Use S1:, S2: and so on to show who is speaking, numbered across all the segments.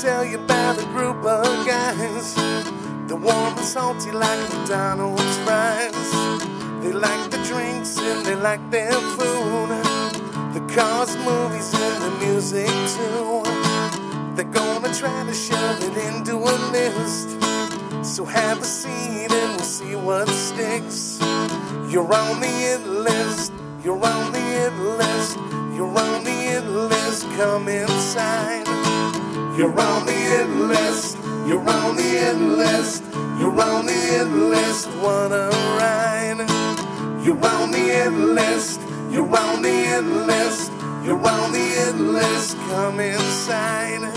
S1: tell you about a group of guys. They're warm and salty like McDonald's fries. They like the drinks and they like their food. The cars, movies, and the music too. They're gonna try to shove it into a list. So have a seat and we'll see what sticks. You're on the it list. You're on the it list. You're on the it list. Come inside. You're on the it list. You're on the it list. You're on the it list. What a ride. You're on the it list. You're on the it list. You're on the it list. Come inside.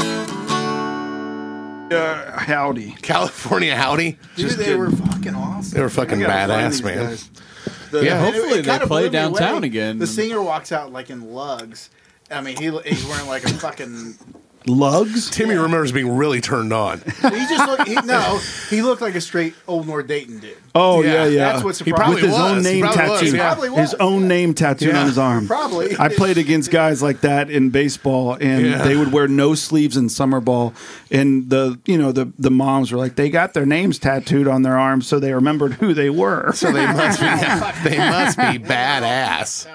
S2: Uh, howdy.
S3: California Howdy.
S2: Dude, they were fucking awesome.
S3: They were fucking
S2: I gotta find
S3: badass,
S2: these
S3: man.
S2: guys. The-
S3: Yeah,
S2: and it-
S4: hopefully
S2: it
S4: they
S2: kinda
S4: play
S2: blew me away.
S4: downtown again.
S2: The singer walks out like in lugs. I mean, he he's wearing like a fucking.
S5: Lugs?
S3: Timmy remembers being really turned on.
S2: He just looked. He, no, he looked like a straight old North Dayton dude.
S5: Oh
S3: Yeah,
S5: yeah, yeah.
S2: that's what
S3: He
S2: surprised.
S3: probably
S5: with his
S3: was.
S5: own
S3: He
S5: name
S3: probably was,
S5: tattooed.
S3: yeah.
S2: Probably was,
S5: His own name tattooed
S3: Yeah.
S5: on his arm.
S2: Probably.
S5: I played against guys like that in baseball, and
S3: Yeah.
S5: they would wear no sleeves in summer ball. And the you know the the moms were like, they got their names tattooed on their arms, so they remembered who they were.
S3: So they must be they must be badass.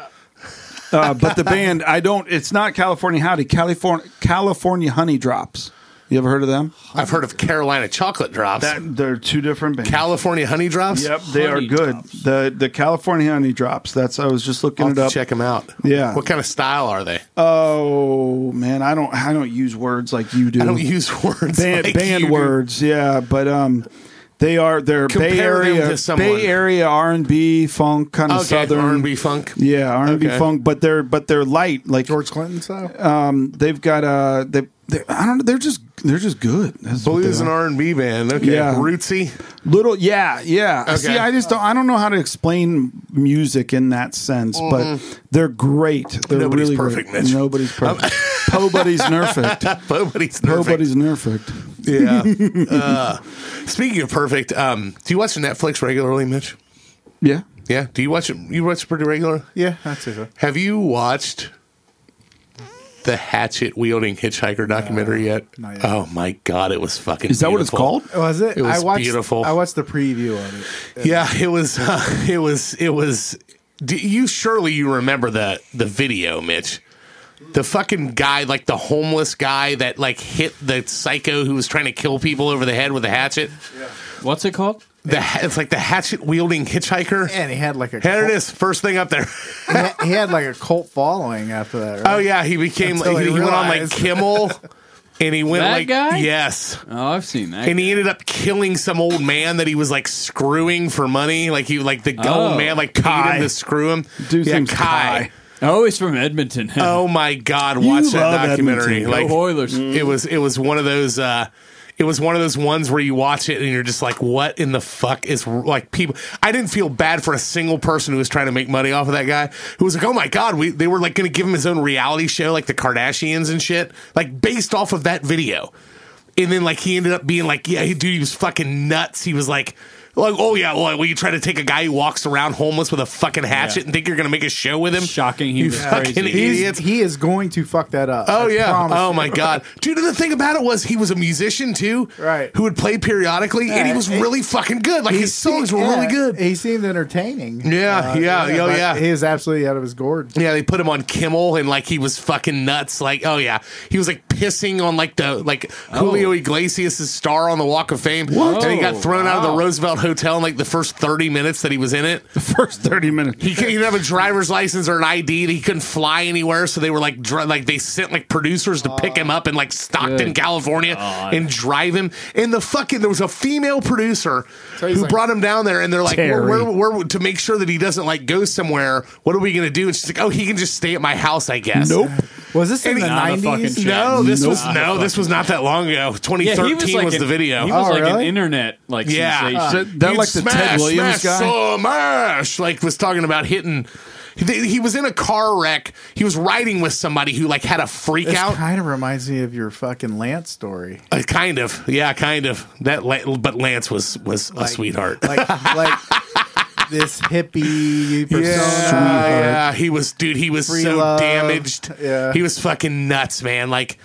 S5: Uh, but the band, I don't. It's not California Howdy. California California Honey Drops. You ever heard of them?
S3: I've heard of Carolina chocolate drops.
S5: That they're two different bands.
S3: California honey drops.
S5: Yep, they are
S4: Honey
S5: good.
S4: Drops.
S5: The the California Honey Drops. That's I was just looking
S3: I'll
S5: it
S3: have
S5: up.
S3: to check them out.
S5: Yeah.
S3: What kind of style are they?
S5: Oh man, I don't I don't use words like you do.
S3: I don't use words.
S5: band,
S3: like
S5: band
S3: you do.
S5: words, yeah, but um, they are they're Bay
S3: Compare them
S5: Area
S3: to someone.
S5: Bay Area R and B funk kind of
S3: Okay,
S5: southern
S3: R&B funk.
S5: Yeah, R and B
S3: Okay.
S5: funk, but they're but they're light. Like um,
S2: George Clinton style.
S5: they've got uh they they I don't know they're just they're just good. That's what
S3: Blues
S5: they
S3: and
S5: are.
S3: R and B band. Okay,
S5: Yeah.
S3: rootsy.
S5: little yeah yeah. See, I just don't I don't know how to explain music in that sense, but they're great. They're
S3: Mm-hmm. Nobody's
S5: really
S3: perfect,
S5: great.
S3: Mitch.
S5: Nobody's perfect. Nobody's perfect.
S3: Nobody's perfect.
S5: Nobody's perfect.
S3: Yeah. Uh, speaking of perfect, um, do you watch Netflix regularly, Mitch?
S5: Yeah.
S3: Yeah. Do you watch it? You watch it pretty regular.
S2: yeah, that's it.
S3: Have you watched the hatchet wielding hitchhiker documentary yet?
S2: not yet.
S3: Oh my god, it was fucking.
S5: Is that what it's
S3: beautiful.
S5: called?
S2: Was it?
S3: It was
S2: I watched,
S3: beautiful.
S2: I watched the preview of it.
S3: Yeah, it was. Uh, it was. It was. Do you surely you remember the the video, Mitch? The fucking guy, like the homeless guy that like hit the psycho who was trying to kill people over the head with a hatchet.
S4: What's it called?
S3: The ha- it's like the hatchet wielding hitchhiker.
S2: And he had like a
S3: Here it
S2: cult,
S3: is, first thing up there.
S2: He had, he had like a cult following after that. Right?
S3: Oh yeah, he became
S2: Until
S3: like, he,
S2: he
S3: went on like
S2: realized.
S3: Kimmel, and he went
S4: That
S3: like
S4: guy?
S3: yes,
S4: Oh, I've seen that.
S3: and he ended up killing some old man that he was like screwing for money. Like he like the
S4: Oh.
S3: old man like paid
S5: Kai.
S3: him to screw him.
S5: Dude's name's Kai.
S4: oh, he's from Edmonton.
S3: Oh my God! Watch
S5: love
S3: that documentary.
S5: Edmonton.
S3: Like mm,
S4: Go Oilers.
S3: It was it was one of those. Uh, it was one of those ones where you watch it and you're just like, what in the fuck is like people? I didn't feel bad for a single person who was trying to make money off of that guy who was like, oh my god, we they were like going to give him his own reality show like the Kardashians and shit, like based off of that video. And then like he ended up being like, yeah, he, dude, he was fucking nuts. He was like. Like, oh yeah, well, well, you try to take a guy who walks around homeless with a fucking hatchet and think you're gonna make a show with him.
S4: Shocking, he
S3: you
S4: was
S3: fucking
S4: crazy.
S2: He's-
S3: idiots.
S2: he is going to fuck that up.
S3: Oh
S2: I
S3: yeah.
S2: promise
S3: Oh
S2: you.
S3: my god. Dude, and the thing about it was he was a musician too.
S2: Right.
S3: Who would play periodically and he
S2: Yeah,
S3: was
S2: it-
S3: really fucking good. Like
S2: He
S3: his songs
S2: seemed-
S3: were really
S2: yeah,
S3: good.
S2: He seemed entertaining. Uh,
S3: Yeah, yeah, yeah,
S2: but
S3: yeah.
S2: He is absolutely out of his gourd.
S3: yeah, they put him on Kimmel and like he was fucking nuts. Like, oh yeah, he was like pissing on like the like
S2: Oh.
S3: Julio Iglesias' star on the Walk of Fame, and he got
S4: Oh,
S3: thrown out of the
S4: wow.
S3: Roosevelt Hotel in like the first thirty minutes that he was in it.
S5: The first thirty minutes.
S3: He, couldn't, he didn't have a driver's license or an ID. He couldn't fly anywhere, so they were like, dr- like they sent like producers to pick him up in like Stockton,
S4: Good
S3: California,
S4: God.
S3: and drive him. And the fucking there was a female producer who brought him down there, and they're like,
S5: Terry.
S3: "Where- where- where- to make sure that he doesn't like go somewhere. What are we gonna do?" And she's like, "Oh, he can just stay at my house, I guess."
S5: Nope.
S2: Was this in
S3: And
S2: the
S3: not
S4: a fucking
S2: nineties?
S4: chance.
S3: No, this
S5: Nope.
S3: was no, this was not that long ago. 2013 was,
S4: an-
S3: the video.
S4: He was
S2: Oh,
S4: like an
S2: really?
S4: internet like
S3: Yeah,
S4: sensation.
S5: that like the Ted Williams
S3: smash,
S5: guy?
S3: Smash, like was talking about hitting. He, he was in a car wreck. He was riding with somebody who like had a freak
S2: This
S3: out.
S2: kind of reminds me of your fucking Lance story.
S3: Uh, kind of, yeah, kind of. That, La- but Lance was was a sweetheart.
S2: Like like this hippie persona.
S3: yeah, yeah, he was, dude. He was
S2: Free
S3: so
S2: love.
S3: damaged.
S2: Yeah.
S3: He was fucking nuts, man. Like,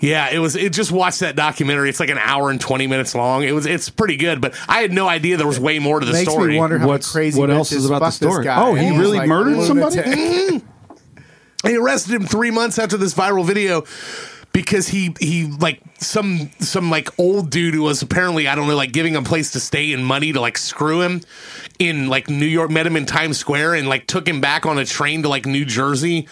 S3: Yeah, it was. It just watched that documentary. It's like an hour and twenty minutes long. It was. It's pretty good, but I had no idea there was way more to the
S6: Makes
S3: story.
S6: me wonder how
S5: What's-
S6: crazy.
S5: what
S6: Memphis
S5: else is about the
S6: fucked this
S5: story?
S6: guy.
S5: Oh, he
S6: He's
S5: really
S6: like
S5: murdered
S6: lunatic.
S3: They arrested him three months after this viral video because he he like some some like old dude who was apparently I don't know like giving him place to stay and money to like screw him in like New York met him in Times Square and like took him back on a train to like New Jersey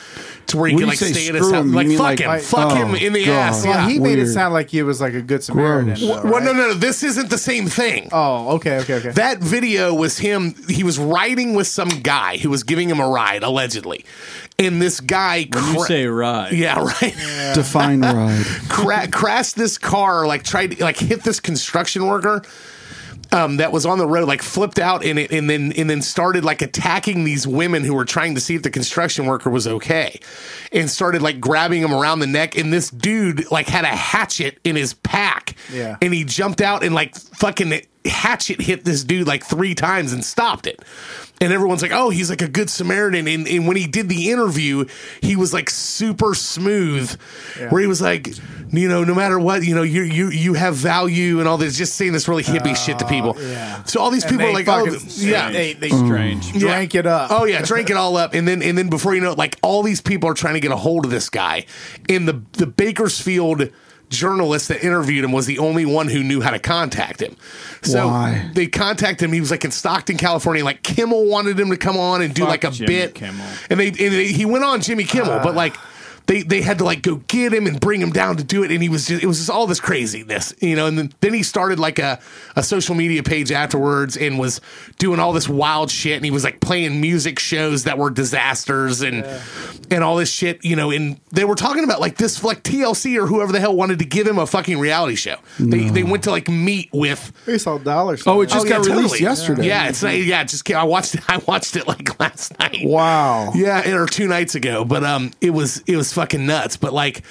S3: to where he
S5: When
S3: could
S5: you
S3: like
S5: say
S3: stay at his
S5: screw
S3: house
S5: him, you
S3: like
S5: mean,
S3: fuck
S5: like,
S3: him
S5: like-
S3: fuck him
S5: oh,
S3: in the
S5: God.
S3: ass
S6: Well,
S3: yeah.
S6: he made it
S5: Weird.
S6: sound like he was like a good Samaritan.
S5: Gross.
S6: though,
S3: well no
S6: right?
S3: no no this isn't the same thing
S6: Oh, okay, okay, okay.
S3: that video was him he was riding with some guy who was giving him a ride allegedly and this guy
S4: When you
S3: cra-
S4: say ride,
S3: yeah right
S5: Define ride.
S3: cra- crashed this car, like tried to like hit this construction worker um, that was on the road, like flipped out in it, and then and then started like attacking these women who were trying to see if the construction worker was okay, and started like grabbing him around the neck. And this dude like had a hatchet in his pack,
S6: Yeah.
S3: and he jumped out and like fucking hatchet hit this dude like three times and stopped it. And everyone's like, oh, he's like a good Samaritan. And, and when he did the interview, he was like super smooth, where he was like, you know, no matter what, you know, you you you have value and all this. Just saying this really hippie shit to people.
S6: Oh, yeah.
S3: So all these
S6: And
S3: people are
S6: they
S3: like, oh,
S6: fucking-
S3: th- yeah,
S6: they, they
S4: strange.
S3: yeah.
S6: drank it up.
S3: Oh yeah, drank it all up, and then and then before you know it, like all these people are trying to get a hold of this guy, and the the Bakersfield journalist that interviewed him was the only one who knew how to contact him. So
S5: Why?
S3: they contacted him. He was like in Stockton, California. Like Kimmel wanted him to come on and do
S4: Fuck
S3: like a
S4: Jimmy
S3: bit,
S4: Kimmel.
S3: and they and they, he went on Jimmy Kimmel, but like. They, they had to like go get him and bring him down to do it and he was just it was just all this craziness you know and then, then he started like a, a social media page afterwards and was doing all this wild shit and he was like playing music shows that were disasters and and all this shit you know and they were talking about like this like TLC or whoever the hell wanted to give him a fucking reality show they they went to like meet with
S6: We saw dollars.
S5: Oh, it just got released
S3: totally.
S5: yesterday.
S3: Yeah, it's not, yeah, it just came, I watched it. I watched it like last night.
S6: wow.
S3: Yeah, or two nights ago, but um, it was it was fucking nuts. But like,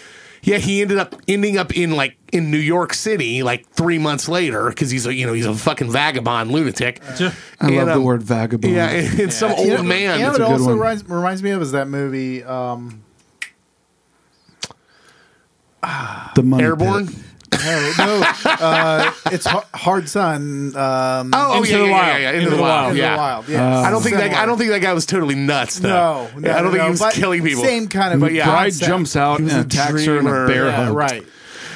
S3: yeah, he ended up ending up in like in New York City like three months later because he's a you know he's a fucking vagabond lunatic.
S5: I
S3: And,
S5: love the
S3: um,
S5: word vagabond.
S3: Yeah, and, some
S6: You know-
S3: old man.
S6: You know,
S5: That's
S6: what
S5: a good
S6: also
S5: one.
S6: reminds, reminds me of is that movie. Um,
S5: the money
S3: Airborne.
S5: pit.
S6: no, no, uh, it's Har- Hard Sun. Um,
S3: Oh, oh
S4: Into
S3: yeah,
S4: the
S3: yeah, yeah,
S4: Wild.
S3: yeah, Into, the
S5: Oh,
S3: wild.
S6: Into
S3: yeah.
S6: the Wild.
S5: Uh,
S6: Yeah,
S3: I don't think that I
S6: similar.
S3: don't think that guy was totally nuts though.
S6: No, no,
S3: Yeah, I
S6: no,
S3: don't think
S6: no,
S3: he was
S6: but
S3: killing people.
S6: Same kind of
S3: But yeah.
S5: Bride
S6: concept.
S5: jumps out and
S3: was a
S5: attacks her in a
S3: dreamer.
S5: bear
S6: Yeah,
S5: hug.
S6: right.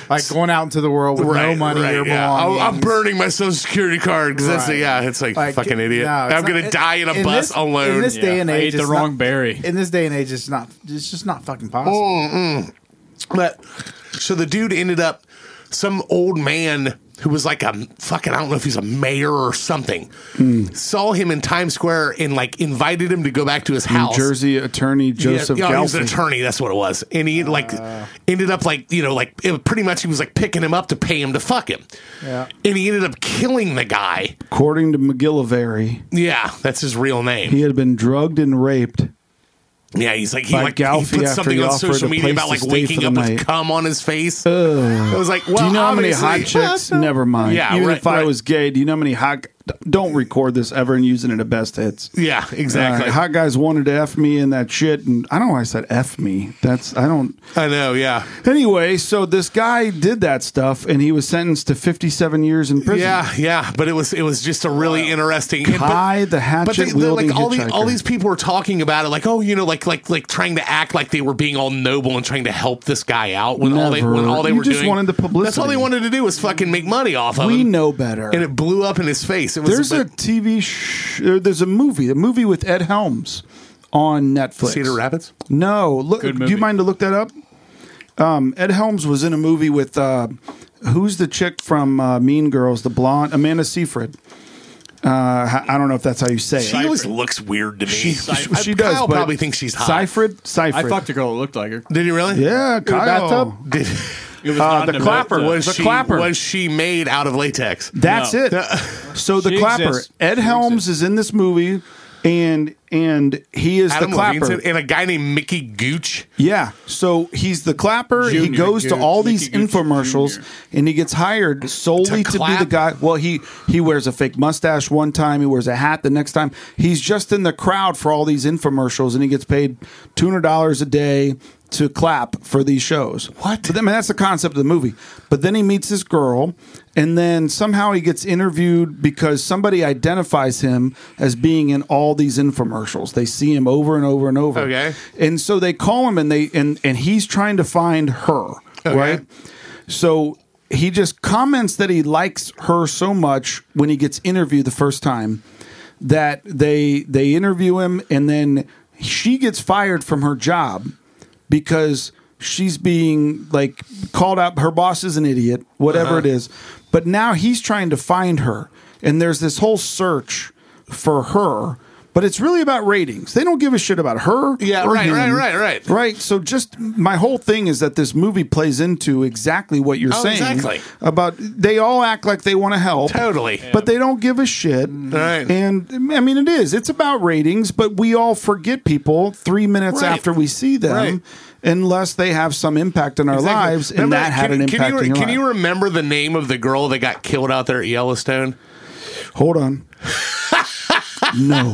S6: Like going out into the world with no money or
S3: yeah.
S6: belongings.
S3: I'll- I'm burning my social security card because that's
S6: Right.
S3: yeah, it's like, fucking idiot.
S6: no, it's
S3: I'm
S6: not-
S3: gonna die in a bus
S6: this,
S3: alone.
S6: In this day and
S4: I
S6: age,
S4: ate the
S6: it's
S4: wrong
S6: not-
S4: berry.
S6: In this day and age, it's not. It's just not fucking possible.
S3: But so the dude ended up some old man who was like a fucking I don't know if he's a mayor or something saw him in Times Square and like invited him to go back to his
S5: New
S3: house.
S5: Jersey attorney Joseph Ah.
S3: yeah, yeah, he was an
S5: Galfin.
S3: attorney. That's what it was. And he like ended up like you know like it was pretty much he was like picking him up to pay him to fuck him.
S6: Yeah.
S3: And he ended up killing the guy.
S5: According to McGillivray,
S3: Yeah, that's his real name.
S5: he had been drugged and raped.
S3: yeah, he's like he
S5: By
S3: like
S5: Galfi
S3: he put
S5: after
S3: something
S5: he
S3: on
S5: offered
S3: social
S5: a place
S3: media about
S5: to
S3: like
S5: stay
S3: waking
S5: for
S3: up
S5: the
S3: with
S5: night.
S3: cum on his face. I was like, well,
S5: do you know how many hot
S3: obviously-
S5: chicks? Never mind.
S3: Yeah,
S5: Even
S3: right,
S5: if I
S3: right.
S5: was gay, do you know how many hot? Don't record this ever and use it in a best hits.
S3: Yeah, exactly.
S5: Uh, hot guys wanted to f me and that shit, and I don't know why I said f me. That's I don't.
S3: I know, yeah.
S5: Anyway, so this guy did that stuff, and he was sentenced to fifty-seven years in prison.
S3: Yeah, yeah, but it was it was just a really interesting. and-
S5: Kai the
S3: but they,
S5: hatchet
S3: they're
S5: wielding
S3: like all these, all
S5: hitchhiker.
S3: these people were talking about it, like oh, you know, like like like trying to act like they were being all noble and trying to help this guy out when all they when
S5: Never.
S3: all they
S5: You
S3: were
S5: just
S3: doing
S5: wanted the
S3: That's all they
S5: publicity.
S3: wanted to do was fucking make money off of
S5: We
S3: him,
S5: know better.
S3: and it blew up in his face. It was
S5: There's a
S3: but-
S5: TV. Sh- or there's a movie. A movie with Ed Helms on Netflix.
S3: Cedar Rapids.
S5: No, look.
S4: Good
S5: Do
S4: movie.
S5: you mind to look that up? Um, Ed Helms was in a movie with uh, who's the chick from uh, Mean Girls, the blonde Amanda Seyfried. Uh, h- I don't know if that's how you say
S3: She
S5: it.
S3: always looks weird to me.
S5: She,
S3: I-
S5: she does.
S3: Kyle
S5: but
S3: probably thinks she's hot.
S5: Seyfried. Seyfried.
S4: I fucked a girl that looked like her.
S3: Did you really?
S5: Yeah, Kyle.
S3: Did,
S4: It was
S5: Uh,
S4: not
S5: the
S4: in a
S5: clapper
S4: bathtub.
S3: was
S5: The
S3: she
S5: clapper.
S3: was she made out of latex?
S5: That's
S4: No.
S5: it. so the
S4: She
S5: clapper.
S4: exists.
S5: Ed
S4: She
S5: Helms is in this movie, and and he is
S3: Adam
S5: the clapper.
S3: Levinson and a guy named Mickey Gooch.
S5: Yeah. So he's the clapper. he
S4: Junior
S5: goes to
S4: Gooch,
S5: all
S4: Mickey
S5: these
S4: Gooch
S5: infomercials
S4: Junior.
S5: and he gets hired solely
S3: To
S5: to, be the
S3: clap?
S5: guy. Well, he he wears a fake mustache one time, he wears a hat the next time. He's just in the crowd for all these infomercials and he gets paid $200 a day to clap for these shows. What? But then, I mean, that's the concept of the movie. But then he meets this girl and then somehow he gets interviewed because somebody identifies him as being in all these infomercials. They see him over and over and over.
S3: Okay.
S5: And so they call him and they and and he's trying to find her, right? So he just comments that he likes her so much when he gets interviewed the first time that they they interview him and then she gets fired from her job because she's being like called out her boss is an idiot whatever
S3: Uh-huh.
S5: it is but now he's trying to find her and there's this whole search for her but it's really about ratings they don't give a shit about her
S3: Yeah,
S5: or
S3: right, right,
S5: him.
S3: right, right.
S5: right so just my whole thing is that this movie plays into exactly what you're
S3: Oh,
S5: saying
S3: exactly.
S5: about they all act like they want to help
S3: Totally.
S5: but they don't give a shit.
S3: Right.
S5: And I mean, it is. It's about ratings, but we all forget people three minutes
S3: Right.
S5: after we see them,
S3: Right.
S5: unless they have some impact in our
S3: Exactly.
S5: lives, and
S3: Remember-
S5: that had
S3: can-
S5: an impact.
S3: Can you,
S5: in your
S3: can you
S5: life.
S3: remember the name of the girl that got killed out there at Yellowstone?
S5: Hold on. no,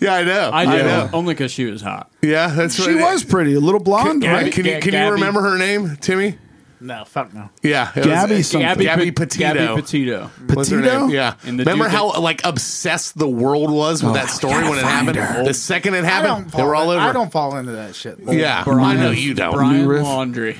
S3: Yeah, I know.
S4: I do
S3: know.
S4: only because she was hot.
S3: Yeah, that's
S5: she
S3: right.
S5: was pretty, a little blonde,
S3: Yeah,
S5: right?
S3: can you, can you
S4: Gabby.
S3: remember her name, Timmy?
S2: No, fuck no.
S3: Yeah, it was-
S5: Gabby
S3: uh,
S5: something.
S3: Gabby,
S4: Gabby
S3: Petito.
S4: Gabby Petito.
S3: What's her
S5: Petito?
S3: name? Yeah.
S4: And the
S3: Remember
S4: dude
S3: how like obsessed the world was with
S5: Oh,
S3: that story when it happened? The second it
S2: I
S3: happened,
S2: don't.
S3: they
S2: Fall
S3: were all over.
S2: I don't fall into that shit.
S3: yeah, I know you don't.
S4: Brian
S5: riff.
S4: Laundry.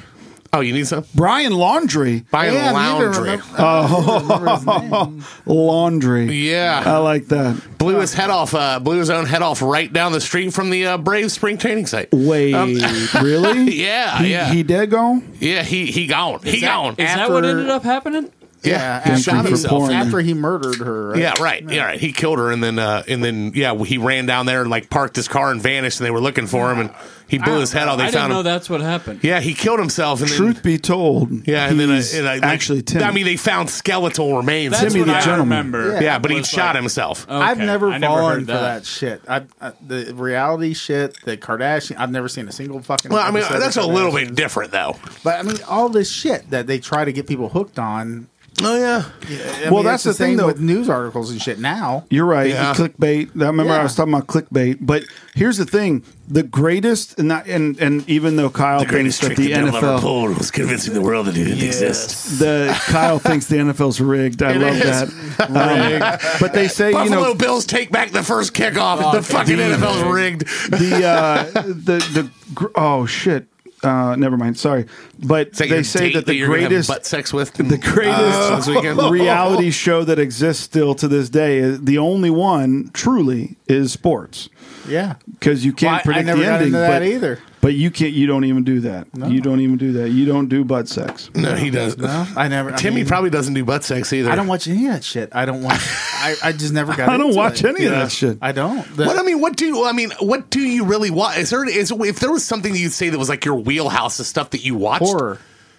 S3: Oh, you need some?
S5: Brian Laundry.
S3: Brian
S2: Yeah, neither
S3: Laundry.
S2: remember- I neither remember his name.
S5: Oh, Laundry.
S3: Yeah.
S5: I like that.
S3: blew his head off, uh, blew his own head off right down the street from the uh, Brave spring training site.
S5: Wait, really?
S3: Um, Yeah,
S5: he,
S3: yeah.
S5: He did go.
S3: Yeah, he he gone. he
S2: that-
S3: gone.
S4: Is that
S2: After-
S4: what ended up happening?
S3: yeah,
S5: Yeah,
S3: he shot
S5: for
S3: himself.
S5: porn.
S2: After he murdered her, right?
S3: Yeah, right. Yeah, right. He killed her, and then uh, and then yeah, he ran down there and like parked his car and vanished. And they were looking for him, and he blew his head off. They
S4: I didn't
S3: found
S4: know
S3: him.
S4: that's what happened.
S3: Yeah, he killed himself. And
S5: Truth be told,
S3: Then, yeah, and then uh,
S5: he's
S3: and, uh, like,
S5: actually Tim.
S3: I mean, they found skeletal remains.
S4: That's
S5: Timmy
S4: what
S5: the
S4: I
S5: Gentleman.
S4: remember.
S3: yeah, but he
S4: was
S3: shot
S4: like- Uh,
S3: himself.
S4: Okay,
S2: I've never
S4: I
S2: fallen
S4: heard
S2: for that shit. I, I the reality shit, the Kardashian. I've never seen a single fucking.
S3: well, I mean,
S2: episode of
S3: that's a little
S2: Kardashian.
S3: bit different, though.
S2: But I mean, all this shit that they try to get people hooked on.
S3: Oh yeah,
S2: I
S5: Well,
S2: mean,
S5: that's
S2: it's
S5: the thing, though.
S2: with news articles and shit now.
S5: You're right.
S3: Yeah.
S5: Clickbait. I remember I
S2: Yeah.
S5: was talking about clickbait. But here's the thing: the greatest, and not, and and even though Kyle thinks that the NFL,
S3: pulled was convincing the world that he didn't exist.
S5: the Kyle thinks the NFL's rigged. I
S3: It
S5: love
S3: is.
S5: that. Um, but they say you
S3: Buffalo
S5: know Oh,
S3: Bills take back the first kickoff. the fucking NFL's rigged.
S5: the uh, the the gr- oh shit. Uh, never mind. Sorry, but
S3: Is that your
S5: they say
S3: date
S5: that the
S3: you're gonna have
S5: greatest
S3: butt sex with
S5: the greatest
S3: uh, this weekend.
S5: reality show that exists still to this day, is- the only one truly is sports.
S2: Yeah,
S5: because you can't
S2: Well, I- I
S5: predict
S2: never
S5: the
S2: got
S5: ending.
S2: into that
S5: but,
S2: either.
S5: But you can't. You don't even do that. You don't even do that. You don't do butt sex.
S3: No, he does.
S2: no, I never. I
S3: Timmy
S2: mean,
S3: probably doesn't do butt sex either.
S2: I don't watch any of that shit. I don't watch. I, I just never got.
S5: I don't
S2: into
S5: watch
S2: it.
S5: any of
S3: Yeah.
S5: that shit.
S2: I don't. The-
S3: What I mean, what do I mean? What do you really watch? Is there is if there was something you'd say that was like your wheelhouse of stuff that you watched?
S2: horror,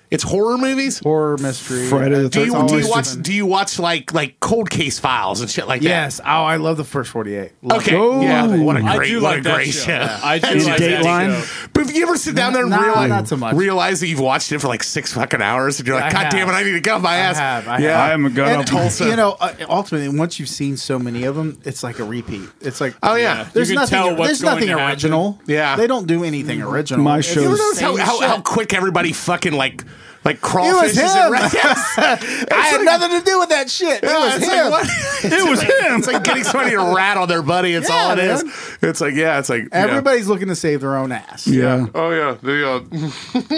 S3: It's horror movies.
S2: horror mystery.
S5: Friday the
S2: Uh,
S5: That's
S3: do you, do you
S5: always
S3: watch?
S2: been-
S3: Do you watch like like Cold Case Files and shit like
S2: Yes. Oh, I love the first forty-eight.
S3: that?
S2: Love
S3: Okay.
S2: it.
S5: Oh.
S3: yeah. What a
S4: I
S3: great,
S4: do
S3: what
S4: like
S3: a
S4: that
S3: great
S4: show.
S3: show.
S4: I do like
S5: Dateline?
S4: that show.
S3: But if you ever sit down there and
S2: Nah,
S3: realize,
S2: not so much.
S3: realize that you've watched it for like six fucking hours and you're like,
S2: I
S3: God
S2: have.
S3: damn it, I need to get off my ass.
S2: have, I
S3: yeah.
S5: have. I am a gun
S3: And
S5: up-
S3: Tulsa.
S2: You know, uh, ultimately, once you've seen so many of them, it's like a repeat. It's like,
S3: Oh, yeah.
S2: there's
S4: You can
S2: nothing.
S4: tell what's
S2: there's
S4: going
S2: nothing
S4: to happen.
S2: original.
S3: Yeah.
S2: they don't do anything original.
S5: My
S2: It's
S5: shows-
S2: the
S5: You ever
S3: notice how,
S2: same
S3: how,
S2: shit.
S3: how quick everybody fucking like like
S2: It
S3: crawfishes
S2: was
S3: and
S2: him.
S3: ra- Yes.
S2: It had nothing to do with that shit. It was
S3: it's
S2: him.
S3: Like, what? It was him. It's like getting somebody to rat on their buddy. It's
S2: Yeah,
S3: all it is.
S2: man.
S3: It's like yeah. It's like yeah.
S2: Everybody's looking to save their own ass.
S5: yeah.
S3: Oh yeah. The,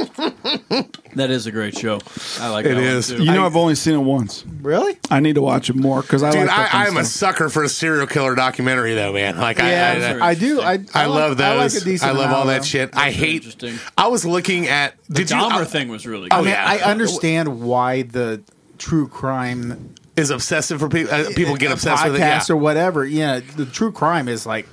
S3: uh,
S4: That is a great show. I like
S3: It
S4: that one,
S3: is.
S4: too.
S5: You know, I, have only seen it once.
S2: Really?
S5: I need to watch it more because I
S3: dude,
S5: like that
S3: I,
S5: kind
S3: I'm a
S5: of stuff.
S3: sucker for a serial killer documentary though, man. Like I, I,
S2: Yeah, I, do. I,
S3: I,
S2: like-
S3: love
S2: I like
S3: those.
S2: a
S3: I,
S2: decent
S3: love
S2: amount
S3: all
S2: of
S3: that
S2: them.
S3: shit. I
S4: Those are
S3: hate.
S4: interesting.
S3: I was looking at did you?
S4: Dahmer
S3: I-
S4: thing was really
S3: Oh,
S4: good.
S2: I mean,
S3: yeah.
S2: I understand why the true crime
S3: is obsessive for people. Uh, people get
S2: a
S3: obsessed with it.
S2: podcast
S3: Yeah.
S2: or whatever. Yeah, the true crime is like,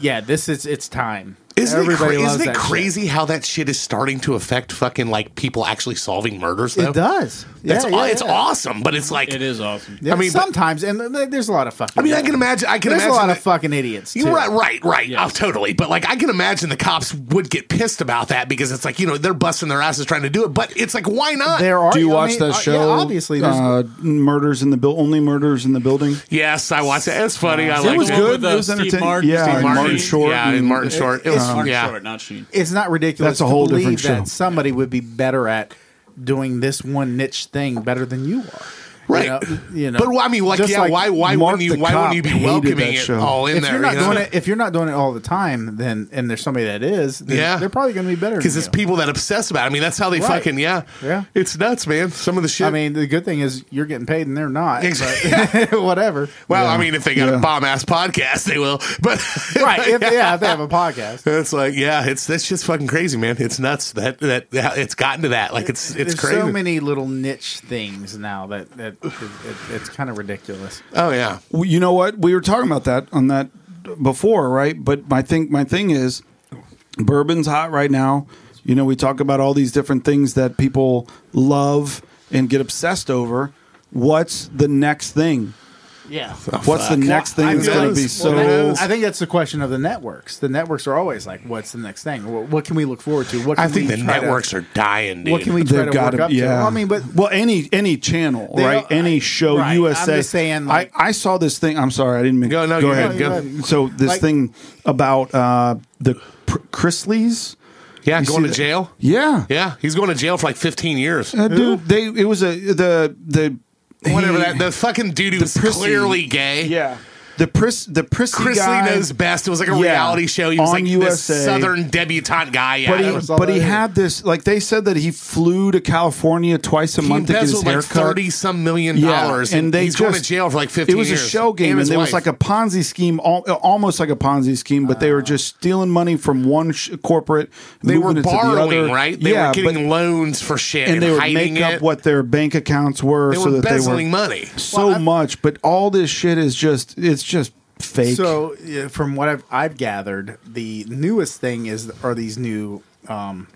S2: yeah, this is it's time.
S3: Isn't it,
S2: Everybody
S3: cra-
S2: loves
S3: isn't it
S2: that shit.
S3: crazy how that shit is starting to affect fucking like people actually solving murders? Though?
S2: It does. Yeah,
S3: That's
S2: yeah,
S3: aw- it's
S2: yeah.
S3: awesome, but it's like
S4: It is awesome.
S2: Yeah,
S3: I mean, but-
S2: sometimes, and th- there's a lot of fucking.
S3: I mean, I can imagine. I can
S2: There's a
S3: imagine
S2: lot of
S3: that-
S2: fucking idiots.
S3: You're
S2: too.
S3: right, right, right. Oh, totally. But like, I can imagine the cops would get pissed about that because it's like you know they're busting their asses trying to do it, but it's like why not?
S2: There are.
S5: Do you
S2: I
S5: watch
S2: mean,
S5: that
S2: uh,
S5: show?
S2: Yeah, obviously, there's
S5: uh, murders in the building. Only murders in the building.
S3: yes, I watch it. It's funny. I like
S5: was
S3: it.
S5: good.
S4: With, uh,
S5: It was
S4: Steve
S5: entertaining.
S4: Martin,
S5: Yeah,
S4: Steve
S5: and
S4: Martin.
S5: Martin Short.
S3: Yeah, and
S5: and-
S3: Martin Short. It
S4: It's
S3: was
S4: Martin
S3: yeah.
S4: Short, not Sheen.
S2: it's not ridiculous.
S5: That's a
S2: to
S5: whole
S2: believe
S5: different show.
S2: That somebody would be better at doing this one niche thing better than you are.
S3: Right.
S2: You know, you know.
S3: But why- I mean, like,
S2: Just
S3: yeah,
S2: like
S3: why, why
S5: Mark
S3: wouldn't you,
S5: the
S3: why
S5: Cop
S3: wouldn't you be
S5: hated
S3: welcoming
S5: that
S3: it
S5: show.
S3: all in
S2: if
S3: there?
S2: you're not
S3: you know?
S2: doing it, if you're not doing it all the time, then and there's somebody that is, then
S3: Yeah.
S2: they're probably going to be better.
S3: because
S2: than
S3: it's
S2: you.
S3: people that obsess about. It. I mean, that's how they
S2: Right.
S3: fucking yeah.
S2: Yeah.
S3: it's nuts, man. Some of the shit.
S2: I mean, the good thing is you're getting paid and they're not.
S3: Exactly.
S2: but whatever.
S3: well, I mean, if they got
S5: Yeah.
S3: a bomb ass podcast, they will. But
S2: right. If, yeah, if they have a podcast.
S3: It's like, yeah, it's that's just fucking crazy, man. It's nuts that that, that it's gotten to that. Like, it's it's
S2: There's
S3: crazy.
S2: so many little niche things now that, that it, it, it's kind of ridiculous.
S3: oh yeah,
S5: Well, you know what? We were talking about that on that before, right? But my thing, my thing is, bourbon's hot right now. You know, we talk about all these different things that people love and get obsessed over. What's the next thing?
S2: Yeah.
S5: What's the next thing
S2: I
S5: that's
S2: feel
S5: going
S2: like-
S5: to be so?
S2: well, that- I think that's the question of the networks. The networks are always like, "What's the next thing? What, what can we look forward to? What can
S3: I think
S2: we
S3: the
S2: try to-
S3: networks are dying, dude.
S2: what can we try to work
S5: gotta-
S2: up to? Well, I mean, but
S5: well, any any channel,
S2: They-
S5: right? Any show,
S2: right, I'm
S5: USA.
S2: just saying, like-
S5: I, I saw this thing. I'm sorry, I didn't mean.
S3: Go, no, you're good, go.
S5: So this
S2: Like-
S5: thing about uh, the Pr- Chrisleys.
S3: Yeah,
S5: You
S3: going
S5: see
S3: to
S5: that-
S3: jail.
S5: Yeah,
S3: Yeah, he's going to jail for like 15 years.
S5: Uh, dude, they it was a the the
S3: Whatever
S5: he-
S3: that, the fucking dude who was
S5: prissy-
S3: clearly gay.
S5: yeah the Pris the prissy
S3: Chris Lee
S5: guy,
S3: knows best. It was like a
S5: Yeah.
S3: reality show. He was
S5: On
S3: like
S5: USA.
S3: this southern debutante guy. Yeah,
S5: but
S3: it
S5: he
S3: was-
S5: but he had this like they said that he flew to California twice a
S3: he
S5: month to get his
S3: embezzled like
S5: hair cut.
S3: thirty some million
S5: Yeah,
S3: dollars,
S5: and they
S3: he's
S5: just,
S3: going to jail for like fifteen.
S5: It was
S3: years.
S5: a shell game, and,
S3: his
S5: there was like
S3: wife.
S5: a Ponzi scheme, al- almost like a Ponzi scheme, but they were just stealing money from one sh- corporate.
S3: They
S5: moving
S3: were
S5: it to the
S3: borrowing,
S5: other.
S3: right? They
S5: yeah,
S3: were getting
S5: but,
S3: loans for shit,
S5: and they would
S3: hiding
S5: make up
S3: it.
S5: what their bank accounts were,
S3: they
S5: so
S3: were
S5: that they
S3: embezzling
S5: were
S3: money.
S5: so much. But all this shit is just it's just fake.
S2: So, yeah, from what I've, I've gathered, the newest thing is are these new um,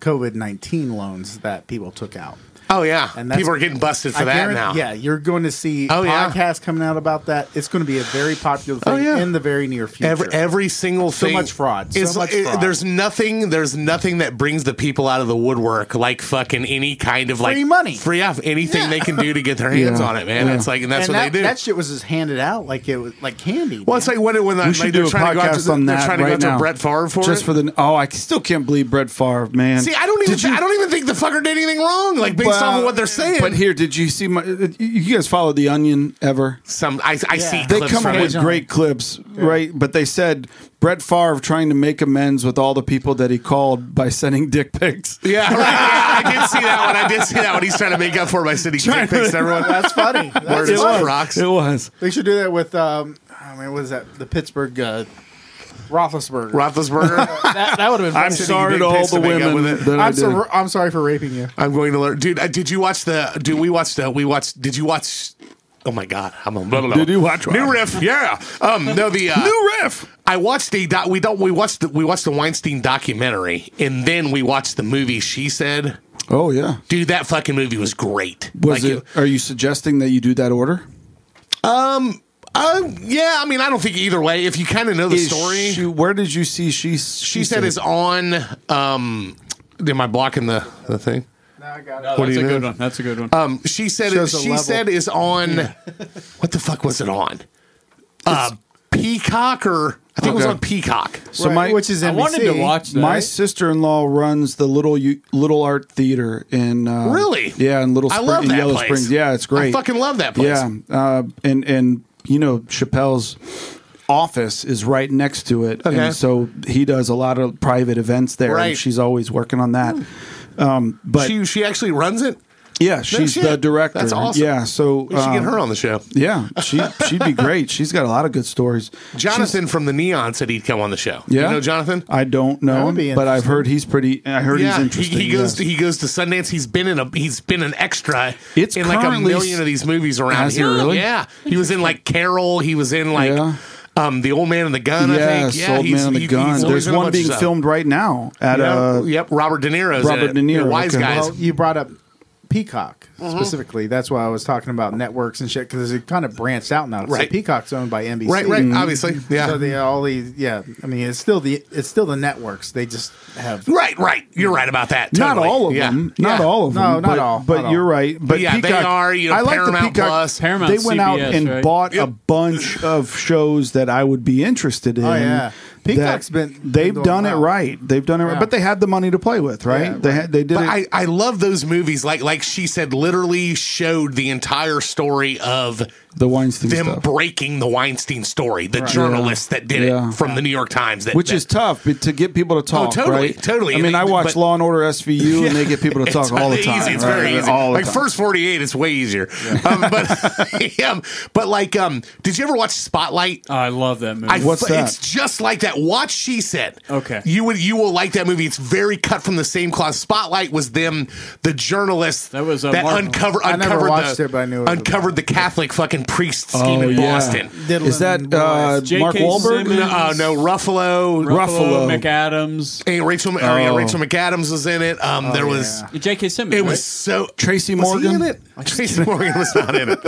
S2: COVID nineteen loans that people took out.
S3: Oh yeah,
S2: And that's-
S3: people are getting busted for
S2: I
S3: that
S2: guarantee-
S3: now.
S2: Yeah, you're going to see
S3: Oh, yeah.
S2: podcasts coming out about that. It's going to be a very popular thing
S3: Oh, yeah.
S2: in the very near future.
S3: Every, every single
S2: So
S3: thing.
S2: much fraud, so much
S3: it-
S2: fraud.
S3: there's nothing. There's nothing that brings the people out of the woodwork like fucking any kind of like
S2: Free money.
S3: free off anything they can do to get their hands
S5: Yeah.
S3: on it, man.
S5: Yeah.
S3: It's like, and that's
S2: and
S3: what
S2: that,
S3: they do.
S2: that shit was just handed out like it was like candy.
S3: well, it's
S2: man.
S3: like when when uh,
S5: we
S3: like,
S5: should
S3: they're
S5: do a
S3: trying to go out to,
S5: podcast
S3: the-
S5: on
S3: they're
S5: that
S3: trying to
S5: right
S3: go out
S5: now.
S3: to Brett Favre for
S5: just
S3: it.
S5: for the oh, I still can't believe Brett Favre, man.
S3: See, I don't even.
S5: Did
S3: thi-
S5: you-
S3: I don't even think the fucker did anything wrong. Like based
S5: Well,
S3: off of what they're saying.
S5: But here, did you see my? uh, You guys follow the Onion ever?
S3: some I, I see
S2: They
S5: They
S3: clips
S5: come
S3: from
S5: up
S3: it.
S5: with great clips, right? But they said Brett Favre trying to make amends with all the people that he called by sending dick pics.
S3: Yeah, right. Yeah, I did see that one. I did see that one. He's trying to make up for it by sending dick pics to everyone.
S2: that's funny. That's
S3: Word is
S2: funny.
S3: rocks.
S5: It was.
S2: They should do that with um, I mean, what is that? The Pittsburgh uh, Roethlisberger.
S3: Roethlisberger.
S2: that that would have been.
S5: I'm
S2: funny.
S5: sorry
S3: dick
S5: to all
S3: pics
S5: the
S3: to make up with
S5: women
S3: it.
S5: that I
S2: I'm,
S5: did.
S2: so, I'm sorry for raping you.
S3: I'm going to learn, dude. uh, Did you watch the? Do we watch the? We watched. Did you watch? Oh my god! I'm on. Blah, blah, blah.
S5: Did you watch what?
S3: New riff? Yeah. Um. No. The uh,
S5: New riff.
S3: I watched the doc, we don't we watched the, we watched the Weinstein documentary and then we watched the movie. She said,
S5: Oh yeah.
S3: "Dude, that fucking movie was great."
S5: Was
S3: Like,
S5: it? Are you suggesting that you do that order?
S3: Uh, yeah, I mean, I don't think either way. If you kind of know the
S5: Is
S3: story,
S5: she- where did you see she?
S3: she said is on. Um, am I blocking the the thing?
S2: No, I got it.
S4: No, Oh, that's
S3: do
S4: a
S3: you
S4: good
S3: know?
S4: one. That's a good one.
S3: Um, she said
S2: Shows the
S3: she
S2: level.
S3: said is on. What the fuck was it on? Uh, Peacock or I think it was
S5: Okay.
S3: on Peacock.
S5: So
S2: Right,
S5: my
S2: which is
S4: I
S2: NBC.
S4: wanted to watch that.
S5: My sister-in-law runs the little U- little art theater in uh,
S3: Really?
S5: yeah in Little
S3: I
S5: Spring,
S3: love
S5: in
S3: that
S5: Yellow
S3: place.
S5: Springs. Yeah, it's
S3: I
S5: great.
S3: fucking love that place.
S5: yeah, uh, and and you know Chappelle's office is right next to it,
S3: Okay.
S5: and so he does a lot of private events there.
S3: Right. Hmm.
S5: And she's always working on that. Um, but
S3: she she actually runs it.
S5: yeah, she's
S3: shit.
S5: the director.
S3: That's awesome.
S5: Yeah, so
S3: We should get
S5: um,
S3: her on the show.
S5: Yeah, she she'd be great. She's got a lot of good stories.
S3: Jonathan from the Neon said he'd come on the show.
S5: Yeah,
S3: you know Jonathan.
S5: I don't know,
S2: would be
S5: him, but I've
S2: interesting.
S5: heard he's pretty. I heard he's interesting.
S3: He, he goes
S5: yes.
S3: to, he goes to Sundance. He's been in a he's been an extra
S5: It's
S3: in like a
S5: currently-
S3: million of these movies around
S5: Has he
S3: here.
S5: really?
S3: Yeah. He was in like Carol, he was in like
S5: Yeah.
S3: Um, the old man and the gun. I
S5: Yes,
S3: think. Yeah,
S5: old
S3: he's-
S5: man and the
S3: he-
S5: gun.
S3: he's
S5: There's
S3: in a
S5: one
S3: bunch
S5: being
S3: of stuff.
S5: filmed right now at
S3: Yep,
S5: uh,
S3: yep, Robert De Niro's in
S5: Robert
S3: it.
S5: De Niro,
S3: Wise
S5: okay.
S3: guys.
S2: Well, you brought up Peacock
S3: Mm-hmm.
S2: specifically. That's why I was talking about networks and shit because it kind of branched out now. So
S3: Right.
S2: Peacock's owned by NBC.
S3: right, right. Obviously, yeah.
S2: Mm-hmm. So they all these, yeah. I mean, it's still the it's still the networks. They just have
S3: right, right. You're right about that.
S5: Not
S3: Totally.
S5: all of
S3: Yeah.
S5: them. Not
S3: Yeah.
S5: all of them.
S2: No, not
S5: but,
S2: all,
S5: But
S2: not all.
S5: you're right. But
S3: yeah, they
S5: Peacock,
S3: are, you know,
S5: I like the
S3: Paramount
S5: Peacock.
S3: Plus.
S4: Paramount
S5: they went out
S4: CBS,
S5: and
S4: right?
S5: bought a
S3: Yep.
S5: bunch of shows that I would be interested in.
S2: Oh, yeah.
S5: that
S2: Peacock's been- been
S5: They've
S2: doing
S5: done it
S2: well.
S5: right. They've done it right.
S2: Yeah.
S5: But they had the money to play with, right?
S2: Yeah,
S5: they had. They did
S3: But
S5: it.
S3: I, I love those movies. Like like she said, literally showed the entire story of
S5: the Weinstein
S3: them
S5: stuff.
S3: breaking the Weinstein story. The journalist that did
S5: Yeah.
S3: it from the New York Times. That,
S5: which
S3: that-
S5: is tough but to get people to talk.
S3: totally,
S5: right?
S3: totally.
S5: I mean,
S3: They-
S5: I watch
S3: but-
S5: Law and Order SVU, and they get people to talk all the
S3: really
S5: time.
S3: Easy. It's
S5: right?
S3: very easy.
S5: All the
S3: like
S5: time.
S3: first forty eight, it's way easier. Um, but yeah, but like, um, did you ever watch Spotlight?
S4: I love that movie.
S3: I
S5: What's
S3: f-
S5: that?
S3: It's just like that. Watch She Said.
S4: Okay.
S3: You would you will like that movie. It's very cut from the same cloth. Spotlight was them, the journalists
S4: That was, uh,
S3: that
S4: Martin.
S3: uncovered
S2: I never
S3: uncovered
S2: watched
S3: the,
S2: it, but I knew it was
S3: uncovered the Catholic fucking priest scheme
S5: uh, Oh,
S3: in
S5: yeah.
S3: Boston.
S5: Is that
S2: Diddlin'
S5: uh,
S2: Boys.
S4: J.K.
S5: Mark Wahlberg?
S4: Simmons.
S3: No, uh, no, Ruffalo.
S5: Ruffalo.
S4: McAdams,
S3: and Rachel, Ma- or, yeah,
S5: Oh.
S3: Rachel McAdams was in it.
S2: Oh,
S3: Um, there was
S4: J.K. Simmons.
S3: it
S4: right?
S3: was so
S5: Tracy
S3: Was he
S5: Morgan?
S3: in it? Tracy Morgan was not in it.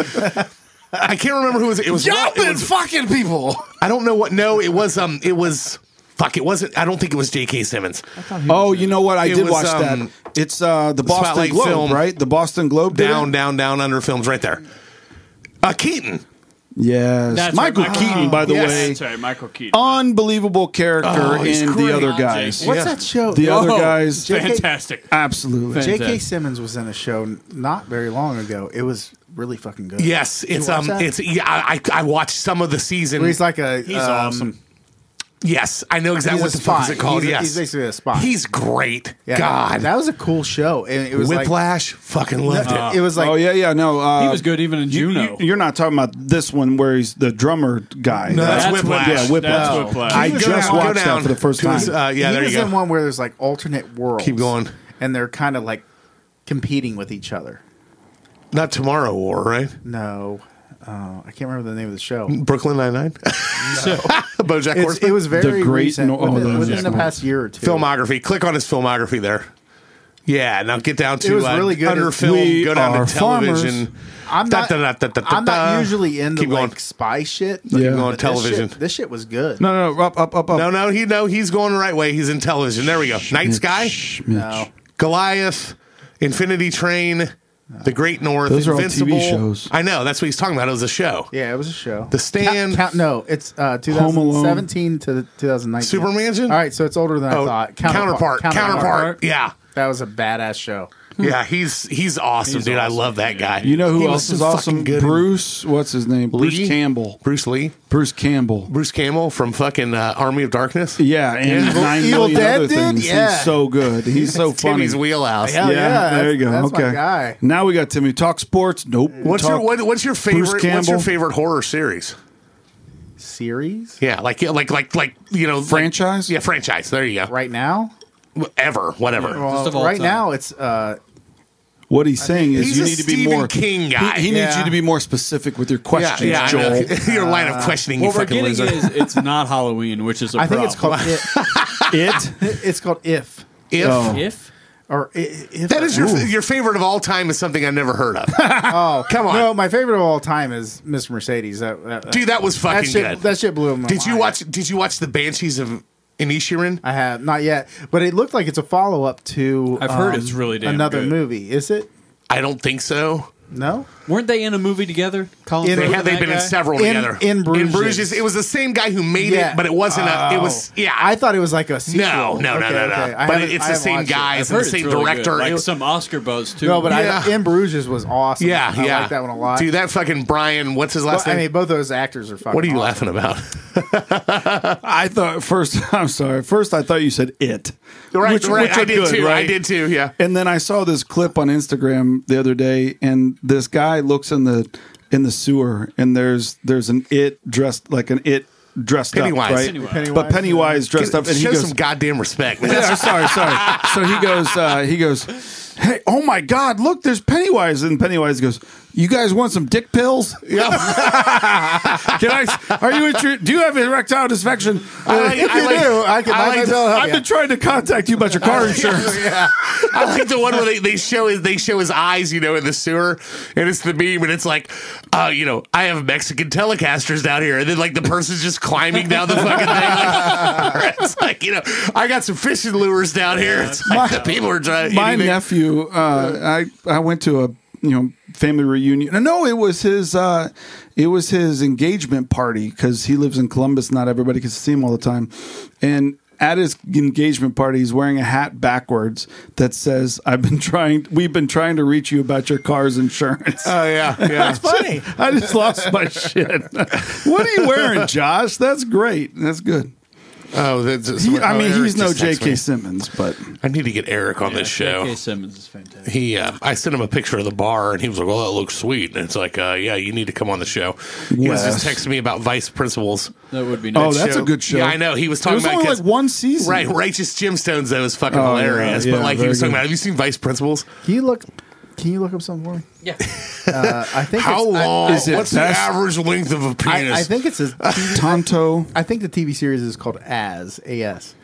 S3: I can't remember who was it was.
S6: Y'all
S3: it
S6: been
S3: was-
S6: fucking people.
S3: I don't know what. No, it was. Um, it was. Fuck, it wasn't. I don't think it was J.K. Simmons.
S5: Oh, you know what? I
S3: It
S5: did
S3: was,
S5: watch
S3: um,
S5: that. It's uh, the Boston
S3: Spotlight
S5: Globe,
S3: film.
S5: right? The Boston Globe did
S3: Down,
S5: it?
S3: down, down under films right there. Uh, Keaton.
S5: Yes,
S4: That's
S5: Michael
S4: right, Michael
S5: Keaton, by the
S3: Yes.
S5: way, Um,
S4: That's right, Michael Keaton.
S5: unbelievable character
S3: Oh, he's
S5: in
S3: great.
S5: the other
S4: Oh,
S5: guys.
S4: Jason.
S2: What's
S3: Yeah.
S2: that show?
S5: The other
S4: Oh,
S5: guys,
S2: J.K.
S4: Fantastic.
S5: absolutely.
S4: Fan-
S2: J.K.
S4: Fantastic.
S2: Simmons was in a show n- not very long ago. It was really fucking good.
S3: Yes,
S2: You
S3: it's
S2: watch
S3: um,
S2: that?
S3: it's yeah. I I I watched some of the season.
S2: Where he's like a
S4: He's
S2: um,
S4: awesome.
S3: yes, I know exactly what
S2: he's a
S3: the fuck is
S2: spy.
S3: it called.
S2: He's a-
S3: yes,
S2: he's basically a spy.
S3: He's great.
S2: yeah,
S3: God,
S2: that was a cool show, and it was like-
S3: Whiplash. fucking loved it.
S2: it was like
S5: oh yeah, yeah. No, uh,
S4: he was good even in
S5: You,
S4: Juno.
S5: are not talking about this one where he's the drummer guy.
S3: No, that's,
S4: That's what-
S3: Whiplash.
S5: yeah, Whiplash. Oh.
S4: That's Whiplash.
S5: I
S2: He was
S5: just
S2: down-
S5: watched that for the first
S3: He
S5: time.
S3: was, uh, yeah,
S2: he
S3: there
S2: was
S3: you
S2: in
S3: go.
S2: one where there's like alternate worlds.
S3: Keep going.
S2: And they're kind of like competing with each other.
S3: Not Tomorrow War, right?
S2: No, uh, I can't remember the name of the show.
S3: Brooklyn Nine Nine. BoJack
S2: It's,
S3: Horseman.
S2: it was very
S5: The Great
S2: recent,
S5: No- oh,
S2: within,
S5: the-
S2: within the
S5: yeah.
S2: past year or two.
S3: filmography. Click on his filmography there. Yeah, now get down to
S2: It was
S3: uh,
S2: really good.
S3: under
S2: It's-
S3: film.
S5: We
S3: go down
S5: are
S3: to television.
S5: farmers.
S2: I'm
S3: Da-
S2: not.
S3: da- da- da- da- da-
S2: I'm not
S3: da.
S2: usually into
S3: Keep going.
S2: like spy shit.
S5: Keep going,
S2: but this
S3: television.
S2: shit- This shit was good.
S5: no, no, no, up, up, up, up.
S3: No, no, he no, he's going the right way. He's in television. There we go. Night Sky,
S2: No.
S3: Goliath, Infinity Train, The Great North,
S5: Those are all TV
S3: Invincible.
S5: shows.
S3: I know that's what he's talking about. It was a show.
S2: Yeah, it was a show.
S3: The Stand.
S2: Count, count, no, it's uh,
S5: Alone.
S2: 2017 to the 2019.
S3: Supermansion?
S2: All right, so it's older than I
S3: Oh,
S2: thought.
S3: counterpart, counterpart, Yeah,
S2: That was a badass show.
S3: yeah. He's he's awesome,
S4: He's
S3: dude. I
S4: awesome,
S3: love that
S4: yeah.
S3: guy.
S5: You know who
S3: He was
S5: else
S3: so
S5: is
S3: fucking
S5: awesome?
S3: Good in-
S5: Bruce. What's his name?
S3: Lee?
S5: Bruce Campbell.
S3: Bruce Lee,
S5: Bruce Campbell.
S3: Bruce Campbell from fucking uh, Army of Darkness.
S5: Yeah, and
S3: Evil-
S5: nine
S2: Evil
S5: million
S2: Dead
S5: other
S2: dude?
S5: things.
S2: Yeah.
S5: He's so good. He's so funny.
S3: Timmy's wheelhouse.
S2: Yeah. that's-
S5: there you go.
S2: that's my
S5: okay.
S2: guy.
S5: Now we got Timmy talk sports. Nope.
S3: What's
S5: Talk-
S3: your what, what's your favorite what's your
S5: Campbell.
S3: favorite horror series?
S2: Series
S3: Yeah, like yeah, like like like you know like-
S5: franchise?
S3: yeah, franchise. There you go.
S2: right now.
S3: Right. Ever, whatever.
S2: Well,
S4: of all
S2: right
S4: time.
S2: now it's uh,
S5: What he's saying is
S3: He's
S5: you
S3: a
S5: need to be
S3: Stephen
S5: more
S3: King guy.
S5: He, he needs
S2: Yeah.
S5: you to be more specific with your
S3: yeah,
S5: questions,
S3: yeah, I
S5: Joel.
S3: know. your line of questioning.
S4: what
S3: you
S4: we're
S3: fucking
S4: getting
S3: loser.
S4: is it's not Halloween, which is a
S2: I think
S4: problem.
S2: it's called it. it. It's called if
S3: if
S5: Oh.
S4: if
S2: or i- if
S3: that is your
S2: Ooh.
S3: your favorite of all time is something I never heard of. oh come on,
S2: No, my favorite of all time is Miss Mercedes. That, that,
S3: dude, that was
S2: that
S3: fucking
S2: shit.
S3: good.
S2: That shit blew my
S3: did you
S2: mind.
S3: watch? Did you watch the Banshees of Inisherin?
S2: I have not yet, but it looked like it's a follow up to. um,
S4: I've heard it's really damn
S2: another
S4: good.
S2: movie. Is it?
S3: I don't think so.
S2: No.
S4: weren't they in a movie together? Colin
S2: In-
S3: They
S4: Firth
S3: have.
S4: and
S3: They've
S4: that
S3: been in
S4: guy?
S3: several
S2: In-
S3: together.
S2: in Bruges.
S3: It was the same guy who made
S2: Yeah. Oh.
S3: it, but it wasn't a. It was yeah.
S2: I thought it was like a sequel.
S3: No, no, no,
S2: Okay,
S3: no, no.
S2: okay. I
S3: But
S2: haven't-
S3: it's the
S2: I haven't
S3: same
S2: watched it.
S3: guys and
S4: I've heard
S3: the
S4: it's
S3: same
S4: really good.
S3: director.
S4: Like
S3: It-
S4: some Oscar buzz too.
S2: No, but
S3: Yeah.
S2: I in Bruges was awesome.
S3: yeah,
S2: I
S3: yeah.
S2: like that one a lot.
S3: Dude, that fucking Brian, what's his last
S2: But, I
S3: name?
S2: mean, both those actors are fucking.
S3: what are you
S2: awesome.
S3: laughing about?
S5: I thought first. I'm sorry. First, I thought you said it.
S3: right,
S5: Which-
S3: right.
S5: which
S3: I
S5: are
S3: did
S5: good,
S3: too. I
S5: right?
S3: did too. Yeah.
S5: And then I saw this clip on Instagram the other day, and this guy looks in the in the sewer, and there's there's an it dressed like an it dressed
S3: Pennywise.
S5: up, right?
S4: Pennywise.
S5: But Pennywise dressed up, and he
S3: Show
S5: goes,
S3: some goddamn respect. man.
S5: yeah, sorry, sorry. So he goes, uh, he goes, hey, oh my God, look, there's Pennywise. And Pennywise goes, you guys want some dick pills?
S3: Yeah.
S5: Can I, are you, intru- do you have erectile dysfunction?
S3: like-
S5: if
S3: I
S5: you
S3: like-
S5: do,
S2: I can- I might as well help
S5: I've
S2: you.
S5: been trying to contact you about your car insurance.
S3: I like the one where they, they show his they show his eyes, you know, in the sewer, and it's the meme, and it's like, uh, you know, I have Mexican telecasters down here, and then like the person's just climbing down the fucking thing. Like, it's like, you know, I got some fishing lures down here. It's like the people are trying.
S5: my
S3: anything.
S5: nephew uh, I I went to a you know family reunion. No, it was his uh, it was his engagement party because he lives in Columbus. Not everybody can see him all the time, and. At his engagement party, he's wearing a hat backwards that says, "I've been trying. We've been trying to reach you about your car's insurance."
S3: Oh yeah, yeah.
S5: funny. I just lost my shit. what are you wearing, Josh? That's great. That's good.
S3: oh, that's,
S5: He, I
S3: oh,
S5: mean,
S3: Eric
S5: he's no
S3: just texted
S5: J.K.
S3: me.
S5: Simmons, but
S3: I need to get Eric on this show.
S4: J.K. Simmons is fantastic.
S3: He, uh, I sent him a picture of the bar, and he was like, "Well, that looks sweet." And it's like, uh, "Yeah, you need to come on the show." He was just
S5: Wes.
S3: texting me about vice principals.
S4: That would be
S5: oh,
S4: nice.
S5: that's a good show.
S3: Yeah, I know. He was
S5: It
S3: talking
S5: was
S3: about
S5: only
S3: kids-
S5: like one season,
S3: Right, righteous gemstones though is fucking
S5: Oh, yeah,
S3: hilarious.
S5: yeah,
S3: but like he
S5: very
S3: was talking
S5: good.
S3: about, have you seen Vice Principals?
S2: Can you look? Can you look up something for me? Yeah. Uh, I think
S3: How
S2: it's- I-
S3: long?
S5: is it
S3: what's
S5: best-
S3: the average length of a
S2: I,
S3: penis?
S2: I think it's a.
S5: Tonto.
S2: I think the TV series is called As As.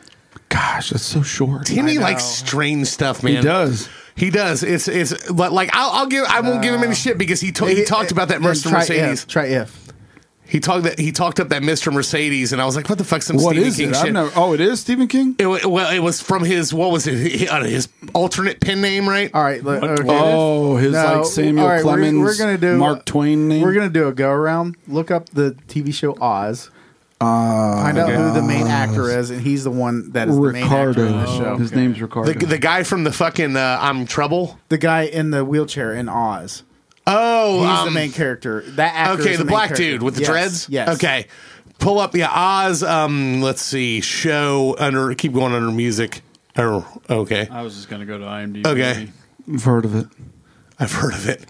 S5: Gosh, that's so short.
S3: Timmy likes strange stuff, man.
S5: He does.
S3: He does. It's it's li- like I'll, I'll give I won't give him any shit because he told he talked about that
S2: Then
S3: Mr.
S2: try
S3: Mercedes.
S2: If, try if.
S3: He talked that he talked up that Mr. Mercedes, and I was like, what the fuck's some
S5: What
S3: Stephen
S5: is
S3: King
S5: it?
S3: shit?
S5: I've never, oh, it is Stephen King.
S3: It wa- well, it was from his what was it? His, his alternate pen name, right?
S2: All right. Look, okay.
S5: Oh, his
S2: No,
S5: like Samuel
S2: all right, we're-
S5: Clemens,
S2: We're, gonna do uh,
S5: Mark Twain name.
S2: We're gonna do a go around. Look up the TV show Oz.
S3: Uh,
S2: Find out who the main actor is, and he's the one that is
S5: Ricardo.
S2: the main actor in this show.
S5: His name's Ricardo.
S3: The, the guy from the fucking uh, I'm Trouble.
S2: The guy in the wheelchair in Oz.
S3: Oh,
S2: He's
S3: um,
S2: the main character. That actor.
S3: Okay,
S2: is
S3: the
S2: main
S3: black
S2: character.
S3: dude with the
S2: Yes,
S3: dreads.
S2: Yes.
S3: Okay, pull up. Yeah, Oz. Um, let's see. Show under. Keep going under music. Oh, okay.
S4: I was just going to go to IMDb.
S3: Okay.
S5: I've heard of it.
S3: I've heard of it.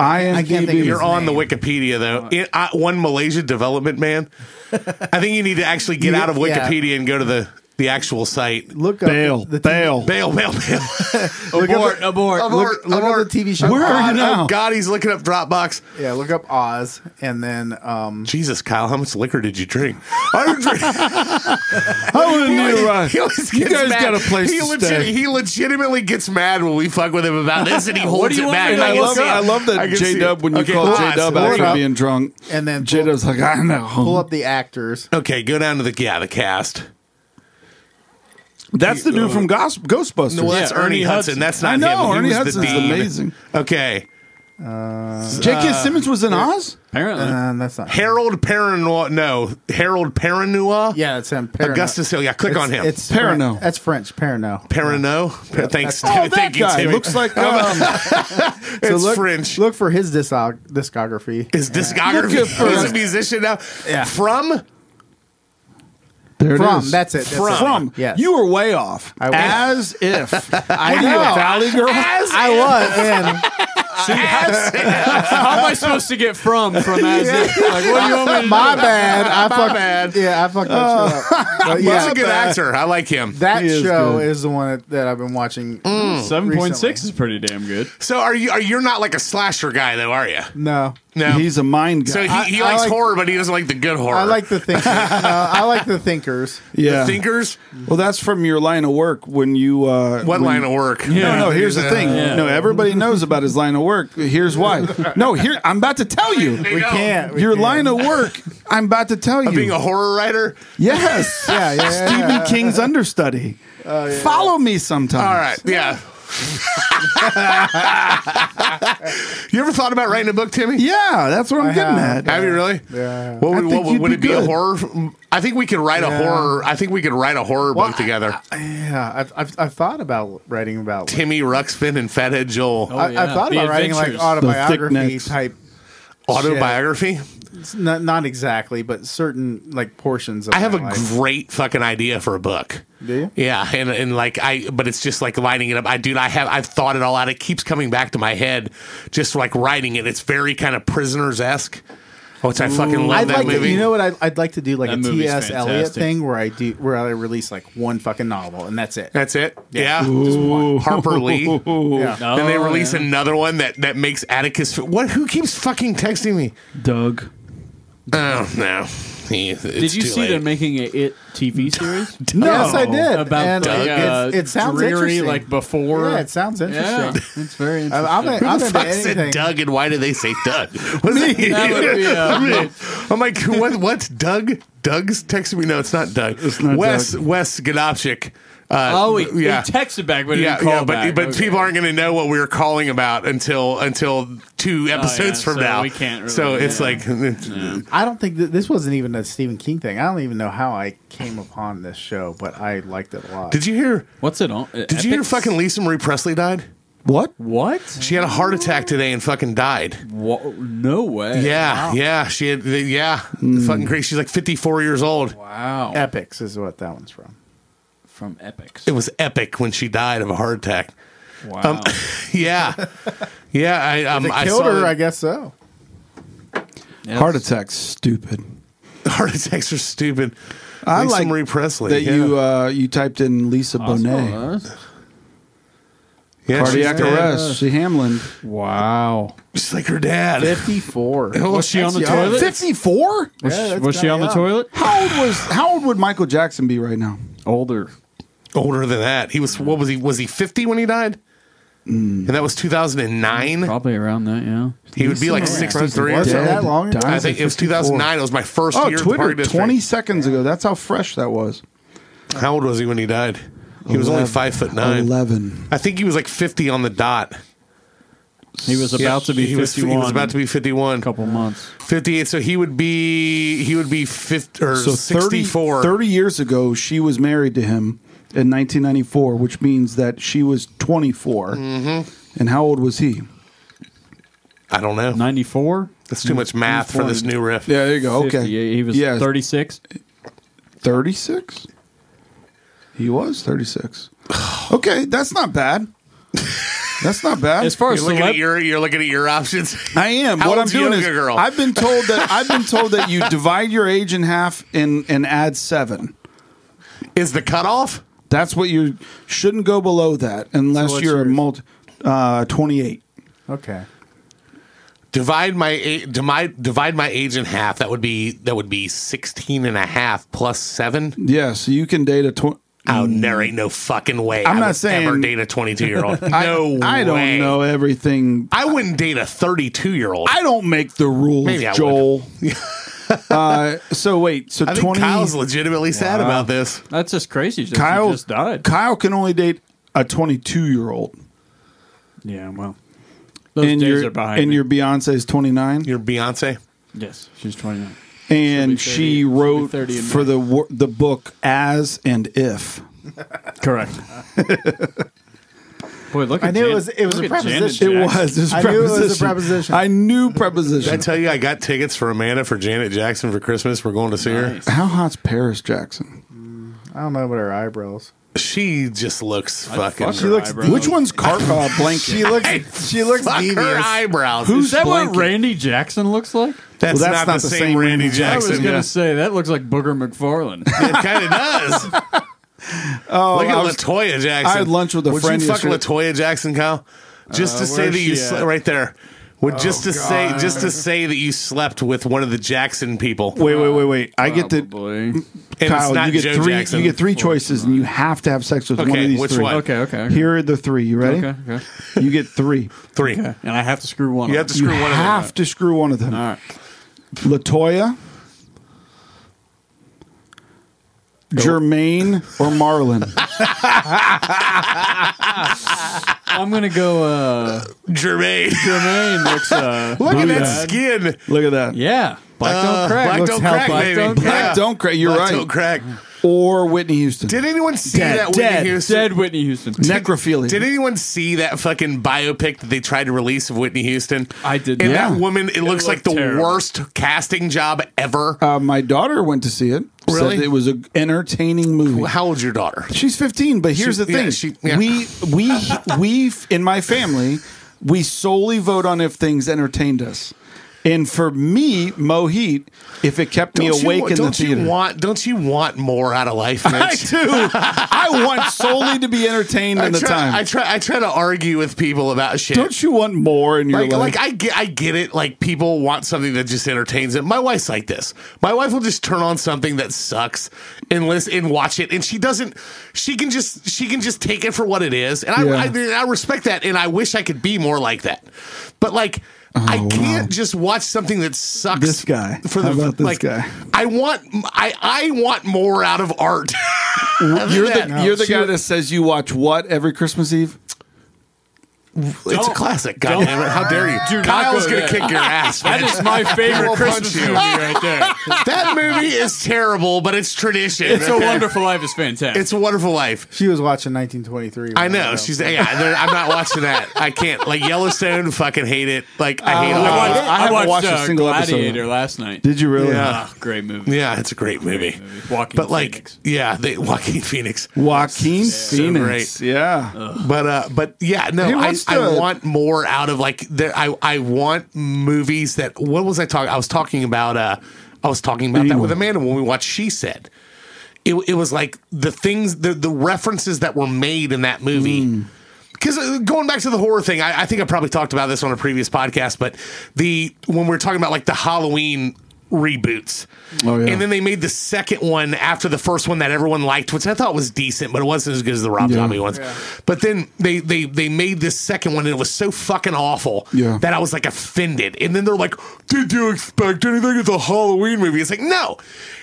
S5: I
S2: can't think of
S5: IMDb.
S3: You're on the Wikipedia though. It, I, one Malaysia development man. I think you need to actually get
S2: You-
S3: out of
S2: yeah.
S3: Wikipedia and go to the the actual site.
S2: Look up
S5: Bail,
S2: the
S5: bail.
S3: Bail, bail, bail.
S2: Look up,
S4: Abort, abort.
S2: the, look, look up the TV show.
S5: Where are
S2: Oz.
S5: you now?
S3: Oh God, he's looking up Dropbox.
S2: Yeah, look up Oz, and then um,
S3: Jesus, Kyle, how much liquor did you drink? I didn't drink.
S5: I want a new ride.
S3: He always
S5: uh, You
S3: gets
S5: guys
S3: mad.
S5: got a place
S3: he
S5: to stay.
S3: He legitimately gets mad when we fuck with him about this, and he
S4: What do
S3: holds
S4: you
S3: it
S4: want
S3: back.
S4: me to
S5: I
S3: can
S5: love,
S3: see it.
S5: I love
S3: I
S5: that
S3: can
S5: J
S3: see
S5: Dub
S3: it.
S5: when you
S3: Okay,
S5: call
S3: hold on.
S5: J Dub
S3: Hold
S5: out for
S3: up.
S5: being drunk.
S2: and then
S5: J
S2: pull,
S5: Dub's like, I know.
S2: pull up the actors.
S3: Okay, go down to the yeah the cast.
S5: That's the dude from Gos- Ghostbusters.
S3: No, well, that's
S4: Yeah,
S3: Ernie,
S4: Ernie
S3: Hudson.
S4: Hudson.
S3: That's not
S5: I know,
S3: him. He
S5: Ernie
S3: was the
S5: Hudson's
S3: dean. Uh,
S5: amazing. Uh,
S3: Okay,
S5: J.K. Simmons was in Oz.
S4: Apparently.
S2: And Uh, that's not.
S3: Harold Perrinois. No, Harold Perrinois.
S2: yeah, it's him. Perrineau.
S3: Augustus Hill. Yeah, click
S2: It's-
S3: on him.
S2: It's
S5: Perrineau.
S2: French. That's French. Perrineau.
S3: Perrinois. Per- Thanks, Tim-
S5: Oh, that
S3: thank you,
S5: guy
S3: Timmy.
S5: looks like um,
S3: it's
S2: look,
S3: French.
S2: Look for his discog- discography.
S3: His discography.
S5: Look for-
S3: He's a musician now.
S2: Yeah.
S3: From
S5: There it
S2: From.
S5: is.
S2: That's it. That's
S3: From.
S2: it.
S5: from.
S2: Yes.
S5: You were way off.
S2: I was.
S5: As if. I
S2: know.
S5: Valley girl?
S3: as
S2: I was. And
S4: How am I supposed to get from from as if? Like, what do you want me to do?
S2: my bad. I fucked. Bad. Yeah, I fucked that
S5: Oh.
S2: show up. But
S3: He's
S2: yeah,
S3: a good actor. I like him.
S2: that
S5: He is
S2: show
S5: good.
S2: is the one that, that I've been watching.
S3: Mm.
S4: 7.6 is pretty damn good.
S3: So are you? Are you're not like a slasher guy though? Are you?
S2: No,
S3: No.
S5: He's a mind guy.
S3: so he, he
S2: I- I
S3: likes
S2: like-
S3: horror, but he doesn't like the good horror.
S2: I like the thinkers. no, I like the thinkers.
S5: yeah.
S3: The thinkers.
S5: well, that's from your line of work when you. Uh,
S3: What
S5: when-
S3: line of work?
S5: No, no. Here's the thing.
S4: Yeah.
S5: No, everybody knows about his line of work. Here's why. No, here I'm about to tell you.
S4: Oh.
S3: we
S2: Can't we
S5: Your
S2: can't.
S5: line of work. I'm about to tell you.
S3: Being a horror writer.
S5: yes.
S2: Yeah, yeah, yeah,
S5: Stephen King's understudy. Follow me sometimes.
S3: All right. Yeah. you ever thought about writing a book, Timmy?
S5: Yeah, that's what I'm getting
S2: have.
S5: at.
S3: Have you really?
S2: Yeah.
S3: What would,
S5: I think
S3: what, would-
S5: you'd
S3: would
S5: be
S3: it be a
S5: good.
S3: horror? f- I think we could write a horror. I think we could write a horror book together.
S2: Yeah, I've, I've, I've thought about writing about.
S3: Timmy Ruxpin and Fathead Joel
S4: Oh,
S2: I,
S4: yeah.
S2: I've thought
S4: The
S2: about writing like
S4: Adventures.
S5: The
S2: autobiography
S5: Thick Necks.
S2: type.
S3: autobiography.
S2: It's Not, not exactly, but certain like portions. of
S3: I have
S2: my
S3: a
S2: life.
S3: great fucking idea for a book.
S2: Do you?
S3: Yeah, and and like I, but it's just like lining it up. I dude, I have I've thought it all out. It keeps coming back to my head, just like writing it. Oh, It's very kind of prisoners esque. Which I fucking love
S6: I'd
S3: that
S6: like
S3: movie.
S6: to, you know what I'd, I'd like to do like a
S4: That movie's
S6: T.S. Eliot
S4: fantastic.
S6: thing where I do where I release like one fucking novel and that's it.
S3: That's it. Yeah. Harper Lee.
S6: Yeah.
S3: then they
S4: Oh,
S3: release
S4: yeah.
S3: another one that, that makes Atticus. What? Who keeps fucking texting me?
S4: Doug.
S3: Oh no! It's
S4: Did
S3: too
S4: you see
S3: late.
S4: they're making a It TV series?
S6: Yes, I did.
S4: About
S6: and
S4: Doug,
S6: like,
S4: uh,
S6: it's- it sounds
S4: dreary,
S6: interesting.
S4: like before.
S6: yeah, it sounds
S4: Yeah,
S6: interesting.
S4: it's
S6: I'm,
S4: very interesting.
S6: I'm, a,
S3: Who
S6: I'm
S3: the
S6: into
S3: fuck said
S6: anything.
S3: Doug and why do they say Doug? What is that?
S4: That would be, uh,
S3: I'm like, what, what's Doug? Doug's texting me. No, it's not Doug.
S5: not
S3: Wes Wes Gnopchik. Uh,
S4: oh, he,
S3: yeah.
S4: he texted back, but he
S3: yeah,
S4: didn't call
S3: yeah, but
S4: back.
S3: but
S4: Okay.
S3: people aren't going to know what we were calling about until until two episodes from
S4: Oh, so
S3: now.
S4: we can't really-
S3: so it's
S4: yeah.
S3: like
S6: I don't think that this wasn't even a Stephen King thing. I don't even know how I came upon this show, but I liked it a lot.
S3: Did you hear?
S4: What's it on?
S3: Did you hear? Fucking Lisa Marie Presley died.
S5: What?
S4: what?
S3: She had a heart attack today and fucking died.
S4: Wha- no way.
S3: Yeah, yeah. She had, the- yeah,
S4: Hmm.
S3: fucking crazy. She's like 54 years old.
S4: Wow.
S6: Epics is what that one's
S3: Mm,
S6: from.
S4: From Epics.
S3: It was epic when she died of a heart attack.
S4: Wow.
S3: Yeah, yeah. I, um,
S6: They
S3: I
S6: killed
S3: saw
S6: her, I
S3: that
S6: guess so.
S4: That's-
S5: Heart attack. Stupid.
S3: heart attacks are stupid.
S5: I
S3: Lisa
S5: like
S3: Marie Presley.
S5: That
S3: yeah.
S5: you uh, you typed in Lisa Bonet.
S4: Possible, huh?
S3: Yeah, she's
S5: Cardiac
S3: dead.
S5: arrest. She Hamlin.
S6: Wow.
S3: She's like her dad.
S6: 54.
S3: Oh,
S4: Was she on the
S3: that's young.
S4: toilet?
S5: Fifty four.
S6: Yeah, that's
S4: was she on the
S6: kinda young.
S4: toilet?
S5: How old was How old would Michael Jackson be right now?
S4: Older.
S3: Older than that. He was. What was he? Was he 50 when he died?
S5: Mm.
S3: And that was 2009.
S4: Probably around that, yeah.
S3: He would be like
S5: Lisa Marie
S3: 63 or
S6: Was it
S3: something.
S6: that long? ago?
S5: Died.
S3: I think it was 2009. It was my first
S5: Oh,
S3: year at the
S5: Twitter.
S3: party district.
S5: Twenty seconds ago. That's how fresh that was.
S3: How old was he when he died? He was only
S5: Eleven.
S3: five foot nine.
S5: Eleven.
S3: I think he was like fifty on the dot.
S4: He was about to be
S3: he was,
S4: 51.
S3: he was about to be fifty-one,
S4: a couple months.
S3: 58. So he would be he would be fifty or
S5: So 30,
S3: sixty-four.
S5: 30 years ago, she was married to him in 1994, which means that she was 24.
S3: Mm-hmm.
S5: And how old was he?
S3: I don't know.
S4: 94?
S3: That's too much math for this new riff.
S5: Yeah, there you go.
S4: 50.
S5: Oh, Okay.
S4: Yeah, He was
S5: Yeah,
S4: 36.
S5: 36? He was 36. Okay, that's not bad. That's not bad.
S4: As far
S3: You're
S4: as
S3: looking at
S4: celeb-
S3: your you're looking at your options.
S5: I am.
S3: How
S5: what I'm
S3: old's
S5: doing
S3: Yoga
S5: is
S3: Girl?
S5: I've been told that I've been told that you divide your age in half and and add 7.
S3: Is the cutoff?
S5: That's what you shouldn't go below that unless
S6: what's
S5: you're a
S6: yours?
S5: multi uh 28.
S6: Okay.
S3: Divide my a- divide divide my age in half. That would be that would be 16 and a half plus seven.
S5: Yeah, so you can date a tw-
S3: Oh, there ain't no fucking way.
S5: Mm. I'm
S3: I
S5: not
S3: would ever
S5: saying-
S3: date a 22 year old.
S5: I-
S3: No,
S5: I,
S3: way.
S5: don't know everything.
S3: I wouldn't date a 32 year old.
S5: I don't make the rules,
S3: Maybe I would.
S5: Joel. uh, so wait, so
S3: I think
S5: twenty.
S3: Kyle's legitimately sad about this.
S4: That's just crazy. Just,
S5: Kyle
S4: he just died.
S5: Kyle can only date a twenty-two-year-old,
S4: yeah, well. Those
S5: and
S4: days
S5: your
S4: are behind
S5: and
S4: me.
S5: your Beyonce is twenty-nine,
S3: Your Beyonce.
S4: Yes, she's 29.
S5: and
S4: 30,
S5: she
S4: she'll be
S5: wrote
S4: 30 in
S5: for
S4: May.
S5: the wor- the book as and if.
S4: Correct. Boy, look at
S6: I knew it
S4: Jan-
S6: was- it was
S4: look
S6: a
S4: at Jan and
S6: preposition.
S5: It
S4: Jack.
S5: was. It was
S6: I knew it was a preposition.
S5: I knew
S3: Did I
S5: preposition.
S3: tell you I got tickets for Amanda for Janet Jackson for Christmas? We're going to see her.
S5: How hot's Paris Jackson?
S6: I don't know about her eyebrows.
S3: She just looks fucking.
S4: fuck
S3: she
S4: her
S3: looks.
S4: eyebrows.
S5: Which one's Car uh, Blanket?
S6: She looks she looks
S3: Fuck her
S6: devious.
S3: eyebrows.
S4: Is that
S5: blanket?
S4: what Randy Jackson looks like?
S3: that's,
S6: Well,
S3: not, the, same, Randy,
S4: I was
S3: Jackson.
S4: going to
S3: Yeah.
S4: say, that looks like Booger McFarlane.
S3: it kind of does. Oh, Look at Latoya Jackson.
S5: I had lunch with a
S3: Would
S5: friend
S3: you fuck
S5: yesterday.
S3: Latoya Jackson, Kyle? Just to say
S4: where's
S3: that you
S4: she
S3: sle-
S4: at?
S3: right there. Would just to say just to say that you slept with one of the Jackson people.
S5: Wait, wait, wait, wait! I get to
S4: Probably.
S3: And it's
S5: Kyle,
S3: not
S5: you get
S3: Joe
S5: three.
S3: Jackson.
S5: You get three choices, and you have to have sex with one
S3: Okay,
S5: of these
S3: which
S5: three.
S3: one?
S4: Okay, okay. okay.
S5: Here are the three. You ready?
S4: Okay, okay.
S5: You get three.
S3: three.
S4: And I have to screw one
S3: You
S4: up.
S3: have to
S5: you
S3: screw
S5: have
S3: one of them. Uh-huh.
S5: to screw one of them.
S4: All right.
S5: Latoya, Jermaine, or Marlon.
S4: I'm going to go uh,
S3: Jermaine.
S4: Jermaine looks uh,
S3: Look at that
S4: booyah.
S3: skin.
S5: Look at that.
S4: Yeah. Black
S3: Uh,
S4: don't crack.
S3: Black
S4: Looks
S3: don't
S4: healthy.
S3: crack, baby.
S5: Black
S3: Yeah.
S5: don't crack. You're
S3: Black
S5: right.
S3: don't crack.
S5: Or Whitney Houston.
S3: Did anyone see
S5: Dead,
S3: that Whitney
S5: dead,
S3: Houston?
S4: Dead Whitney Houston.
S5: Necrophilia.
S3: Did anyone see that fucking biopic that they tried to release of Whitney Houston?
S4: I did
S3: And
S5: not.
S3: that woman, it, looks like
S4: looked
S3: the
S4: terrible.
S3: worst casting job ever.
S5: uh, my daughter went to see it.
S3: Really?
S5: Said it was an entertaining movie.
S3: How old's your daughter?
S5: She's 15, but here's
S3: She-
S5: the thing.
S3: yeah, she- yeah.
S5: We we we in my family, we solely vote on if things entertained us. And for me, Mohit, if it kept me
S3: Don't you
S5: awake
S3: wa-
S5: in the
S3: don't you
S5: theater,
S3: want? Don't you want more out of life,
S5: I
S3: Mitch?
S5: do. I want solely to be entertained
S3: I
S5: in the
S3: try,
S5: time.
S3: I try. I try to argue with people about shit.
S5: Don't you want more in your
S3: like,
S5: life?
S3: like I get, I get it. Like people want something that just entertains them. My wife's like this. My wife will just turn on something that sucks and listen and watch it, and she doesn't. She can just she can just take it for what it is, and
S5: Yeah.
S3: I, I I respect that, and I wish I could be more like that, but like. I can't just watch something that sucks.
S5: Oh, This guy. How about this
S3: like,
S5: guy?
S3: I want I I want more out of art.
S5: you're
S3: Other
S5: the
S3: than that,
S5: you're the guy that says you watch what every Christmas Eve.
S3: it's a
S7: Don't-
S3: classic.
S7: don't-
S3: God damn it! How dare you?
S7: Do not
S3: Kyle's
S7: go
S3: gonna
S7: there.
S3: kick your ass.
S7: That
S3: man.
S7: is my favorite
S3: will punch
S7: Christmas
S3: you.
S7: movie right there.
S3: That movie is terrible, but it's tradition.
S7: It's a
S3: okay?
S7: Wonderful Life is fantastic.
S3: It's a wonderful life.
S2: She was watching 1923.
S3: I know. She's yeah. they're- I'm not watching that. I can't. Like Yellowstone, fucking hate it. Like I
S4: Oh,
S3: hate all
S7: I
S3: of
S7: watched,
S3: it.
S5: I
S7: I
S5: haven't
S7: watched,
S5: watched a
S7: uh,
S5: single episode of
S7: Gladiator
S5: it.
S7: last night.
S5: Did you really?
S3: Yeah.
S7: Ah, great movie.
S3: Yeah, it's a great movie.
S7: Walking
S3: But like,
S7: Phoenix.
S3: yeah, they, Joaquin Phoenix.
S5: Joaquin Phoenix.
S3: great.
S5: yeah.
S3: But uh, but yeah, no, I,
S5: wants
S3: I
S5: to-
S3: want more out of like there. I I want movies that. What was I talking? I was talking about. Uh, I was talking about that with Amanda when we watched She Said. It it was like the things the the references that were made in that movie.
S5: Mm.
S3: Because going back to the horror thing, I, I think I probably talked about this on a previous podcast, but the when we were talking about like the Halloween reboots,
S5: Oh, yeah.
S3: and then they made the second one after the first one that everyone liked, which I thought was decent, but it wasn't as good as the Rob Zombie ones. But then they they they made this second one, and it was so fucking awful
S5: Yeah.
S3: that I was like offended. And then they're like, "Did you expect anything? It's a Halloween movie." It's like, no,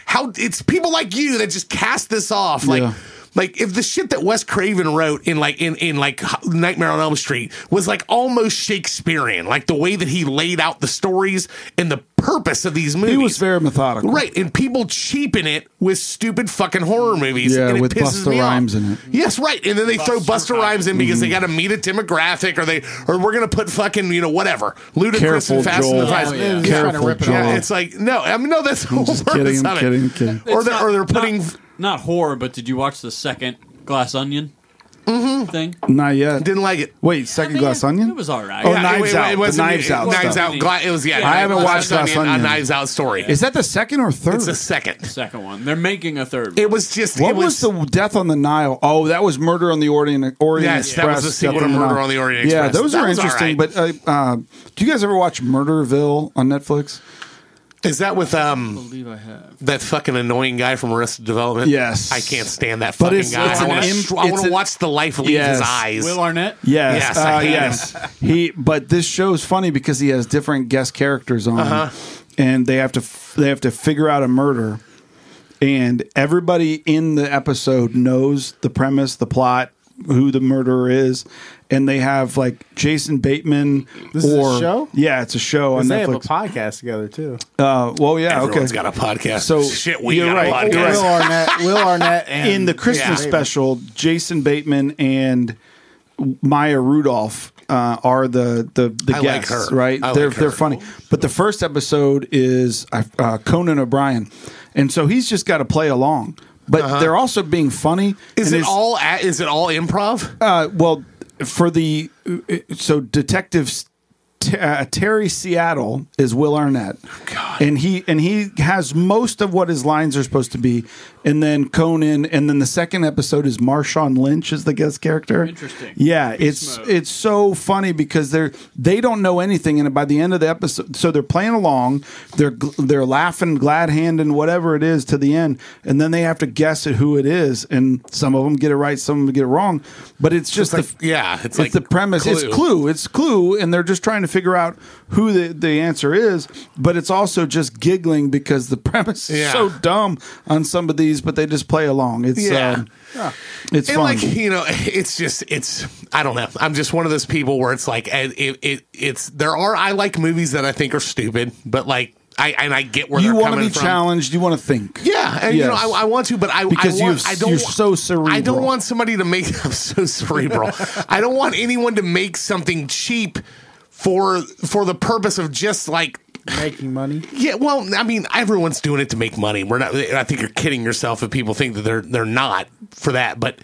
S3: how it's people like you that just cast this off, like.
S5: Yeah.
S3: Like if the shit that Wes Craven wrote in like in in like Nightmare on Elm Street was like almost Shakespearean, like the way that he laid out the stories and the purpose of these movies.
S5: He was very methodical.
S3: right, and people cheapen it with stupid fucking horror movies.
S5: Yeah,
S3: and it
S5: with
S3: pisses
S5: Busta
S3: me off.
S5: Rhymes in it. Mm-hmm.
S3: Yes, right, and then they throw Buster Rhymes in because they got to meet a demographic, or they or we're gonna put fucking you know whatever ludicrous
S5: Careful,
S3: and fast
S5: Joel.
S3: and the Furious.
S7: Oh, yeah.
S2: He's trying to
S5: Careful,
S2: rip it
S5: Joel.
S2: off.
S3: Yeah, it's like no, I mean no, that's the whole
S5: just
S3: purpose
S5: kidding,
S3: of it.
S5: kidding, kidding.
S3: Or
S7: It's
S3: they're or they're
S7: not-
S3: putting.
S7: not, not horror, but did you watch the second Glass Onion thing?
S5: Not yet.
S3: didn't like it.
S5: Wait, second glass onion.
S7: It was all right.
S5: Oh,
S3: Yeah,
S5: Knives
S3: wa-
S5: Out, the
S3: wasn't-
S5: Knives Out
S3: Knives
S5: stuff.
S3: Out. Gla- it was yeah.
S7: I haven't
S5: watched
S3: Glass
S5: Glass
S3: Onion,
S5: Onion.
S3: A Knives Out story.
S5: Is that the second or third?
S3: It's a second.
S7: second one. They're making a third.
S3: It was just.
S5: what
S3: it
S5: was, the death on the Nile? Oh, that was Murder on the Orient, Orient
S3: Yes,
S5: Express.
S3: that was the sequel
S5: Death
S3: to
S5: the
S3: Murder
S5: Nile.
S3: on the Orient
S5: Yeah,
S3: Express.
S5: those
S3: That
S5: are
S3: was
S5: interesting.
S3: alright.
S5: But uh, uh, do you guys ever watch Murderville on Netflix?
S3: Is that with um
S7: believe I have.
S3: that fucking annoying guy from Arrested Development?
S5: Yes.
S3: I can't stand that
S5: But
S3: fucking
S5: it's-
S3: guy.
S5: it's
S3: I
S5: an
S3: want to.
S5: imp-
S3: I
S5: it's
S3: want to
S5: an-
S3: watch the life leave
S5: Yes.
S3: his eyes.
S7: Will Arnett?
S5: Yes,
S3: Yes, I
S5: uh,
S3: hate
S5: yes. he, but this show's funny because he has different guest characters on,
S3: Uh-huh.
S5: and they have to f- they have to figure out a murder, and everybody in the episode knows the premise, the plot, who the murderer is, and they have like Jason Bateman.
S2: This is a
S5: or,
S2: show?
S5: Yeah, it's a show on
S2: they have a
S5: Netflix.
S2: podcast together too.
S6: Oh,
S5: uh, well, yeah,
S3: Everyone's
S5: okay.
S3: got a podcast.
S5: So,
S3: shit, we
S5: you're
S3: got
S5: right,
S3: a
S5: you're
S3: podcast.
S2: Will Arnett, Will Arnett, and
S5: in the Christmas
S2: Yeah.
S5: special, Jason Bateman and Maya Rudolph uh, are the the, the
S3: I like
S5: guests,
S3: her.
S5: right?
S3: I like
S5: they're
S3: her.
S5: they're funny. But the first episode is uh, Conan O'Brien, and so he's just got to play along. But they're also being funny.
S3: Uh-huh. Is
S5: and
S3: it
S5: it's-
S3: all? a- Is it all improv?
S5: Uh, well, for the uh, so detectives. T- uh, Terry Seattle is Will Arnett,
S3: God.
S5: and he and he has most of what his lines are supposed to be, and then Conan, and then the second episode is Marshawn Lynch is the guest character.
S7: Interesting.
S5: yeah, it's
S7: mode.
S5: it's so funny because they're they don't know anything, and by the end of the episode, so they're playing along, they're gl- they're laughing, glad handing whatever it is to the end, and then they have to guess at who it is, and some of them get it right, some of them get it wrong, but it's just
S3: It's
S5: the
S3: like- yeah, it's
S5: it's,
S3: like
S5: the premise. It's
S3: Clue.
S5: clue. It's clue, and they're just trying to figure out who the, the answer is. But it's also just giggling because the premise is
S3: Yeah.
S5: so dumb on some of these, but they just play along. It's
S3: Yeah.
S5: um, it's
S3: and
S5: fun.
S3: like you know it's just it's i don't know i'm just one of those people where it's like it, it, it it's there are i like movies that i think are stupid but like i and i get where
S5: you
S3: they're
S5: want to
S3: coming
S5: be
S3: from.
S5: challenged. You want to think.
S3: yeah, and you know,
S5: Yes.
S3: I, I want to, but I
S5: Because
S3: I want,
S5: you've-
S3: I don't,
S5: you're
S3: wa-
S5: so
S3: I
S5: cerebral.
S3: don't want somebody to make I'm so cerebral. I don't want anyone to make something cheap for for the purpose of just like
S2: making money.
S3: yeah, well, I mean, everyone's doing it to make money. We're not. I think you're kidding yourself if people think that they're they're not for that. But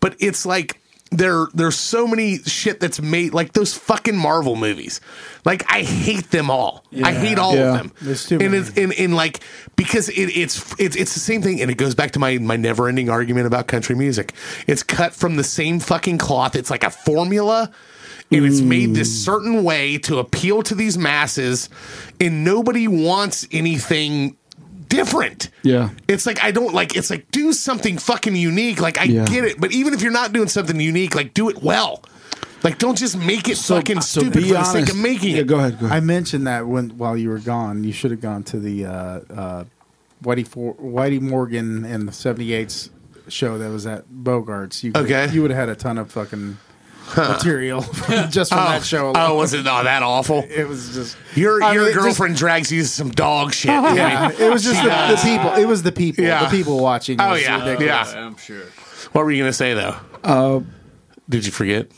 S3: but it's like there there's so many shit that's made like those fucking Marvel movies. Like I hate them all. I hate all
S5: Yeah.
S3: of them.
S2: There's too
S3: and
S2: many.
S3: it's and, and like because it, it's it's it's the same thing and it goes back to my my never ending argument about country music. It's cut from the same fucking cloth. It's like a formula and it's made
S5: Mm.
S3: this certain way to appeal to these masses and nobody wants anything different.
S5: Yeah.
S3: It's like I don't like it's like do something fucking unique. Like I
S5: Yeah.
S3: get it, but even if you're not doing something unique, like do it well. Like don't just make it fucking stupid for the sake of making
S5: Yeah,
S3: it.
S5: go ahead. Go ahead.
S6: I mentioned that when while you were gone, you should have gone to the uh, uh, Whitey For- Whitey Morgan and the '78s show that was at Bogarts. You could've-
S3: Okay.
S6: you would have had a ton of fucking material just from that show. Alone.
S3: Oh, was it oh, that awful?
S6: It was just
S3: Your
S6: I
S3: your
S6: mean, it just-
S3: girlfriend drags you to some dog shit.
S6: yeah, it was just the, the people. It was the people.
S3: Yeah.
S6: The people watching.
S3: Oh
S6: was
S3: yeah,
S6: ridiculous.
S3: yeah.
S7: I'm sure.
S3: What were you gonna say though? Uh, Did you forget?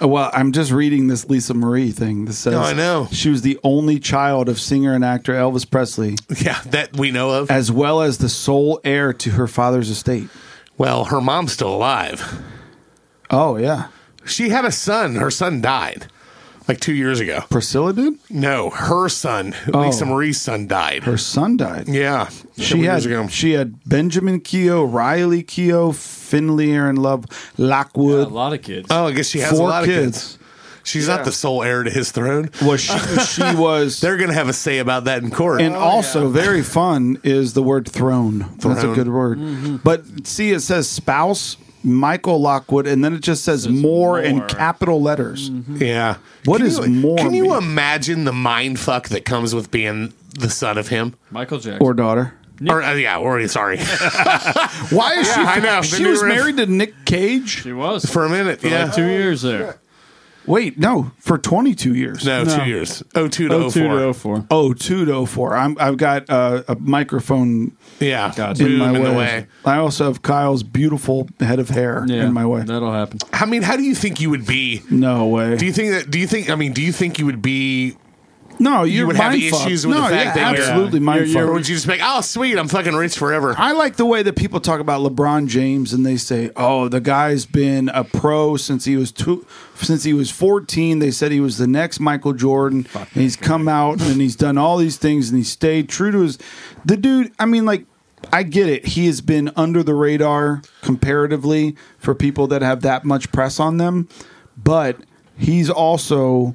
S5: Oh, well, I'm just reading this Lisa Marie thing. This says
S3: No, I know.
S5: she was the only child of singer and actor Elvis Presley,
S3: Yeah, that we know of.
S5: as well as the sole heir to her father's estate.
S3: Well, her mom's still alive.
S5: Oh yeah,
S3: She had a son. Her son died like two years ago.
S5: Priscilla did.
S3: No, her son, Lisa Marie's son, died.
S5: Her son died.
S3: yeah,
S5: She
S3: several
S5: had
S3: years ago.
S5: she had Benjamin Keogh, Riley Keogh, Finley Aaron Love, Lockwood.
S7: A lot of kids.
S3: Oh, I guess she has a
S5: four
S3: lot of
S5: kids.
S3: kids. She's not the sole heir to his throne.
S5: Was she, she was
S3: They're going to have a say about that in court.
S5: and also very fun is the word throne. That's a
S3: Throne. Mm-hmm.
S5: good word. But see, it says spouse Michael Lockwood, and then it just says more, in
S7: more.
S5: capital letters.
S3: yeah,
S5: What
S3: What is
S5: does more
S3: Can you
S5: mean?
S3: imagine the mind fuck that comes with being the son of him?
S7: Michael Jackson.
S5: Or daughter.
S3: Or uh, yeah, or sorry,
S5: Why is
S3: Yeah,
S5: she?
S3: I know. The
S5: She
S3: new
S5: was
S3: ref-
S5: married to Nick Cage.
S7: she was
S3: for a minute.
S7: for
S3: yeah,
S7: like two years there.
S5: Wait, no, for twenty two years.
S3: no, two years. Oh two to oh
S7: 02 to
S3: four.
S7: 04.
S5: Oh, two to four. I'm, I've got uh, a microphone
S3: Yeah,
S5: in
S3: boom
S5: my
S3: in
S5: way.
S3: the way.
S5: I also have Kyle's beautiful head of hair in my way.
S7: That'll happen.
S3: I mean, how do you think you would be?
S5: No way.
S3: Do you think that? Do you think? I mean, do you think you would be?
S5: no, you're
S3: would have
S5: mindfucked.
S3: issues with
S5: no,
S3: the fact
S5: yeah,
S3: that you're- uh,
S5: absolutely
S3: Or
S5: mind
S3: would you just be like, oh sweet, I'm fucking rich forever?
S5: I like the way that people talk about LeBron James and they say, "Oh, the guy's been a pro since he was two, since he was 14. They said he was the next Michael Jordan. and he's come out and he's done all these things and he stayed true to his the dude, I mean like I get it. He has been under the radar comparatively for people that have that much press on them, but he's also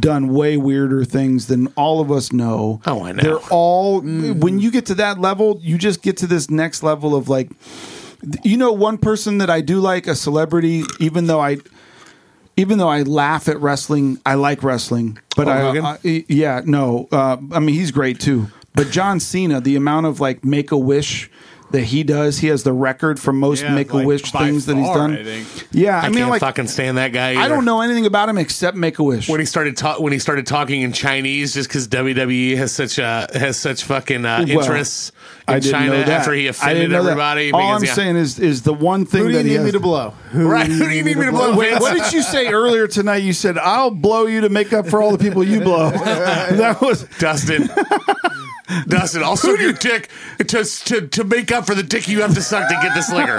S5: done way weirder things than all of us know.
S3: Oh, I know.
S5: They're all when you get to that level, you just get to this next level of like you know one person that I do like a celebrity even though I even though I laugh at wrestling, I like wrestling. But
S3: Hulk
S5: I,
S3: Hogan?
S5: I- yeah, no. Uh, I mean, he's great too. But John Cena, the amount of like make a wish that he does, he has the record for most
S7: Yeah,
S5: make a wish
S7: like, by
S5: things that he's
S7: far,
S5: done.
S7: I think.
S5: Yeah, I,
S3: I,
S5: mean,
S3: can't
S5: like
S3: fucking stand that guy.
S5: I
S3: either.
S5: don't know anything about him except Make a Wish.
S3: when he started ta- when he started talking in Chinese, just because WWE has such uh, has such fucking uh,
S5: Well,
S3: interests in China after he
S5: I didn't
S3: offended
S5: know that.
S3: everybody.
S5: All I'm
S3: yeah.
S5: saying is, is the one thing
S6: Who do
S5: that
S6: you need
S5: he has-
S6: me to blow? Who
S3: right? Who do you need me to blow?
S5: Wait,
S3: Vince?
S5: what did you say earlier tonight? You said I'll blow you to make up for all the people you blow. that was
S3: Dustin? Dustin, I'll suck your dick to, to to make up for the dick you have to suck to get this liquor.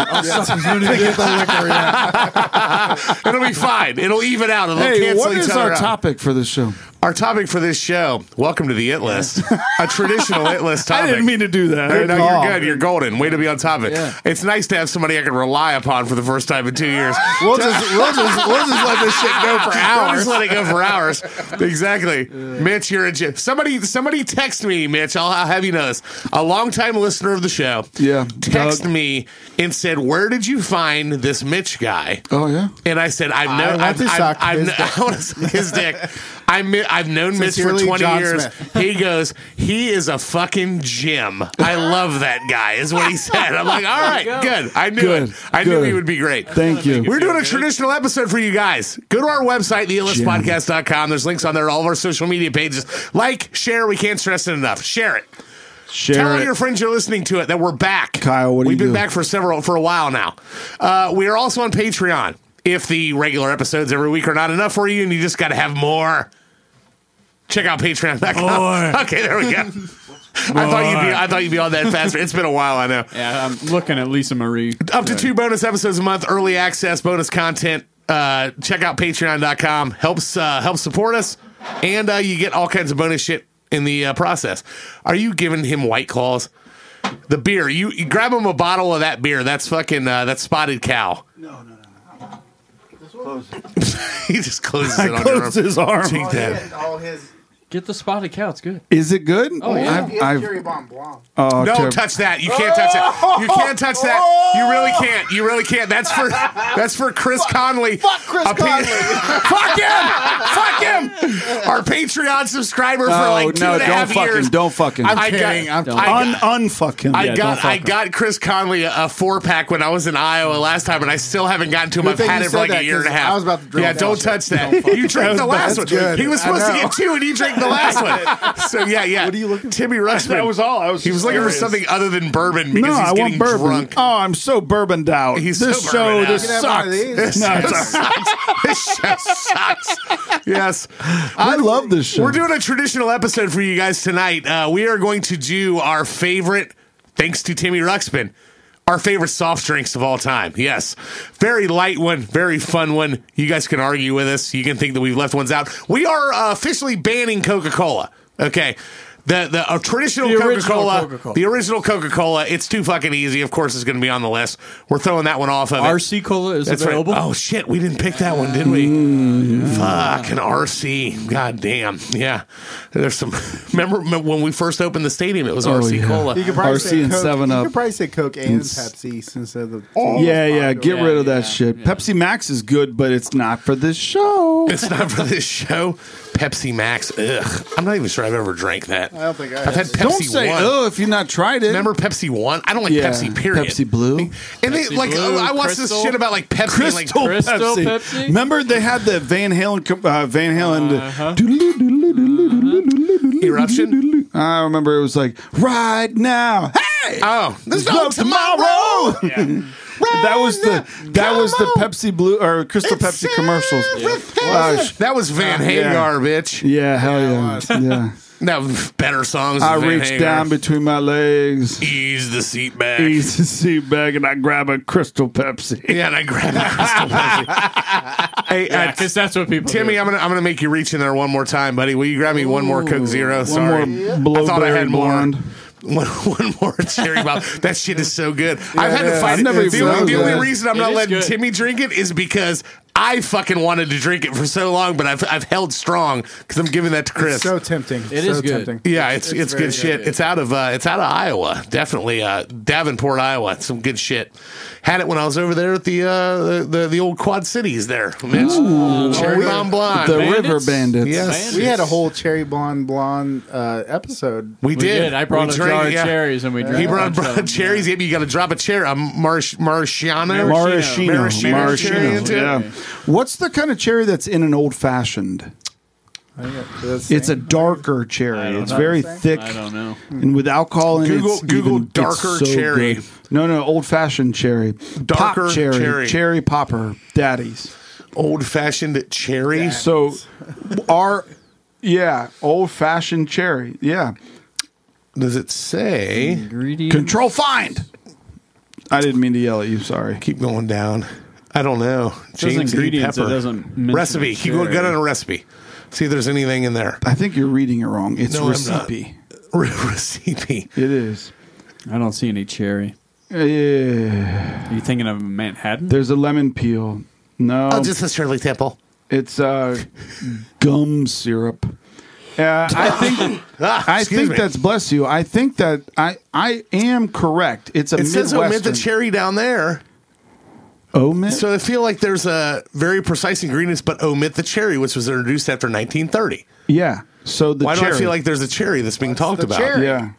S3: It'll be fine. It'll even out. It'll
S5: hey,
S3: cancel
S5: what
S3: each
S5: is
S3: other
S5: our
S3: out.
S5: topic for this show?
S3: Our topic for this show. Welcome to the it list. A traditional it list topic.
S5: to do that.
S3: No, no, you're good. You're golden. Way to be on top of it. It's nice to have somebody I can rely upon for the first time in two years.
S6: We'll just, we'll just, we'll just let this shit go for
S3: I'll
S6: hours.
S3: just let it go for hours. Exactly, Mitch. You're a gy- somebody. Somebody text me, Mitch. I'll, I'll have you know this. A longtime listener of the show.
S5: Yeah,
S3: text
S5: Doug.
S3: me and said, "Where did you find this Mitch guy?"
S5: Oh yeah.
S3: And I said, "I've known.
S6: want
S3: I've,
S6: to
S3: I've,
S6: suck
S3: I've,
S6: his
S3: kn- I want to suck his dick. I mi- I've known Mitch for
S6: Sincerely,
S3: twenty
S6: John
S3: years.
S6: Smith.
S3: He goes, he is a fucking gem. I love that guy. Is what he said. I'm like, all right, good. I knew
S5: Good.
S3: it. I knew
S5: Good.
S3: he would be great.
S5: Thank you.
S3: We're doing a traditional episode for you guys. Go to our website, theilistpodcast.com. There's links on there to all of our social media pages. Like, share. We can't stress it enough. Share it. Tell
S5: Share
S3: all
S5: it.
S3: your friends you're listening to it that we're back.
S5: Kyle, what do
S3: We've
S5: you do?
S3: been back for several for a while now. Uh, we are also on Patreon. If the regular episodes every week are not enough for you, and you just got to have more, check out Patreon.com. Okay, there we go. I thought you'd be. I thought you'd be on that faster. It's been a while. I know.
S7: Yeah, um, I'm looking at Lisa Marie.
S3: Up to two bonus episodes a month, early access, bonus content. Uh, check out patreon.com. Helps uh, helps support us, and uh, you get all kinds of bonus shit in the uh, process. Are you giving him white claws? The beer. You, you grab him a bottle of that beer. That's fucking. Uh, that's spotted cow. No, no, no. he just closes it on
S5: Closed
S3: your arm.
S5: his arm.
S3: Take that.
S6: All his.
S7: Get the spotted cow. It's good.
S5: Is it good? Oh
S6: Yeah,
S5: I've, I've,
S6: Curie Bomb Blanc.
S5: oh,
S3: No,
S5: terrible.
S3: touch that. You can't touch that. You can't touch that. You really can't. You really can't. That's for that's for Chris Conley.
S6: fuck Chris
S3: A
S6: Conley.
S3: fuck him. Fuck him. Our Patreon subscriber for
S5: Oh,
S3: like two
S5: no,
S3: and a
S5: don't
S3: half
S5: fuck him,
S3: years.
S5: don't fuck him.
S3: I
S5: I'm
S3: got-
S5: kidding, I'm
S3: I
S5: kidding.
S3: got-
S5: Un unfuck him.
S3: I
S5: Yeah, don't
S3: got
S5: fuck
S3: I
S5: him.
S3: got Chris Conley a, a four pack when I was in Iowa last time, and I still haven't gotten to him.
S2: Good
S3: I've
S2: thing
S3: had
S2: you
S3: it for
S2: said
S3: like a
S2: that,
S3: year and a
S2: 'cause
S3: half.
S2: I was about to drill
S3: yeah,
S2: that
S3: don't
S2: shit.
S3: touch that. you drank the last one.
S2: that's good.
S3: He was
S2: I
S3: supposed to
S2: know.
S3: get two, and he drank the last one. So yeah, yeah. What are you looking? Timmy Rushman.
S8: That was all. I was
S3: He was looking for
S8: curious.
S3: something other than bourbon because
S5: No,
S3: he's
S5: I
S3: getting
S5: want bourbon.
S3: drunk.
S5: Oh, I'm so bourboned out.
S3: He's
S5: this
S3: so
S5: show,
S3: bourboned out.
S5: this
S3: You
S2: can have one of
S5: sucks. This no, it's
S2: these.
S5: all right.
S3: this show sucks. Yes.
S5: I love this show.
S3: We're doing a traditional episode for you guys tonight. Uh, we are going to do our favorite, thanks to Timmy Ruxpin, our favorite soft drinks of all time. Yes. Very light one, very fun one. You guys can argue with us. You can think that we've left ones out. We are uh, officially banning Coca Cola. Okay. The, the uh, traditional
S4: The
S3: Coca
S4: original
S3: Cola,
S4: Coca-Cola.
S3: the original Coca Cola, it's too fucking easy. Of course, it's going to be on the list. We're throwing that one off of it.
S4: RC Cola is
S3: That's
S4: available.
S3: right. Oh shit, we didn't pick that one, did we?
S5: Mm-hmm.
S3: Fuck an RC. God damn. Yeah. There's some. Remember when we first opened the stadium? It was RC
S5: Oh, yeah.
S3: cola.
S6: You could probably
S5: RC
S6: say
S5: and
S6: Coke-
S5: 7
S6: You
S5: Up.
S6: could probably say Coke and
S5: s-
S6: Pepsi since they're the.
S5: Yeah, yeah, get
S7: Yeah,
S5: rid of that
S7: yeah,
S5: shit. Pepsi Max is good, but it's not for this show.
S3: It's not for this show. Pepsi Max. Ugh. I'm not even sure I've ever drank that. I
S6: don't think I
S3: have had
S6: have.
S3: Pepsi
S5: Don't say
S3: One.
S5: oh if you've not tried it.
S3: Remember Pepsi One? I don't like
S5: Yeah.
S3: Pepsi. Period.
S5: Pepsi Blue?
S3: And they, like oh,
S7: Blue,
S3: I watched
S7: Crystal.
S3: this shit about like Pepsi. and, like,
S5: Crystal,
S7: Crystal
S5: Pepsi.
S7: Pepsi?
S5: Remember they had the Van Halen co- uh, Van Halen
S3: Uh-huh. eruption.
S5: I remember it was like right now. Hey!
S3: Oh, there's no
S5: Love
S3: tomorrow.
S5: that was the that was the Pepsi Blue or Crystal Pepsi commercials. Uh, sh-
S3: Oh, That was Van Hagar, bitch.
S5: yeah, hell yeah. Yeah.
S3: That was better songs. than
S5: I
S3: Van
S5: reached
S3: Hagar.
S5: down between my legs,
S3: ease the seat back.
S5: ease the seat bag, and I grab a Crystal Pepsi.
S3: Yeah, and I grabbed the crystal Pepsi. hey, uh,
S7: Because that's what people.
S3: Timmy,
S7: do.
S3: I'm gonna I'm gonna make you reach in there one more time, buddy. Will you grab me one more Coke Zero? Sorry,
S5: One more blueberry
S3: I thought I had
S5: blonde.
S3: more. One, one more cherry bomb. That shit is so good. I've had to
S5: is.
S3: fight
S5: I've
S3: it.
S5: never
S3: the
S5: even
S3: only,
S5: known
S3: the only
S5: that.
S3: reason I'm
S7: It
S3: not
S7: is
S3: letting
S7: good.
S3: Timmy drink it is because I fucking wanted to drink it for so long, but I've I've held strong because I'm giving that to Chris.
S6: So tempting. It is
S4: is
S6: so
S4: good.
S6: tempting.
S3: Yeah, it's it's, good shit. It's out of uh, it's out of Iowa, definitely uh, Davenport, Iowa. Some good shit. Had it when I was over there at the uh, the, the the old Quad Cities there. Mitch. Cherry Bomb Blonde.
S5: The
S3: man.
S5: River Bandits.
S3: yes,
S6: We had a whole cherry blonde blonde uh, episode.
S3: we
S7: We
S3: did.
S7: did. I brought
S3: We
S7: a
S3: drank-
S7: jar of
S3: yeah.
S7: cherries and we drank.
S3: He
S7: a
S3: brought,
S7: bunch of
S3: brought
S7: them.
S3: cherries. Yeah, but you got to drop a cherry. A marsh, Marciano.
S5: Maraschino.
S3: Maraschino. Maraschino,
S5: Maraschino. Yeah. What's the kind of cherry that's in an old fashioned? It's a darker cherry. It's very thick
S7: I don't know.
S5: and with alcohol in it.
S3: Google-
S5: it's
S3: Google
S5: even- it's
S3: darker cherry.
S5: good. No, no, old fashioned cherry.
S3: Darker
S5: Pop cherry,
S3: cherry.
S5: cherry. popper. Daddies.
S3: Old fashioned cherry.
S5: So our yeah, old fashioned cherry. Yeah.
S3: Does it say?
S5: Control find. I didn't mean to yell at you, sorry.
S3: Keep going down. I don't know.
S7: It says
S3: James E.
S7: ingredients. It
S3: Pepper.
S7: doesn't mention
S3: recipe.
S7: the
S3: You go
S7: cherry.
S3: get on a recipe. See if there's anything in there.
S5: I think you're reading it wrong. It's
S3: No, I'm not.
S5: recipe.
S3: Re- recipe.
S5: It is.
S7: I don't see any cherry.
S5: Yeah.
S7: Are you thinking of Manhattan?
S5: There's a lemon peel. No.
S3: Oh, just a Shirley Temple.
S5: It's uh, gum syrup. Uh, I think
S3: Ah,
S5: I
S3: excuse
S5: think
S3: me.
S5: that's bless you. I think that I I am correct. It's a
S3: It says omit the
S5: Midwestern.
S3: cherry down there.
S5: omit.
S3: So I feel like there's a very precise ingredients, but omit the cherry, which was introduced after 1930.
S5: yeah. So the
S3: Why
S5: cherry.
S3: do I feel like there's a cherry that's being talked
S6: the
S3: about?
S6: cherry?
S5: yeah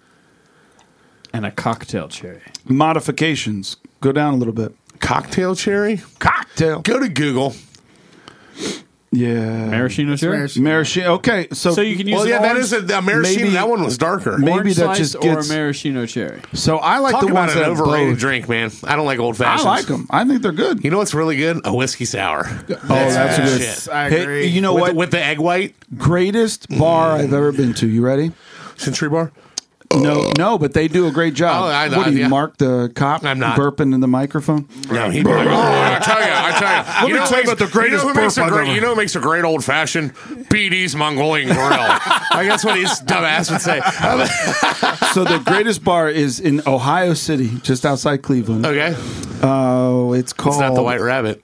S7: And a cocktail cherry.
S5: Mm. modifications? Go down a little bit.
S3: Cocktail cherry?
S5: Cocktail.
S3: Go to Google.
S5: Yeah.
S7: Maraschino cherry.
S5: Maraschino. Okay. So
S7: So you can use.
S3: Well,
S7: an
S3: yeah, that
S7: orange-
S3: is a, a maraschino.
S5: maybe-
S3: that one was darker.
S5: maybe
S7: orange
S5: that
S7: slice
S5: just gets-
S7: or a maraschino cherry.
S5: so I like
S3: Talk
S5: the
S3: about
S5: ones
S3: an
S5: that have
S3: overrated
S5: both.
S3: drink, man. I don't like old
S5: I
S3: fashions.
S5: like them. I think they're good.
S3: You know what's really good? A whiskey sour.
S5: oh, that's a good.
S3: Shit.
S6: I
S5: Hey,
S6: agree.
S5: you know
S3: with,
S5: what?
S3: with the egg white
S5: Greatest bar I've ever been to. You ready?
S3: century bar.
S5: No, no, but they do a great job.
S3: Oh, I-
S5: what
S3: I-
S5: do you
S3: yeah.
S5: mark the cop
S3: I'm not.
S5: burping in the microphone?
S3: No, he'd be like, oh, I tell you, I tell you. you
S5: me
S3: know
S5: tell you
S3: who
S5: about the
S3: makes- you know
S5: greatest
S3: who makes a
S5: burp I've
S3: great,
S5: ever-
S3: You know who makes a great old fashioned BD's Mongolian grill? I guess what his dumbass would say.
S5: so the greatest bar is in Ohio City, just outside Cleveland.
S3: okay,
S5: Oh, it's called
S3: it's not the White Rabbit.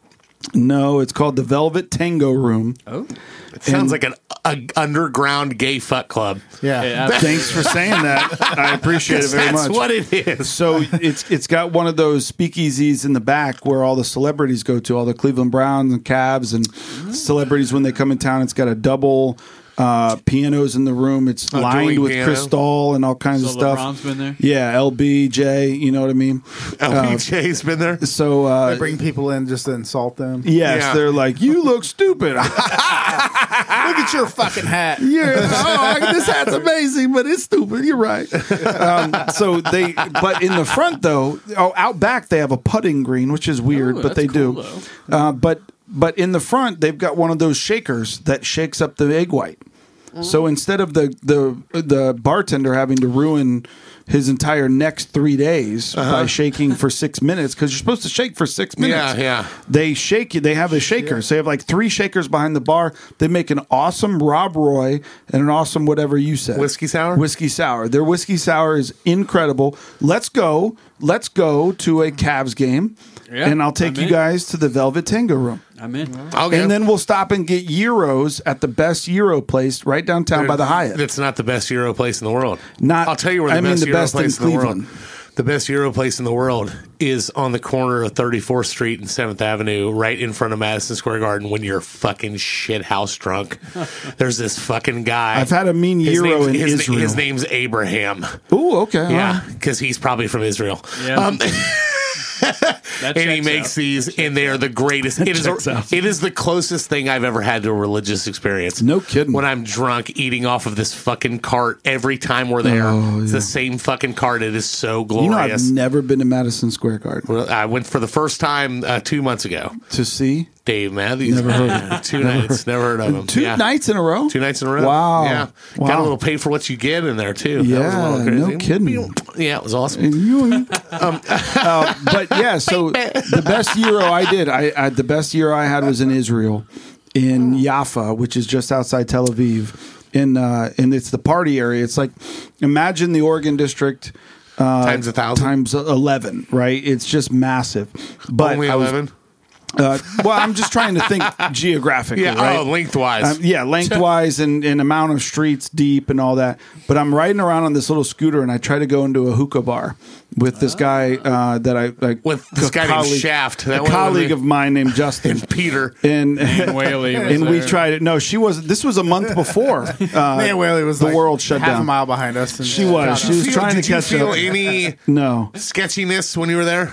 S5: No, it's called the Velvet Tango Room.
S7: Oh.
S3: It sounds like an a, underground gay fuck club.
S5: Yeah.
S7: Yeah,
S5: Thanks for saying that. I appreciate it very
S3: That's
S5: much.
S3: what it is.
S5: so it's it's got one of those speakeasies in the back where all the celebrities go to, all the Cleveland Browns and Cavs and celebrities when they come in town. It's got a double uh, pianos in the room. It's
S3: Oh,
S5: lined
S3: dueling
S5: with
S3: piano.
S5: crystal and all kinds
S7: So
S5: of stuff.
S7: LeBron's been there?
S5: Yeah, LBJ. You know what I mean?
S3: LBJ's been there.
S5: So uh,
S6: Bring people in just to insult them.
S5: yes,
S3: Yeah.
S5: they're like, you look stupid.
S6: Look at your fucking hat.
S5: Yeah. Oh, I- this hat's amazing, but it's stupid. You're right. Um, so they, but in the front though, oh, out back they have a putting green, which is weird,
S7: Ooh,
S5: but they
S7: that's cool,
S5: do. Uh, but but in the front they've got one of those shakers that shakes up the egg white. So instead of the the the bartender having to ruin his entire next three days by shaking for six minutes because you're supposed to shake for six minutes
S3: Yeah, yeah.
S5: they shake you. They have a shaker. So they have like three shakers behind the bar. They make an awesome Rob Roy and an awesome whatever you said.
S3: Whiskey sour?
S5: Whiskey sour. Their whiskey sour is incredible. Let's go. Let's go to a Cavs game.
S7: Yeah,
S5: and I'll take
S7: I'm
S5: you
S7: in.
S5: guys to the Velvet Tango Room.
S7: I'm in.
S3: Okay.
S5: And then we'll stop and get Euros at the best Euro place right downtown by the Hyatt.
S3: That's not the best Euro place in the world.
S5: Not-
S3: I'll tell you where the
S5: I mean
S3: best
S5: the
S3: Euro
S5: best in
S3: place in, the world.
S5: Cleveland.
S3: The best Euro place in the world is on the corner of 34th Street and 7th Avenue, right in front of Madison Square Garden. When you're fucking shit house drunk, there's this fucking guy.
S5: I've had a mean Euro
S3: name's,
S5: in
S3: his,
S5: Israel. Uh-huh.
S3: His name's Abraham.
S5: Ooh, okay.
S3: Yeah, because he's probably from Israel.
S7: Yeah.
S3: Um,
S7: That
S3: and he
S7: checks
S3: makes
S7: out.
S3: these, and they are the greatest. It is,
S5: Checks out.
S3: it is the closest thing I've ever had to a religious experience.
S5: No kidding.
S3: When I'm drunk, eating off of this fucking cart every time we're there,
S5: Oh,
S3: it's
S5: yeah.
S3: the same fucking cart. It is so
S5: You know, I've
S3: glorious.
S5: never been to Madison Square Garden
S3: Well, I went for the first time uh, two months ago.
S5: to see
S3: Dave Matthews.
S5: Never heard of him.
S3: two nights. Never heard of him.
S5: two
S3: Yeah.
S5: nights in a row.
S3: Two nights in a row.
S5: Wow.
S3: Yeah. Got
S5: Wow.
S3: a little pay for what you get in there, too. That was a
S5: Yeah,
S3: little crazy.
S5: no kidding.
S3: Yeah, it was awesome.
S5: And you- Uh, but yeah, so the best Euro I did, I, I the best Euro I had was in Israel, in Jaffa, which is just outside Tel Aviv, and uh, and it's the party area. It's like imagine the Oregon District uh,
S3: Times a thousand.
S5: times eleven, right? It's just massive. But
S3: Only
S5: I was-
S3: 11.
S5: uh, well, I'm just trying to think geographically.
S3: Yeah,
S5: right?
S3: oh, lengthwise.
S5: Um, yeah, lengthwise and, and amount of streets deep and all that. But I'm riding around on this little scooter and I try to go into a hookah bar with this guy uh, that I like
S3: Ah. With this
S5: a
S3: guy named Shaft. That
S5: a
S3: one
S5: colleague
S3: with
S5: of mine named Justin.
S3: Peter.
S5: and and,
S7: Whaley was
S5: we
S7: there.
S5: tried it. No, she was. This was a month before. Uh,
S6: Man, well, it was
S5: the
S6: like
S5: world shut
S6: half a
S5: down.
S6: mile behind us. And
S5: She was. She was
S3: Feel-
S5: trying to
S3: did
S5: catch
S3: you feel
S5: up.
S3: any
S5: No,
S3: sketchiness when you were there?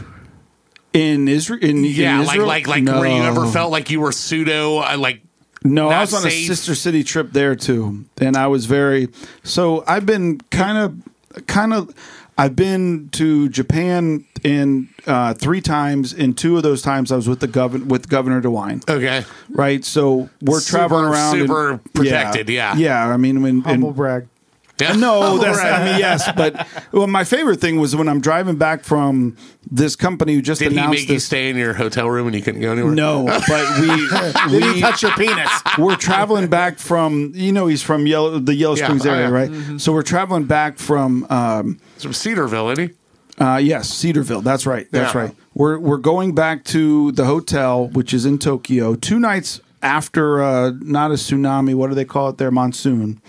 S5: in Isra- in- in Israel.
S3: Yeah, like like like
S5: no.
S3: where you ever felt like you were pseudo uh, like
S5: No,
S3: not
S5: I was on
S3: safe?
S5: a sister city trip there too, and I was very. So I've been kind of, kind of. I've been to Japan in uh, three times. In two of those times, I was with the govern with Governor DeWine.
S3: okay.
S5: Right, so we're
S3: Super-
S5: traveling around, and-
S3: super protected, yeah.
S5: yeah. I mean, when and-
S6: humble brag.
S3: Yeah.
S5: no, that's I mean yes, but well, my favorite thing was when I'm driving back from this company who just
S3: Did he
S5: announced
S3: make you
S5: this.
S3: stay in your hotel room and you couldn't go anywhere?
S5: no, but we we
S6: Touch your penis.
S5: we're traveling back from you know he's from yellow the yellow
S3: Yeah,
S5: springs
S3: oh,
S5: area
S3: yeah.
S5: right so we're traveling back from um
S3: It's from Cedarville, isn't he?
S5: uh yes cedarville that's right that's
S3: Yeah.
S5: right we're we're going back to the hotel which is in tokyo two nights after uh not a tsunami what do they call it there monsoon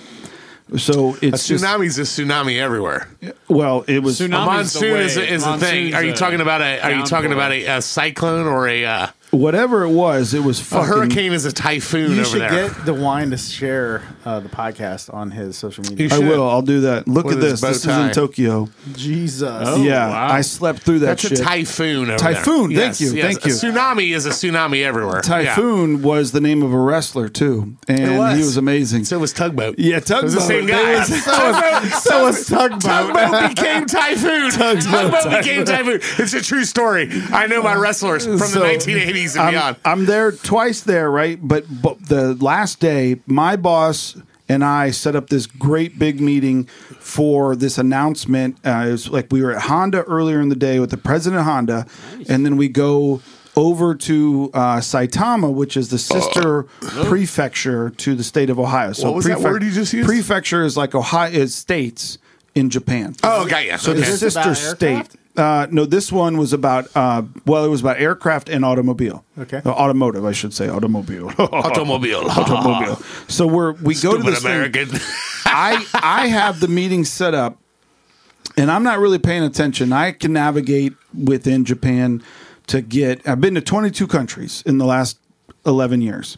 S5: so
S3: A
S5: it's just
S3: tsunami's a tsunami everywhere.
S5: well it was
S3: A
S7: Tsunami- Tsunami's the
S3: monsoon is
S7: wave.
S3: a, is a thing.
S7: Monsoon's
S3: Are you
S7: a
S3: talking about a Are you talking
S7: downpour.
S3: about a, a cyclone or a uh,
S5: whatever it was it was
S3: a
S5: fucking
S3: hurricane? Is a typhoon
S6: You
S3: over
S6: should
S3: there?
S6: get DeWine to share uh, the podcast on his social media. Oh,
S3: You
S5: I
S3: should.
S5: will. I'll do that. Look
S3: With
S5: at this.
S3: his bow
S5: This is
S3: tie. Oh,
S5: in Tokyo.
S6: Jesus.
S5: Oh. yeah,
S7: wow.
S5: I slept through that
S3: That's
S5: shit.
S3: a typhoon. Over
S5: Typhoon,
S3: There.
S5: thank you, thank you.
S3: A tsunami is a tsunami everywhere.
S5: Typhoon was the name of a wrestler too, and
S3: It was.
S5: he was amazing.
S3: Yeah. So was tugboat.
S5: yeah,
S3: It
S5: tugboat.
S3: was the same guy.
S5: That was-
S3: tugboat,
S5: so was tugboat.
S3: tugboat became typhoon. Tugboat, became typhoon. It's a true story. I know my wrestlers from
S5: So,
S3: the 1980s and
S5: I'm,
S3: beyond.
S5: I'm there twice there, right? But, but the last day, my boss and I set up this great big meeting for this announcement. Uh, it was like we were at Honda earlier in the day with the president of Honda, and then we go over to uh, Saitama, which
S3: Oh.
S5: is the sister prefecture to the state of Ohio. So
S3: What was that word you just used?
S5: Prefecture is like Ohio is states in Japan.
S3: Oh, okay, yeah.
S5: So the
S3: okay.
S5: sister
S6: about
S5: state.
S6: aircraft?
S5: Uh, no, this one was about uh, well, it was about aircraft and automobile.
S6: Okay.
S5: Uh, automotive, I should say, automobile.
S3: automobile.
S5: automobile. So we're we go to
S3: Stupid
S5: this thing.
S3: American.
S5: I I have the meeting set up, and I'm not really paying attention. I can navigate within Japan to get. I've been to 22 countries in the last 11 years,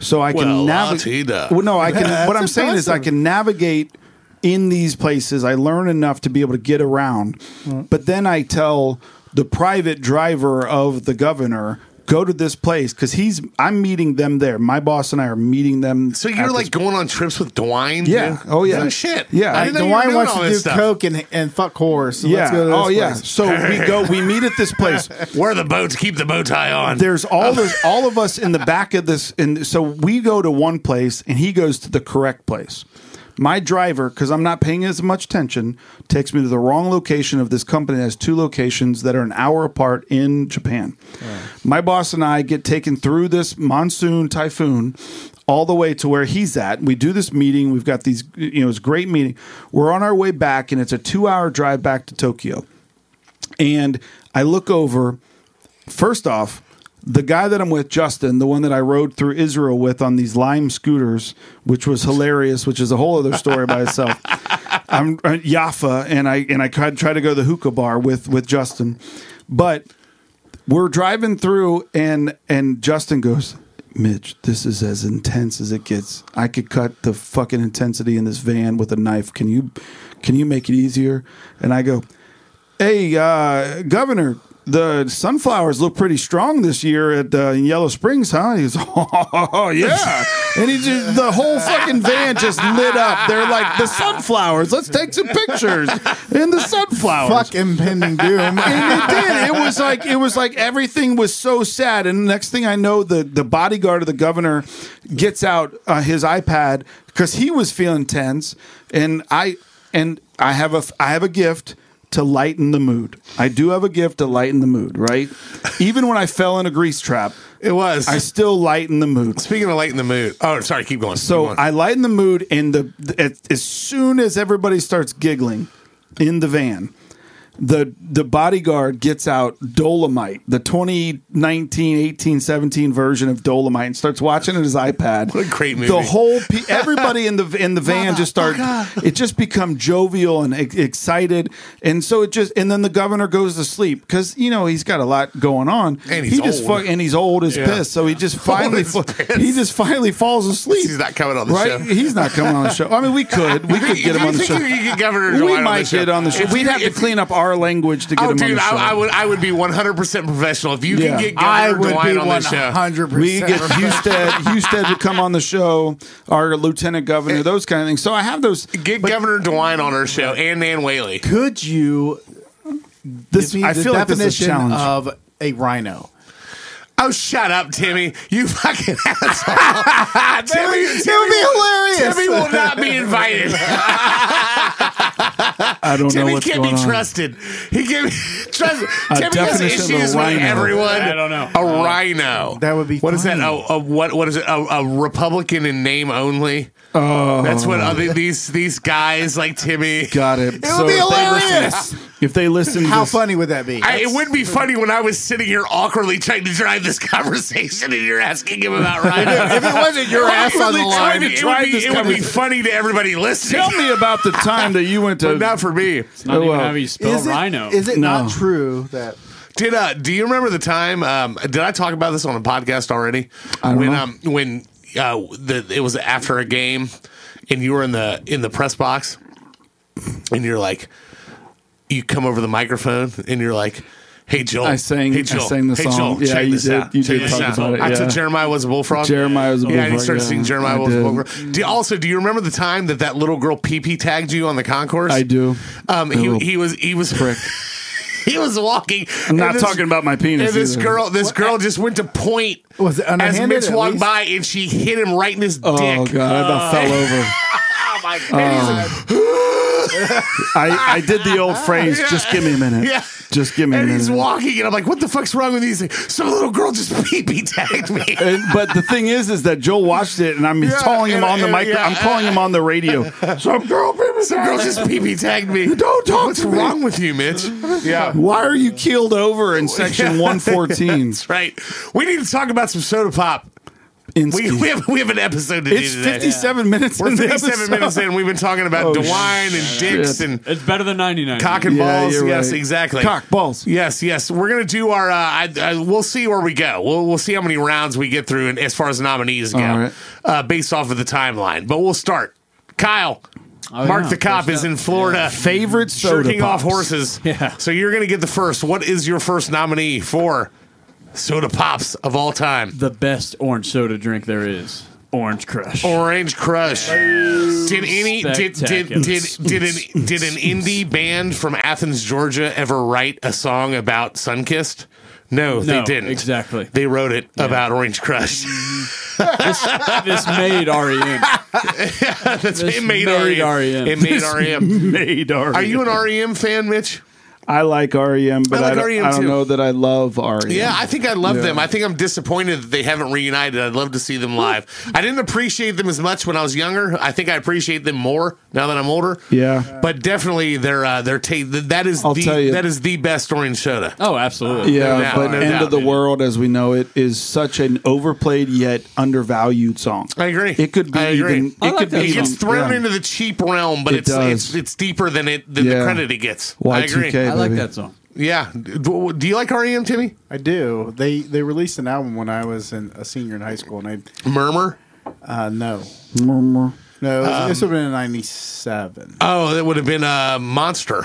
S5: so I
S3: Well,
S5: can navigate.
S3: Latina.
S5: Well, no, I can. what I'm saying is I can navigate in these places. I learn enough to be able to get around, but then I tell the private driver of the governor. Go to this place because he's. I'm meeting them there. My boss and I are meeting them.
S3: so
S5: at
S3: you're
S5: this
S3: like going on trips with Dwayne?
S5: Yeah.
S3: dude?
S5: Oh, yeah.
S3: No shit.
S5: Yeah.
S3: I didn't know you were
S5: Dwayne
S3: doing
S5: wants
S3: all
S5: to
S3: this
S6: do
S3: stuff.
S6: coke and, and fuck whore. So
S5: Yeah.
S6: let's go to this
S5: oh yeah.
S6: place.
S5: So we go. We meet at this place.
S3: Wear the boat to keep the bow tie on.
S5: There's all there's all of us in the back of this, and so we go to one place, and he goes to the correct place. My driver, because I'm not paying as much attention, takes me to the wrong location of this company that has two locations that are an hour apart in Japan. My boss and I get taken through this monsoon typhoon all the way to where he's at. We do this meeting. We've got these, you know, it's a great meeting. We're on our way back, and it's a two hour drive back to Tokyo. And I look over. First off, the guy that I'm with, Justin, the one that I rode through Israel with on these Lime scooters, which was hilarious, which is a whole other story by itself. I'm at Jaffa, and I and I try, try to go to the hookah bar with with Justin, but we're driving through, and and Justin goes. Mitch, this is as intense as it gets. I could cut the fucking intensity in this van with a knife. Can you can you make it easier? And I go, Hey, uh, Governor, the sunflowers look pretty strong this year at uh, in Yellow Springs, huh? He goes, oh, yeah. and he just, the whole fucking van just lit up. They're like, the sunflowers, let's take some pictures in the sunflowers.
S6: fuck impending doom.
S5: And it did. It was like it was like everything was so sad. And next thing I know, the the bodyguard of the governor gets out uh, his iPad because he was feeling tense. And I and I have a f- I have a gift to lighten the mood. I do have a gift to lighten the mood. Right? Even when I fell in a grease trap,
S3: it was.
S5: I still lighten the mood.
S3: Speaking of lighting the mood. Oh, sorry. Keep going.
S5: So
S3: Keep going.
S5: I lighten the mood, and the, the as- as soon as everybody starts giggling in the van, the the bodyguard gets out Dolomite, the 2019, 18, 17 version of Dolomite, and starts watching it on his iPad.
S3: What a great movie.
S5: The whole pe- everybody in the in the van just start. It just become jovial and ex- excited, and so it just and then the governor goes to sleep because you know he's got a lot going on.
S3: And he's
S5: he just
S3: old.
S5: fuck, and he's old as
S3: Yeah.
S5: piss, so he just finally
S3: as
S5: fa-
S3: piss.
S5: he just finally falls asleep
S3: He's not coming on the
S5: right?
S3: show.
S5: He's not coming on the show. I mean, we could, we could get
S3: You
S5: him on the
S3: think
S5: show.
S3: you could get Governor Dwight
S5: We
S3: on the
S5: might
S3: show?
S5: get on the show.
S3: If
S5: We'd
S3: you-
S5: have to
S3: if-
S5: clean up our language to get him
S3: Oh,
S5: on
S3: dude,
S5: the show.
S3: I, I would, I would be 100 percent professional if you
S5: Yeah.
S3: could get
S6: I
S3: Governor
S6: would
S3: Dwight
S6: be
S3: on the
S6: one
S3: show.
S6: hundred
S5: we get
S6: percent.
S5: Husted. Husted would come on the show. Our lieutenant governor, those kind of things. So I have those.
S3: Get Governor Dwight on our show and Nan Whaley.
S6: Could you
S5: This
S6: give me
S5: I
S6: the
S5: feel like this is a
S6: definition
S5: challenge.
S3: uh,
S6: of a rhino?
S3: Oh, shut up, Timmy! You fucking asshole! Timmy,
S6: It would be hilarious.
S3: Timmy will not be invited.
S5: I don't know
S3: Timmy
S5: what's
S3: can't
S5: going
S3: be
S5: on.
S3: trusted. He can't be trusted. Timmy has
S5: definition of a
S3: issues with
S5: rhino.
S3: everyone.
S7: I don't know.
S3: A rhino.
S6: That would be
S3: What is
S6: funny.
S3: that? A, a, what what is it? A, a Republican in name only. Oh, that's what other, these these guys like Timmy.
S5: Got it. It
S6: would be hilarious.
S5: If they listen, to
S6: How
S5: this-
S6: funny would that be?
S3: I, it would be funny when I was sitting here awkwardly trying to drive this conversation, and you're asking him about rhinos.
S6: if it wasn't your ass on the
S3: Awkwardly
S6: line,
S3: trying to
S5: It would
S3: drive
S5: be-
S3: this
S5: it would be
S3: conversation. funny to everybody listening.
S5: Tell me about the time that you went to.
S3: but not for me.
S7: Not
S5: Oh,
S7: even
S5: well.
S7: how you spell
S6: it,
S7: rhino.
S6: Is it
S5: No.
S6: not true that
S3: Did uh, do you remember the time? Um, did I talk about this on a podcast already?
S5: don't
S3: when
S5: know.
S3: um when uh the, it was after a game, and you were in the in the press box, and you're like, you come over the microphone, and you're like. Hey Joel,
S5: I sang-
S3: Hey
S5: I
S3: Joel,
S5: sang the
S3: hey
S5: song.
S3: Joel,
S5: Yeah,
S3: check
S5: you
S3: this
S5: did-
S3: out.
S5: you
S3: Check
S5: did
S3: this
S5: talk
S3: out.
S5: about it,
S3: I took
S5: yeah.
S3: Jeremiah was a bullfrog.
S5: Jeremiah was a
S3: Yeah, and he
S5: bullfrog,
S3: started
S5: yeah.
S3: singing Jeremiah
S5: I
S3: was a
S5: did.
S3: bullfrog. Do, also, do you remember the time that that little girl PP tagged you on the concourse?
S5: I do.
S3: Um,
S5: That
S3: he,
S5: little
S3: he was he was
S5: prick.
S3: he was walking.
S5: I'm not talking about my penis.
S3: And this
S5: either.
S3: girl, this girl just went to point
S6: Was it
S3: as
S6: underhanded
S3: Mitch
S6: at
S3: walked
S6: least?
S3: by, and she hit him right in his
S5: Oh
S3: dick. Uh,
S5: god, I about fell over.
S3: Oh my god!
S5: I, I did the old phrase. Just give me a minute.
S3: Yeah.
S5: Just give me a
S3: and
S5: minute.
S3: he's walking, and I'm like, "What the fuck's wrong with these?" Like, Some little girl just pee tagged me.
S5: And- but the thing is, is that Joel watched it, and I'm calling him
S3: and-
S5: on the
S3: and-
S5: mic.
S3: yeah.
S5: I'm calling him on the radio.
S3: Some girl, some girl just pee tagged me. Don't talk. What's wrong with you, Mitch? Yeah.
S5: Why are you keeled over in section 114?
S3: That's right. We need to talk about some soda pop. We, we have we have an episode to
S5: it's
S3: do today.
S5: 57 minutes.
S3: We're
S5: in the
S3: 57
S5: episode.
S3: minutes in. We've been talking about
S5: Oh,
S3: DeWine and dicks
S5: shit.
S3: and
S7: It's better than 99.
S3: cock and
S5: Yeah,
S3: balls.
S5: you're
S3: Yes,
S5: right.
S3: exactly.
S5: Cock balls.
S3: Yes, yes. We're gonna do our. Uh, I, I, we'll see where we go. We'll we'll see how many rounds we get through, and as far as nominees go,
S5: All right.
S3: uh, based off of the timeline. But we'll start. Kyle, Mark
S7: Oh, yeah,
S3: the cop
S7: first
S3: is
S7: up.
S3: in Florida.
S5: Favorite soda
S3: Jerking off
S5: pops.
S3: horses.
S7: Yeah.
S3: So you're gonna get the first. What is your first nominee for soda pops of all time?
S7: The best orange soda drink there is. Orange Crush.
S3: Orange Crush. Did any did did
S7: Spectacular.
S3: did did an did an indie band from Athens, Georgia, ever write a song about Sunkist? No, they
S7: No,
S3: didn't.
S7: exactly.
S3: They wrote it about Orange Crush.
S7: this made REM.
S3: That's, it made,
S7: made E
S3: REM.
S7: REM.
S3: It made REM.
S5: Made E REM.
S3: Are you an E
S7: E
S3: REM fan, Mitch?
S5: I like REM, but I,
S3: I like
S5: don't,
S3: REM
S5: I don't
S3: too.
S5: know that I love E REM.
S3: Yeah, I think I love
S5: Yeah.
S3: them. I think I'm disappointed that they haven't reunited. I'd love to see them live. I didn't appreciate them as much when I was younger. I think I appreciate them more now that I'm older.
S5: Yeah.
S3: But definitely, their uh, their taste that is
S5: I'll tell
S3: the
S5: you.
S3: that is the best orange soda.
S7: Oh, absolutely.
S5: Yeah,
S3: No doubt,
S5: but
S3: no
S5: End
S3: doubt,
S5: of the
S3: dude.
S5: World as we know it is such an overplayed yet undervalued song.
S3: I agree.
S5: It could be
S3: I agree.
S5: even it
S7: I like
S5: could
S7: that
S5: be
S3: It gets
S5: even-
S3: thrown
S5: yeah.
S3: into the cheap realm, but
S5: It
S3: it's, it's
S5: does.
S3: it's deeper than it than the
S5: Yeah.
S3: credit it gets. I agree.
S5: Y2K.
S7: I like
S5: baby.
S7: that song.
S3: Yeah. Do do you like REM, Timmy?
S6: I do. They they released an album when I was in, a senior in high school, and
S3: Murmur.
S6: I uh, no
S5: Murmur.
S6: no it was- this would have been in '97
S3: Oh, that would have been uh, Monster.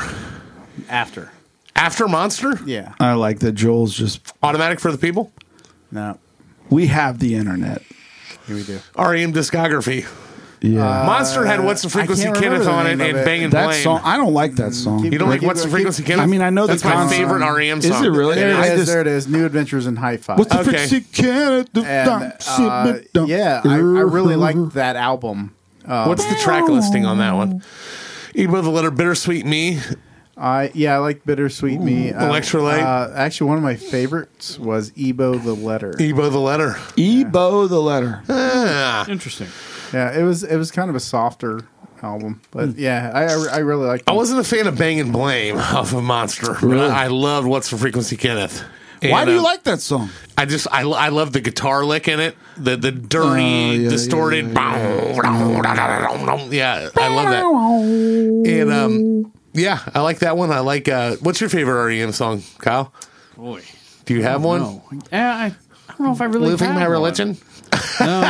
S6: after.
S3: After Monster,
S6: Yeah.
S5: I like that Joel's just
S3: automatic for the people.
S6: No.
S5: we have the internet.
S6: Here we do.
S3: REM E discography.
S5: Yeah.
S3: Monster had What's the Frequency
S6: can't
S3: Kenneth
S6: remember the
S3: on it and
S6: name of it.
S3: Bangin'
S5: Uh, that
S3: Blaine.
S5: song I don't like that song.
S3: you don't like What's the Frequency Kenneth?
S5: I mean, I know the
S3: that's my
S5: concept.
S3: favorite REM
S5: Is
S3: song.
S5: it really?
S6: There
S5: I
S6: it is.
S5: just-
S6: there it is. New Adventures in Hi-Fi. Uh,
S5: What's the
S3: Okay.
S5: fixie can it do-
S6: and,
S5: dump, sit
S6: uh,
S5: it dump.
S6: yeah, I, I really liked that album. Uh,
S3: Uh, What's the track listing on that one? Eat with the letter Bittersweet Me.
S6: I yeah, I like Bittersweet Me. Um,
S3: Electrolyte.
S6: Uh, actually, one of my favorites was Ebo the Letter.
S3: Ebo the letter.
S5: Ebo the letter.
S3: Ah.
S7: Interesting.
S6: Yeah, it was it was kind of a softer album, but yeah, I I, I really like.
S3: I wasn't a fan of Bang and Blame off of Monster. but
S5: Really?
S3: I, I loved What's the Frequency Kenneth.
S5: Why
S3: And,
S5: do you
S3: um,
S5: like that song?
S3: I just I, I love the guitar lick in it. The the dirty,
S5: Oh, yeah,
S3: distorted. Yeah, I love that.
S5: that.
S3: And um, yeah, I like that one. I like. Uh, what's your favorite REM song, Kyle?
S7: Boy.
S3: Do you have one?
S7: No. Yeah, I, I don't know if I really
S3: Living
S7: have
S3: my
S7: one.
S3: religion.
S7: No.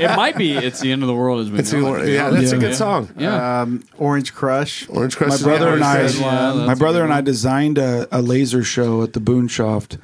S7: it might be It's the End of the World has been
S3: It's the- Uh,
S7: known.
S3: yeah, that's a
S5: Yeah.
S3: good song.
S7: Yeah.
S6: Um, Orange Crush.
S3: Orange Crush.
S5: My
S3: is-
S5: brother
S3: yeah,
S5: and I,
S3: Orange Crush.
S7: Yeah, that's
S5: my brother and I designed a, a laser show at the Boonshoft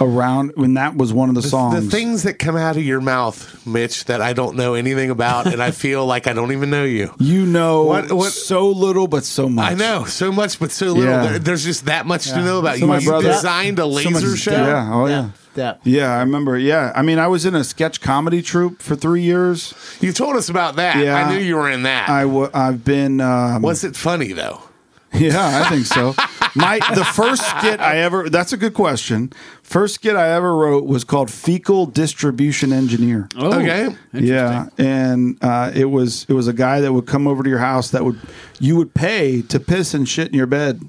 S5: around when that was one of the,
S3: The
S5: songs.
S3: things that come out of your mouth, Mitch, that I don't know anything about, and I feel like I don't even know you.
S5: you know
S3: What- what-
S5: so little but so much.
S3: I know so much, but so little.
S5: Yeah.
S3: There, there's just that much to know about
S5: So
S3: you.
S5: my
S3: you
S5: brother-
S3: designed a laser show.
S5: Yeah. Oh yeah.
S6: Depth.
S5: Yeah, I remember. Yeah, I mean, I was in a sketch comedy troupe for three years.
S3: You told us about that.
S5: Yeah.
S3: I knew you were in that.
S5: I w- I've been. Um,
S3: Was it funny though?
S5: Yeah, I think so. My the first skit I ever. That's a good question. First skit I ever wrote was called "Fecal Distribution Engineer."
S7: Oh,
S3: okay.
S5: Yeah, and uh, it was it was a guy that would come over to your house that would you would pay to piss and shit in your bed.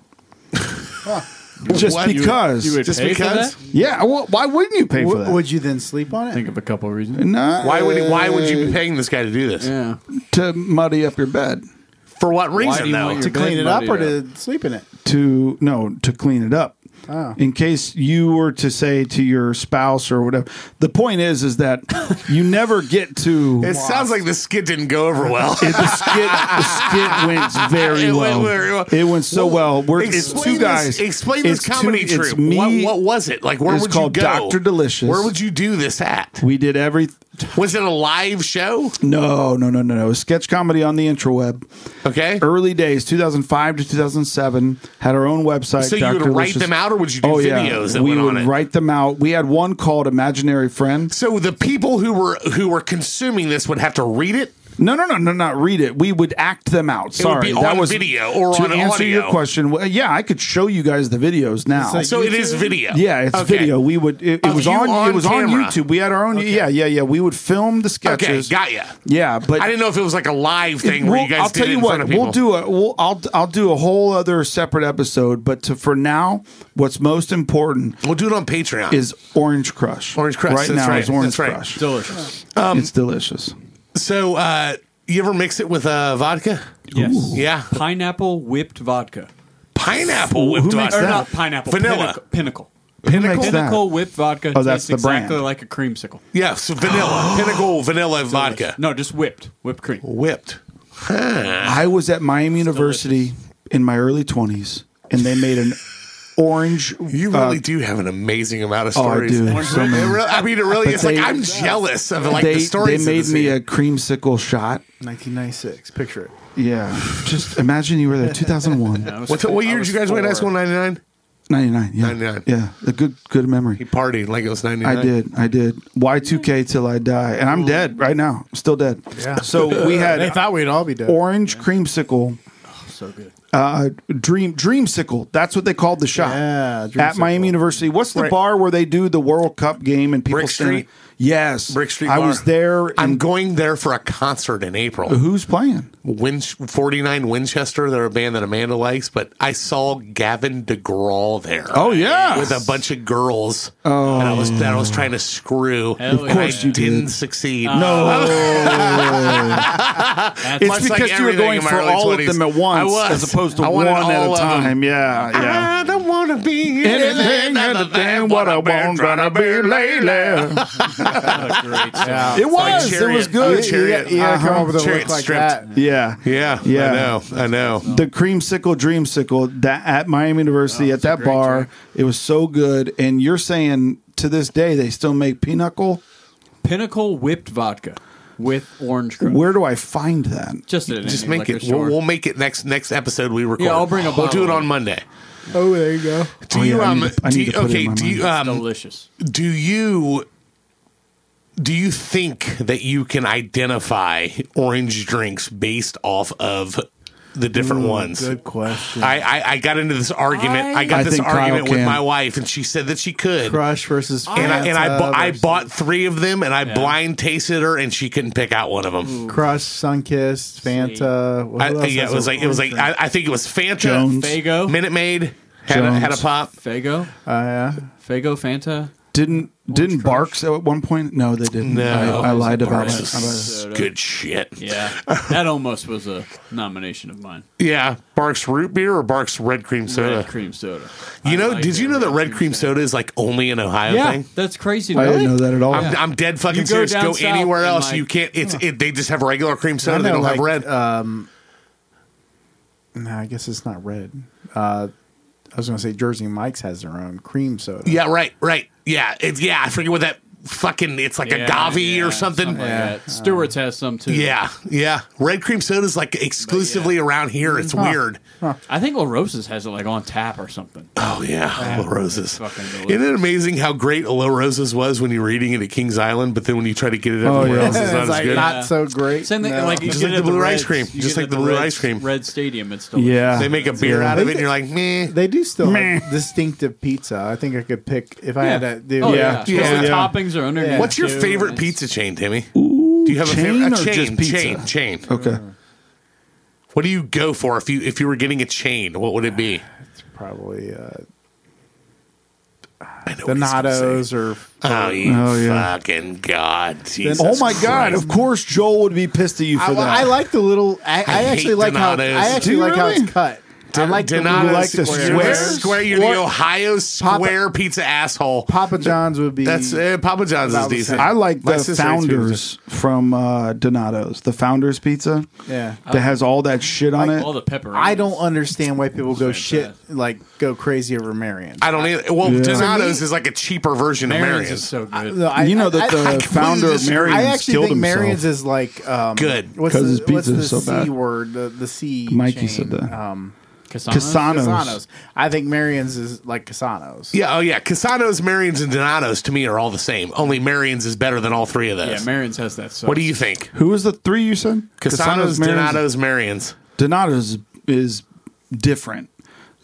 S5: Just
S3: What? You would-
S5: because,
S7: you would-
S3: Just
S7: Pay for
S3: because?
S7: that?
S5: yeah. Well, why wouldn't you pay for that?
S6: W- would you then sleep on it?
S7: Think of a couple of reasons.
S5: no,
S3: Why would why would you be paying this guy to do this?
S7: Yeah.
S5: uh, to muddy up your bed?
S3: For what
S7: do
S3: reason
S7: you
S3: though?
S7: want
S6: to
S7: your
S6: clean
S7: bed
S6: it up or
S7: muddied
S6: to sleep in it?
S5: to no to clean it up
S3: Ah.
S6: Oh.
S5: in case you were to say to your spouse or whatever the point is is that you never get to
S3: it sounds like the skit didn't go over
S5: the
S3: well.
S5: skit the skit went very
S3: It went
S5: well.
S3: very well.
S5: it went so well we're it's
S3: Explain
S5: two guys
S3: This, explain this
S5: It's two-
S3: comedy
S5: it's
S3: troupe.
S5: me
S3: what, what was it like? Where
S5: It's
S3: would you
S5: called
S3: go?
S5: Dr. Delicious.
S3: Where would you do this at?
S5: we did every
S3: Was it a live show?
S5: No, no, no, no, no. Sketch comedy on the intraweb.
S3: Okay.
S5: Early days, 2005 to 2007, had our own website.
S3: So you would
S5: Dr.
S3: write
S5: Licious.
S3: them out, or would you do videos that
S5: we
S3: went
S5: would
S3: on it?
S5: write them out. We had one called "Imaginary Friend."
S3: So the people who were who were consuming this would have to read it.
S5: No, no, no, no, not read it. We would act them out.
S3: It would
S5: Sorry,
S3: be on video or
S5: to
S3: on
S5: answer
S3: audio.
S5: your question. Well, yeah, I could show you guys the videos now.
S3: So it is video.
S5: yeah, it's
S3: Okay.
S5: video. We would. It, it
S3: Of
S5: was
S3: you
S5: on.
S3: on
S5: It was
S3: camera.
S5: on YouTube. We had our own. Yeah, yeah, yeah. We would film the
S3: Okay,
S5: sketches.
S3: got ya.
S5: Yeah, but
S3: I didn't know if it was like a live thing where
S5: We'll-
S3: you guys
S5: I'll
S3: did
S5: tell
S3: it
S5: you
S3: in
S5: what.
S3: front of people.
S5: We'll do a. We'll, I'll I'll do a whole other separate episode. But to, for now, what's most important
S3: We'll do it on Patreon.
S5: is Orange Crush.
S3: Orange Crush,
S5: right
S3: that's
S5: now
S3: right,
S5: is Orange
S3: that's right.
S5: Crush.
S4: Delicious.
S5: it's delicious.
S3: so uh, you ever mix it with uh, vodka?
S4: Yes.
S3: Yeah,
S4: Pineapple whipped vodka.
S3: pineapple whipped
S5: who makes
S3: vodka.
S4: Or
S5: that?
S4: not pineapple.
S3: Vanilla.
S4: Pinnacle. Pinnacle.
S5: Who makes
S4: Pinnacle whipped vodka
S5: Oh, that's
S4: tastes
S5: the brand.
S4: exactly like a creamsicle.
S3: Yeah, so vanilla, pinnacle vanilla vodka,
S4: No, just whipped. Whipped cream.
S3: whipped.
S5: I was at Miami University in my early twenties, and they made an orange.
S3: You
S5: uh,
S3: really do have an amazing amount of
S5: oh, I
S3: stories.
S5: do.
S3: It
S5: So
S3: really-
S5: many.
S3: I mean, it really
S5: But
S3: is
S5: they-
S3: like I'm jealous of like
S5: they
S3: the stories.
S5: they
S3: in
S5: made
S3: this
S5: me
S3: thing.
S5: a creamsicle shot.
S2: 1996. Picture it.
S5: Yeah, just imagine you were there. 2001,
S3: What, what year did you guys win high school? Ninety nine.
S5: 99. Yeah,
S3: 99.
S5: yeah, a good good memory.
S3: He partied like it was ninety nine.
S5: I did, I did. Y2K till I die, and I'm dead right now. I'm still dead.
S2: Yeah.
S5: So we
S2: They
S5: had
S2: thought we'd all be dead.
S5: orange creamsicle.
S4: So good.
S5: Uh, dream dreamsicle. That's what they called the shot
S2: Yeah,
S5: at Miami
S2: Dreamsicle.
S5: University. What's the
S3: Right.
S5: bar where they do the World Cup game and people
S3: Brick
S5: stand-
S3: Street?
S5: Yes,
S3: Brick Street.
S5: I
S3: Bar.
S5: was there.
S3: I'm
S5: and- Uh-huh.
S3: going there for a concert in April.
S5: Who's playing?
S3: Win- 49 Winchester. They're a band that Amanda likes, but I saw Gavin DeGraw there.
S5: Oh, yeah.
S3: with a bunch of girls. Oh, and I was that I was trying to screw.
S4: Hell
S3: and I
S5: course you did.
S3: didn't succeed. Oh.
S4: That's
S5: It's
S3: Much like
S5: because you were
S3: everything
S5: going
S3: in my
S5: for
S3: early
S5: all
S3: 20s.
S5: of them at once,
S3: I was.
S5: as opposed to
S3: I
S5: one
S3: wanted
S5: at
S3: all
S5: a
S3: of them.
S5: time. Yeah, yeah.
S3: I don't want to be
S5: Anything other than what I want, gonna be later.
S4: not a great song.
S5: It was.
S3: Chariot.
S5: it was good.
S3: Oh, Chariot.
S2: Yeah,
S5: Uh-huh.
S2: come up with a
S3: Chariot
S2: look like
S3: stripped.
S2: that.
S5: Yeah.
S3: Yeah, yeah. I
S5: Yeah.
S3: know. I know.
S5: The creamsicle dreamsicle that at Miami
S3: Oh,
S5: University at that bar, it was so good. And you're saying to this day they still make pinochle.
S4: Pinnacle whipped vodka with orange cream.
S5: Where do I find that?
S4: just at an
S3: Just
S4: Indian
S3: make
S4: liquor
S3: it. We'll,
S4: store.
S3: we'll make it next next episode we record.
S4: Yeah, I'll bring a
S3: We'll do
S4: bottle.
S3: it on Monday.
S2: Oh, there you go.
S3: Do
S5: Oh, yeah,
S3: you
S5: I
S3: um?
S5: need to- I
S3: do
S5: need
S3: you-
S5: to put it
S3: okay.
S5: in my
S3: Do you
S4: It's
S3: um?
S4: delicious.
S3: Do you do you think that you can identify orange drinks based off of the different ones?
S2: Good question.
S3: I, I I got into this argument. I, got
S5: I
S3: this
S5: think Kyle
S3: argument with
S5: can.
S3: my wife, and she said that she could.
S2: Crush versus
S3: And I, and I, bu-
S2: Fanta
S3: I
S2: versus
S3: bought three of them, and I blind tasted her, and she couldn't pick out one of them.
S2: Crush, Sunkist, Fanta. What
S3: I, uh,
S2: else
S3: yeah,
S2: has
S3: it was
S2: a
S3: like it was like I,
S2: orange
S3: I think it was Fanta,
S5: Jones.
S4: Fago.
S3: Minute Maid had a,
S5: Jones.
S3: had a pop.
S4: Fago.
S2: drink? Oh,
S4: Fago Fanta.
S5: Didn't didn't Barks at one point? No, they didn't.
S3: No.
S5: I, I lied about
S4: Barks.
S5: it. I lied.
S4: Soda.
S3: Good shit.
S4: Yeah, that almost was a nomination of mine.
S3: Yeah, Barks root beer or Barks red cream soda.
S4: Red cream soda.
S3: You
S4: I
S3: know?
S4: like
S3: did you know that red cream soda is like only an Ohio
S4: Yeah,
S3: thing? Oh,
S4: that's crazy.
S5: I
S4: Really?
S5: didn't know that at all.
S3: I'm, I'm dead fucking
S4: You go
S3: serious.
S4: down
S3: Go
S4: south
S3: anywhere
S4: and,
S3: else,
S4: like-
S3: you can't. It's it, they just have regular cream
S2: yeah. I
S3: soda. they
S2: know,
S3: don't have
S2: like,
S5: uh,
S3: red.
S2: Um, no, I guess it's not red. Uh, I was going to say Jersey Mike's has their own cream soda.
S3: yeah, right, right. Yeah, it's yeah. I forget what that fucking. It's like
S4: Yeah,
S3: agave
S4: yeah,
S3: or something.
S4: like that. Stewart's has some too.
S3: yeah, yeah. Red cream soda is like exclusively around here. It's weird.
S4: I think La Rosa's has it like on tap or something.
S3: Oh yeah, La Roses.
S4: fucking delicious.
S3: Isn't it amazing how great La Roses was when you were eating it at King's Island, but then when you try to get it everywhere else, it's
S2: It's
S3: not as
S2: like
S3: good.
S2: not so great.
S4: Same thing,
S2: No.
S4: like you
S3: Just
S4: get
S3: like
S4: it
S3: the
S4: at
S3: blue ice
S4: Reds-
S3: cream.
S4: you
S3: Just
S4: get
S3: like
S4: it
S3: the
S4: at
S3: blue
S4: Reds-
S3: ice cream.
S4: Red Stadium. It's delicious.
S5: yeah,
S3: they make a beer out of it, and you're like, meh.
S2: They do still have distinctive pizza. I think I could pick if I
S4: Yeah.
S2: had that. Dude,
S4: Oh,
S5: Yeah.
S4: yeah.
S3: Yeah.
S4: Because The
S5: Yeah.
S4: toppings are underneath.
S3: What's your
S4: too,
S3: favorite
S4: and it's-
S3: pizza chain, Timmy? do you have a
S5: chain
S3: favorite
S5: or
S3: a chain?
S5: just pizza?
S3: Chain, chain.
S5: okay.
S3: What do you go for if you if you were getting a chain? What would it be?
S2: It's probably uh,
S3: I know
S2: the
S3: what he's Oh, gonna say.
S2: Nattos or
S3: Oh, you
S5: Oh, yeah.
S3: fucking god! Jesus
S5: oh my God!
S3: Christ.
S5: Of course, Joel would be pissed at you for
S2: I,
S5: that.
S2: I like the little. I, I,
S3: hate
S2: actually like how. I
S3: Donatos.
S5: Do
S2: actually
S5: you
S2: like how
S5: really?
S2: it's cut. I like the-
S3: Donato's
S2: you like the
S3: square.
S2: squares?
S3: Square, you're
S2: What?
S3: the Ohio square pizza asshole.
S2: Papa John's would be.
S3: That's uh, Papa John's is
S2: About the
S3: decent.
S2: same.
S5: I like
S3: My
S5: the
S3: sister hates
S5: founders from uh, Donato's, the founders pizza.
S2: Yeah.
S5: that has all that shit on
S7: All
S5: it.
S7: the pepper.
S2: I don't understand why people go shit
S7: fantastic.
S2: like go crazy over Marion.
S3: I don't either. Well,
S5: Yeah.
S3: Donato's is like a cheaper version of
S7: Marion's
S3: Marion's.
S7: is so good.
S2: No, I-
S5: you know
S2: I- I-
S5: that the
S2: I completely
S5: founder of
S2: disagree.
S5: Marion's
S2: I actually
S5: killed
S2: think
S5: himself.
S2: Marion's is like um,
S3: Good.
S2: What's
S5: 'Cause
S2: the,
S5: his pizza
S2: what's the
S5: is so
S2: C
S5: bad.
S2: word? The, the C.
S5: Mikey
S2: chain,
S5: said that.
S2: Um,
S7: Cassano's?
S5: Cassano's.
S2: Casanos. I think Marion's is like Casanos.
S3: Yeah, oh yeah. Casano's, Marion's, and Donato's to me are all the same. Only Marion's is better than all three of
S7: Yeah,
S3: those.
S7: Marion's has that. Sauce.
S3: what do you think?
S5: Who was the three you said? Marion's-
S3: Casano's, Donato's, Marion's.
S5: Donato's is different.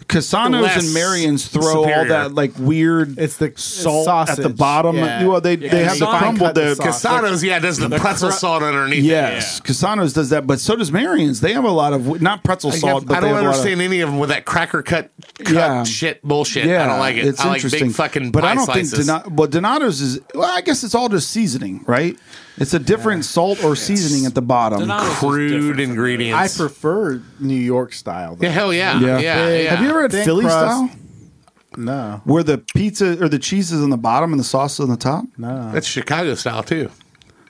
S5: Cassano's
S3: Less
S5: and Marion's throw all
S3: superior.
S5: that like weird.
S2: It's the
S5: salt
S2: sausage.
S5: at the bottom.
S2: Yeah.
S5: Well, they
S2: Yeah,
S5: they
S2: and
S5: have
S2: you
S5: the
S2: fine
S5: crumble
S2: cut the
S5: there.
S2: sauce.
S3: Casano's, yeah, does the, pretzel salt underneath. it.
S5: Yes, Cassano's does that, but so does Marion's. They have a lot of not pretzel
S3: I,
S5: salt,
S3: have-
S5: but
S3: I
S5: they
S3: don't
S5: have a lot of-
S3: understand any of them with that cracker cut, cut
S5: Yeah.
S3: shit bullshit. I don't like it.
S5: It's
S3: I like
S5: interesting.
S3: big fucking
S5: but
S3: pie
S5: I don't
S3: slices.
S5: think Donato, well, Donato's is. Well, I guess it's all just seasoning, right? It's a different salt or seasoning at the bottom.
S7: Donato's is different
S3: crude
S7: from
S3: ingredients.
S2: I prefer New York style. Though.
S3: yeah, hell yeah.
S5: Yeah.
S3: Yeah. yeah,
S5: Have you ever had
S2: Thin
S5: Philly
S2: crust.
S5: style,
S2: No,
S5: where the pizza or the cheese is on the bottom and the sauce is on the top?
S2: no.
S3: That's Chicago style too.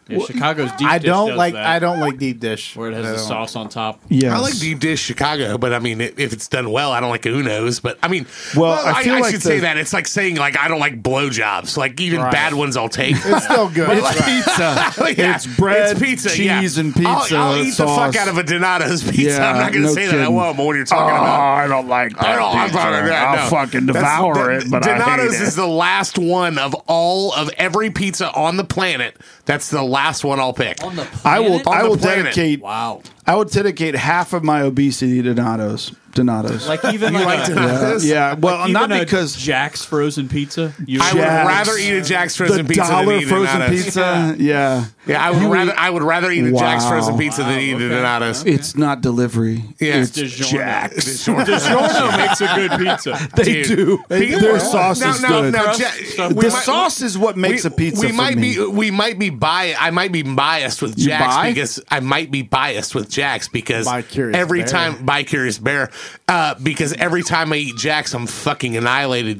S7: Yeah, Chicago's deep.
S2: I
S7: dish
S2: don't
S7: does
S2: like.
S7: that,
S2: I don't like deep dish.
S7: where it has
S2: I
S7: the
S2: don't.
S7: sauce on top.
S5: Yes.
S3: I like deep dish Chicago, but I mean, i- if it's done well, I don't like Uno's. But I mean,
S5: Well,
S3: well,
S5: I
S3: I,
S5: feel
S3: I
S5: like
S3: should
S5: the-
S3: say that it's like saying like I don't like blowjobs. Like even bad ones, I'll take.
S2: It's still good.
S5: It's pizza.
S3: Oh, yeah.
S5: It's bread, cheese, and pizza
S3: I'll, I'll eat the
S5: sauce.
S3: fuck out of a Donato's pizza.
S5: Yeah,
S3: I'm not going to
S5: no
S3: say that I
S5: kidding.
S3: won't, but when you're talking about.
S5: I don't like
S3: Oh, I don't, I'm fucking, yeah, no. That's- that- Donato's is the last one of all of every pizza on the planet. That's the last one I'll pick.
S7: On the
S5: I will.
S7: planet?
S5: I
S3: the
S5: will
S3: planet.
S5: dedicate.
S7: Wow.
S5: I would dedicate half of my obesity to Donato's. Donato's.
S7: Like even
S3: you like
S7: like, a-
S3: Donato's?
S5: yeah. Well,
S7: even
S5: not
S7: a
S5: because
S7: Jack's frozen pizza. You
S3: I would
S5: Jack's.
S3: rather eat a Jack's
S5: the
S3: frozen pizza
S5: dollar
S3: than eat a
S5: frozen
S3: Donato's.
S5: pizza. Yeah.
S3: Yeah, I would rather I would rather eat a Jack's
S5: Wow.
S3: frozen pizza than eat a
S7: okay.
S3: Donato's.
S5: It's not delivery.
S3: Yeah,
S5: it's
S7: DiGiorno.
S5: Jack's.
S7: DiGiorno makes a good pizza.
S5: They
S3: Dude.
S5: do.
S3: They do.
S5: Their sauce
S3: No,
S5: is
S3: no,
S5: good.
S3: no,
S7: Crust
S3: Jack-
S7: stuff.
S3: Uh, we
S5: the
S3: might-
S5: sauce is what makes a pizza.
S3: We
S5: for
S3: might
S5: me.
S3: be uh, we might be biased. I might be biased with
S5: You
S3: Jax
S5: bi?
S3: because I might be biased with Jax because
S2: Bi Curious
S3: every
S2: Bear.
S3: time by Curious Bear uh, because every time I eat Jax I'm fucking annihilated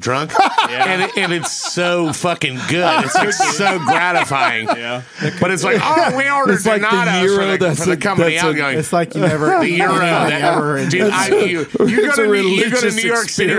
S3: drunk and it, and it's so fucking good. It's like so gratifying.
S7: Yeah.
S3: But it's like oh we ordered
S5: It's like the
S3: Donatos
S5: euro
S3: for the,
S5: that's
S3: for the
S5: a-
S3: company.
S5: that's
S3: I'm
S5: a-
S3: going.
S2: It's like you never.
S3: The euro, that,
S2: ever.
S3: dude. I, you, you go
S5: it's
S3: to
S5: a
S3: New, you go to
S5: religious
S3: New York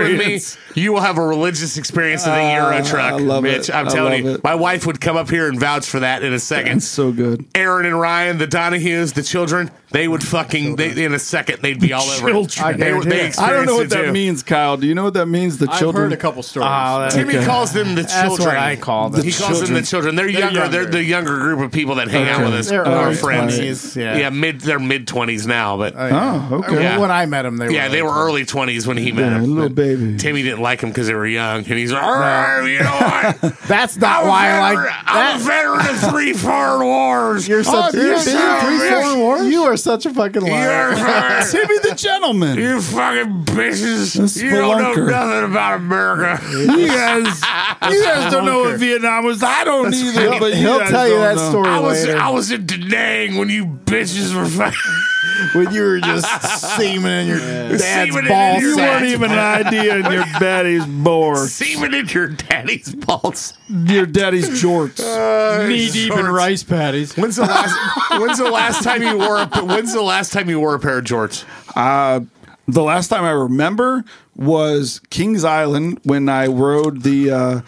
S5: experience. Ah,
S3: City with me, you will have a religious experience in the euro truck.
S5: I love
S3: bitch.
S5: it.
S3: I'm
S5: I
S3: telling
S5: love
S3: you,
S5: it.
S3: my wife would come up here and vouch for that in a second.
S5: It's so good.
S3: Aaron and Ryan, the Donahues, the children, they would fucking they, in a second they'd be all over. it.
S2: I
S3: They, were-
S2: guarantee
S3: they
S2: it.
S3: experienced
S5: I don't know what
S3: it
S5: that
S3: too.
S5: means, Kyle. Do you know what that means? The
S7: I've
S5: children.
S7: heard a couple stories.
S3: Timmy calls them the
S2: That's what
S3: children.
S2: I call them.
S3: He calls them the children. They're, younger. They're
S7: younger.
S3: the younger group of people that hang out
S5: Okay.
S3: with us.
S2: They're
S3: our
S2: early
S3: friends.
S2: 20s,
S3: Yeah.
S2: yeah.
S3: mid. They're mid twenties now, but
S5: Oh, okay.
S3: Yeah.
S2: When I met him, they were
S3: yeah, they were early twenties when he met
S5: Yeah,
S3: him.
S5: little baby.
S3: Timmy didn't like him because they were young, and he's like, "Arr, you know what?
S2: That's
S3: I'm
S2: not
S3: a
S2: why I
S3: veteran-
S2: like.
S3: I'm a veteran of three foreign wars. Oh,
S2: You're such.
S5: you've
S2: you're
S5: been
S2: such-
S5: to three
S2: you're-
S5: foreign wars?
S2: You are such a fucking liar.
S3: You're fucking-
S5: Timmy the gentleman.
S3: you fucking bitches!
S5: A
S3: You don't know
S5: spelunker.
S3: nothing about America.
S5: You guys, you guys don't know what Vietnam was. I don't either.
S2: He'll,
S5: but you
S2: he'll
S5: guys
S2: tell you
S5: don't
S2: that
S5: know.
S2: story
S3: I was
S2: later
S3: I was in Da Nang when you bitches were fucking
S2: when you were just semen in your dad's
S3: Semen in
S2: ball
S3: your-
S5: You
S2: sack.
S5: weren't even an idea in your daddy's board.
S3: semen in your daddy's balls.
S5: Your daddy's jorts.
S7: knee deep in rice patties.
S3: When's the last? when's the last time you wore? A, when's the last time you wore a pair of jorts?
S5: Uh, the last time I remember was Kings Island when I rode the uh,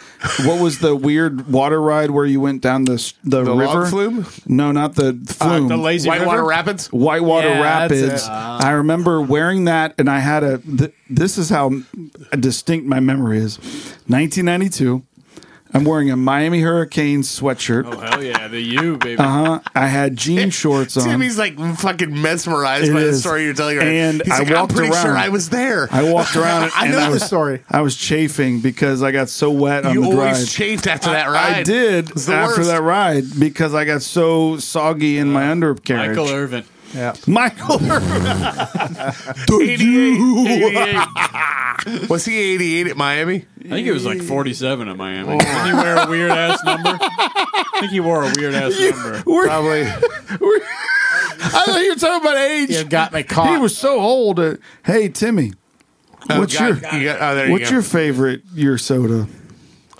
S5: what was the weird water ride where you went down the s- the,
S3: The log
S5: river
S3: flume?
S5: No, not the flume.
S7: The lazy
S3: Whitewater
S7: river?
S3: Rapids.
S5: Whitewater
S2: Yeah, that's
S5: Rapids.
S2: it.
S5: I remember wearing that, and I had a. Th- this is how distinct my memory is. 1992. I'm wearing a Miami Hurricane sweatshirt.
S7: Oh hell yeah, the U baby.
S5: Uh-huh. I had jean shorts on.
S3: Timmy's like fucking mesmerized
S5: It
S3: by the
S5: is.
S3: story you're telling her.
S5: And
S3: He's
S5: I
S3: like,
S5: walked
S3: I'm pretty
S5: around.
S3: sure I was there.
S5: I walked around.
S2: I
S5: and
S2: know
S5: I
S2: the
S5: was,
S2: story.
S5: I was chafing because I got so wet on
S3: you
S5: the
S3: always
S5: ride.
S3: chafed after that ride.
S5: I did
S3: It's the
S5: after
S3: worst.
S5: that ride because I got so soggy in my undercarriage.
S7: Michael Irvin.
S3: uh,
S5: Michael Irvin.
S3: 88, 88. was he 88 at Miami?
S7: I think it was like 47 at
S5: Oh.
S7: Miami. Didn't he wear a weird ass number? I think he wore a weird ass number.
S5: We're-
S2: Probably.
S5: we're- I thought you were talking about age.
S2: You got me caught.
S5: He was so old. uh, hey, Timmy, what's
S3: Oh, God,
S5: your
S3: you got- oh, there you
S5: what's
S3: go.
S5: your favorite your soda?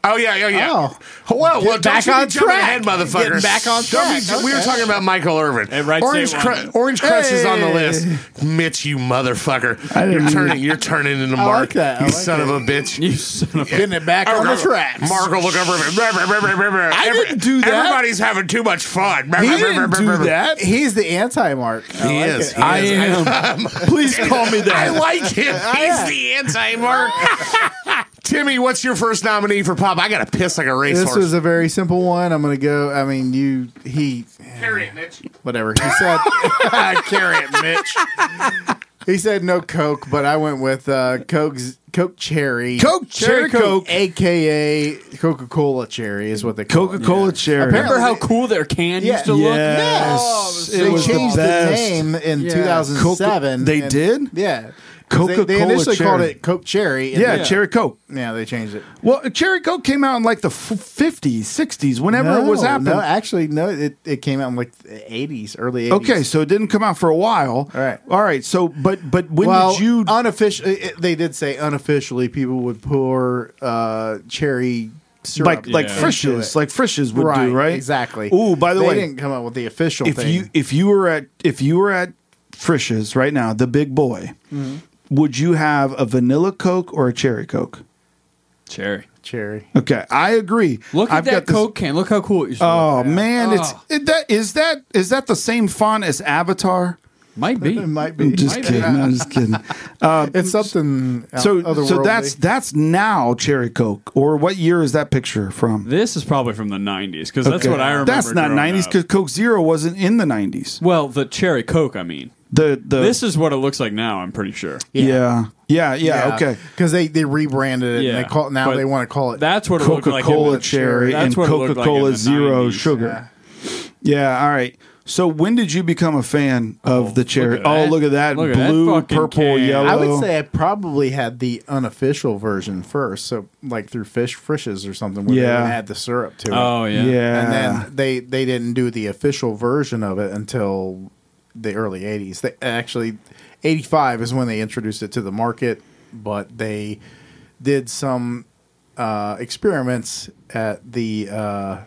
S3: Oh yeah, yeah, yeah.
S2: Oh.
S3: Well, well, don't
S2: back
S3: you be
S2: on
S3: jumping
S2: track.
S3: ahead, motherfuckers.
S2: Getting back on
S3: Don't be
S2: track.
S3: ju- We were talking about Michael Irvin.
S7: Hey, right, say
S3: Orange,
S7: one.
S3: Cru- Orange Crush is on the
S2: Hey.
S3: list. Mitch, you motherfucker.
S5: didn't
S3: You're
S5: even-
S3: turning. You're turning into Mark.
S2: that. I
S3: You
S2: like
S3: son of a bitch.
S4: You son of a
S2: Getting it back on the tracks.
S3: Mark will look over. I
S2: didn't do that.
S3: Everybody's having too much fun.
S2: He didn't do that. He's the anti-Mark.
S3: He
S2: like
S3: is.
S2: it.
S3: He is.
S5: am. Please call me
S3: I like him. He's the anti-Mark. Oh, Timmy, what's your first nominee for pop? I gotta piss like a
S2: This
S3: racehorse.
S2: was a very simple one. I'm gonna go. I mean, you. He.
S3: Carry it, Mitch.
S2: Whatever he said.
S3: Carry it, Mitch.
S2: he said no Coke, but I went with uh, Coke's Coke Cherry.
S5: Coke Cherry Coke.
S2: aka Coca Cola Cherry, is what they call
S5: Coca
S2: it.
S5: Cola cherry.
S2: Apparently-
S4: Remember how cool their can
S2: Yeah.
S4: used to look?
S5: Yes.
S2: They changed the, name in
S5: Yeah.
S2: 2007.
S5: Coca- they
S2: and-
S5: did?
S2: Yeah. 'Cause
S5: Coca
S2: They,
S5: Cola
S2: they initially
S5: cherry.
S2: called it Coke Cherry. and
S5: yeah,
S2: then-
S5: cherry coke.
S2: Yeah, they changed it.
S5: Well, cherry coke came out in like the fifties, sixties, whenever it was happening.
S2: No, actually, no. It, it came out in like the 80s, early 80s.
S5: okay, so it didn't come out for a while.
S2: All right.
S5: all right. uh, So, but but when
S2: well,
S5: did you?
S2: unofficially, it- they did say unofficially people would pour uh, cherry syrup.
S5: like like
S7: Yeah.
S5: Frisch's, like Frisch's would
S2: right,
S5: do, right?
S2: Exactly.
S5: Ooh, by the
S2: they
S5: way,
S2: didn't come up with the official
S5: if
S2: thing.
S5: you if you were at if you were at Frisch's right now, the big boy, would you have a vanilla Coke or a cherry Coke?
S4: Cherry.
S2: cherry.
S5: Okay, I agree.
S4: Look at
S5: I've
S4: that
S5: got this-
S4: Coke can. Look how cool it used to look.
S5: Oh man, it's
S4: Oh.
S5: it, that is that is that the same font as Avatar?
S4: Might be.
S2: It might be.
S5: I'm just
S4: Might be.
S5: kidding. I'm just kidding. Uh,
S2: it's something.
S5: so so
S2: otherworldly.
S5: that's that's now cherry Coke. Or what year is that picture from?
S7: This is probably from the 90s because that's
S5: Okay.
S7: what I remember.
S5: That's not
S7: growing
S5: '90s
S7: up.
S5: because Coke Zero wasn't in the '90s.
S7: Well, the cherry Coke, I mean.
S5: The the
S7: This is what it looks like now, I'm pretty sure.
S5: Oh. yeah yeah yeah, okay.
S2: Because they they rebranded it.
S7: Yeah,
S2: and they call now
S7: but
S2: they want to call it
S7: That's what it looked
S5: Coca
S7: like. in
S5: Cola
S7: the-
S5: cherry
S7: That's
S5: and
S7: what it looked
S5: Coca
S7: like in
S5: Cola
S7: the
S5: Zero
S7: 90s.
S5: sugar. Yeah. all right. So when did you become a fan of the cherry?
S7: at
S5: Oh,
S7: that.
S5: look at that
S7: Look at that
S5: blue,
S7: fucking
S5: purple,
S7: can.
S5: yellow.
S2: I would say I probably had the unofficial version first, so like through fish frishes or something, where
S5: Yeah.
S2: they would add the syrup to it.
S7: Oh, yeah.
S5: yeah.
S2: and then they they didn't do the official version of it until the early '80s. They actually '85 is when they introduced it to the market, but they did some uh, experiments at the uh,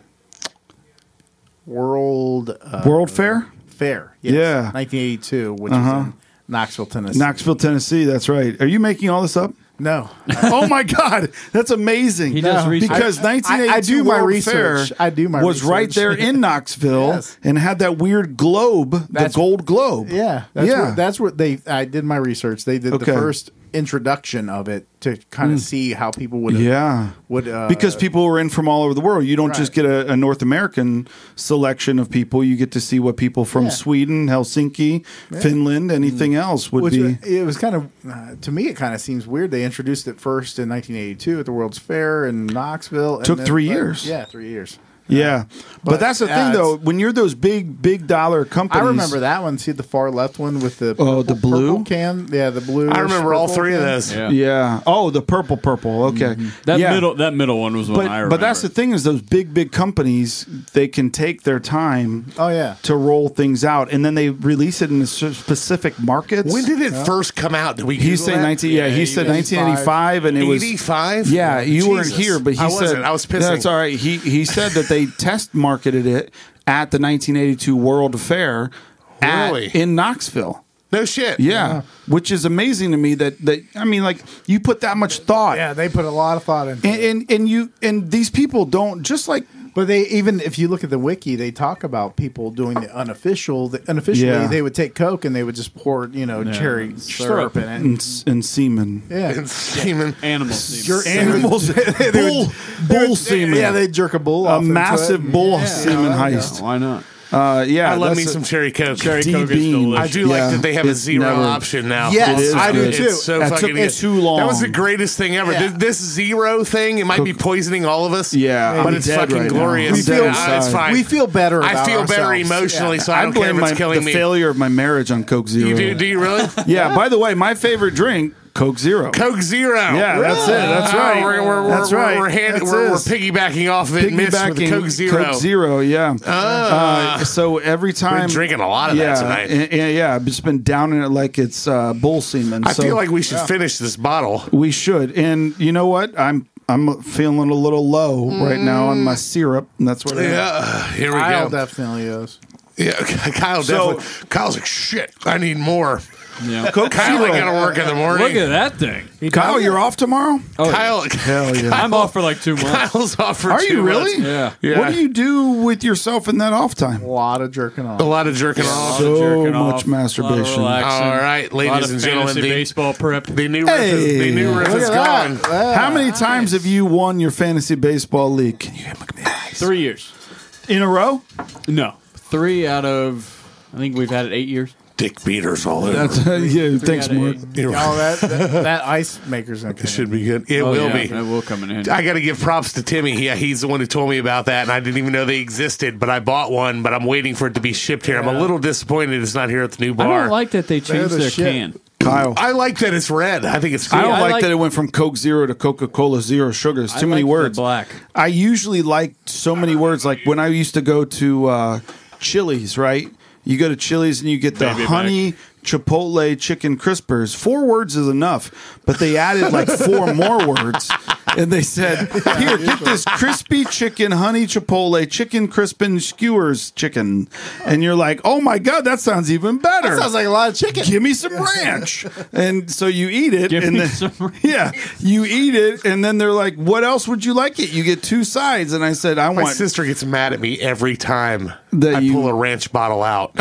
S2: World uh,
S5: World Fair,
S2: Fair, yes,
S5: Yeah.
S2: 1982, which
S5: Uh-huh.
S2: is in Knoxville, Tennessee.
S5: Knoxville, Tennessee. That's right. Are you making all this up?
S2: no,
S5: oh my God, that's amazing!
S4: He does No. research.
S5: because
S2: I- I-
S5: 1982
S2: I do my
S5: World
S2: research.
S5: Fair
S2: I do my
S5: was right
S2: research.
S5: there in Knoxville
S2: Yes.
S5: and had that weird globe,
S2: That's-
S5: the gold globe.
S2: Yeah, that's
S5: yeah.
S2: What, that's what they. I did my research. They did
S5: Okay. Hmm.
S2: the first introduction of it to kind of see how people would.
S5: yeah.
S2: would uh,
S5: because people were in from all over the world. You don't just get
S2: Right.
S5: a, a North American selection of people. You get to see what people from
S2: Yeah. Mm.
S5: Sweden, Helsinki, Finland, anything else would
S2: which
S5: be.
S2: it was kind of uh, to me, it kind of seems weird. They introduced it first in 1982 at the World's Fair in Knoxville. and
S5: Took
S2: then-
S5: three
S2: but-
S5: years.
S2: Yeah, three years.
S5: yeah, but,
S2: but,
S5: that's the
S2: yeah,
S5: thing, though. When you're those big, big dollar
S2: I
S5: companies,
S2: remember that one. See the far left one with the
S5: Oh, the
S2: purple-
S5: blue?
S2: purple can. Yeah, the blue.
S3: I remember all
S2: purple
S3: three of
S2: can.
S3: those.
S7: Yeah.
S5: Yeah. Oh, the purple, purple. Okay.
S4: Mm-hmm.
S7: That
S5: Yeah.
S7: middle that middle one was one I
S5: But
S7: remember.
S5: but that's the thing is those big, big companies they can take their time.
S2: Oh yeah,
S5: To roll things out, and then they release it in s- specific markets.
S3: When did it first come out? Did we?
S5: he said nineteen? Yeah, he said nineteen eighty five, and it was
S3: eighty-five.
S5: Yeah, you weren't here, but he
S3: I
S5: said
S3: wasn't. I was pissing.
S5: That's all right. He he said that they test marketed it at the 1982 World Fair, at-
S3: Really?
S5: in Knoxville.
S3: No shit.
S5: Yeah, which is amazing to me that that I mean, like you put that much thought,
S2: yeah. They put a lot of thought into.
S5: and,
S2: it.
S5: and and you and these people don't just like
S2: But they even if you look at the wiki, they talk about people doing the unofficial. The, unofficially,
S5: Yeah.
S2: they would take Coke and they would just pour you know cherry syrup,
S7: syrup.
S2: in it.
S5: and, s- and semen.
S2: Yeah,
S3: And semen.
S7: animal. semen.
S5: Animals, bull, bull semen,
S2: yeah, they jerk a bull.
S5: a
S2: off into
S5: massive
S2: it.
S5: bull semen heist.
S7: Why not?
S5: Uh, yeah,
S3: I love me
S5: that's a-
S3: some cherry coke.
S7: Cherry
S5: D
S7: Coke is
S5: bean.
S7: delicious.
S3: I do like
S5: Yeah,
S3: that they have a
S5: it's
S3: zero
S5: never-
S3: option now.
S2: Yes,
S5: It is
S2: I do
S5: good.
S2: too.
S3: It's so
S5: That
S3: fucking
S5: took me
S3: good.
S5: too long.
S3: That was the greatest thing ever.
S2: Yeah.
S3: This, this zero thing, it might be poisoning all of us.
S5: Yeah,
S3: but
S5: I'm
S3: it's
S5: dead
S3: fucking
S5: right now.
S3: glorious.
S5: I'm dead
S3: Yeah,
S5: inside.
S3: it's fine.
S2: We feel better.
S3: I
S2: about
S3: feel better
S2: ourselves.
S3: emotionally,
S2: Yeah.
S3: so I don't care if
S5: my,
S3: it's killing
S5: the
S3: me.
S5: failure of my marriage on Coke Zero.
S3: You do? Do you really?
S5: Yeah. By the way, my favorite drink, Coke Zero.
S3: Coke Zero.
S5: Yeah, that's it. That's
S3: Ah,
S5: right.
S3: We're, we're,
S5: That's
S3: we're,
S5: right.
S3: We're, hand,
S5: That's
S3: we're, we're
S5: us.
S3: piggybacking off of it. and mixed with
S5: Piggybacking
S3: Coke Zero.
S5: Coke Zero, yeah. Uh, so every
S3: We're
S5: time.
S3: drinking a lot of
S5: yeah,
S3: that tonight.
S5: and- and- yeah, I've just been downing it like it's uh, bull semen.
S3: I
S5: so
S3: feel like we should finish this bottle.
S5: we should. And you know what? I'm I'm feeling a little low right now on my syrup, and that's what. I
S3: Yeah, here we
S2: Kyle
S3: go.
S2: definitely is.
S3: yeah, Kyle
S5: So-
S3: definitely. Kyle's like, shit, I need more.
S4: Yeah.
S5: Coke
S3: Kyle ain't got to work in the morning.
S4: Look at that thing.
S5: Kyle, you're off tomorrow.
S4: Oh, yeah.
S3: Kyle,
S5: Hell yeah.
S4: I'm off for like two months.
S3: Kyle's off for
S5: Are
S3: two
S5: you really?
S3: months.
S4: Yeah.
S3: Yeah.
S5: What do you do with yourself in that off time?
S2: A lot of jerking
S3: A
S2: off.
S3: lot of jerking off.
S5: So
S7: Jerking
S5: much
S7: off,
S5: masturbation.
S7: lot of
S3: All
S7: relaxing,
S3: right,
S7: lot
S3: ladies
S7: of
S3: and
S7: fantasy
S3: gentlemen, the,
S7: baseball prep.
S3: the new riff is, the new
S5: Hey.
S3: riff
S5: Look
S3: is
S5: at
S3: gone.
S5: How many times have you won your fantasy baseball league
S7: Three years.
S5: in a row?
S7: No.
S4: Three out of, I think we've had it eight years.
S3: Dick beaters all over.
S5: yeah, thanks,
S4: out of
S5: Mark.
S4: eight.
S3: You're right.
S2: Oh, that, that, that ice maker's gonna
S3: It should be good. It
S7: Oh,
S3: will
S7: yeah,
S3: be.
S7: That will come in handy.
S3: I got to give props to Timmy. Yeah, he's the one who told me about that, and I didn't even know they existed. But I bought one, but I'm waiting for it to be shipped here. I'm a little disappointed it's not here at the new
S7: I
S3: bar.
S7: don't like that they changed
S2: the
S7: their
S2: shit.
S7: can.
S5: Kyle.
S3: I like that it's red. I think it's cool.
S5: I don't
S4: I
S5: like,
S4: like-
S5: that it went from Coke Zero to Coca Cola Zero Sugar. It's
S4: I
S5: too many
S4: like the
S5: words.
S4: black.
S5: I usually like so many words. Like when I used to go to uh, Chili's, right? You go to Chili's and you get the
S7: Baby back.
S5: honey chipotle chicken crispers. Four words is enough, but they added like four more words. And they said, "Here, get this crispy chicken, honey chipotle, chicken crispin skewers chicken." And you're like, "Oh my god, that sounds even better!
S2: Sounds like a lot of chicken.
S5: give me some ranch. and so you eat it,
S7: Give
S5: and
S7: me
S5: then
S7: some ranch.
S5: yeah, you eat it, and then they're like, "What else would you like it?" You get two sides, and I said, "I
S3: My
S5: want."
S3: sister gets mad at me every time
S5: That
S3: I
S5: you-
S3: pull a ranch bottle out.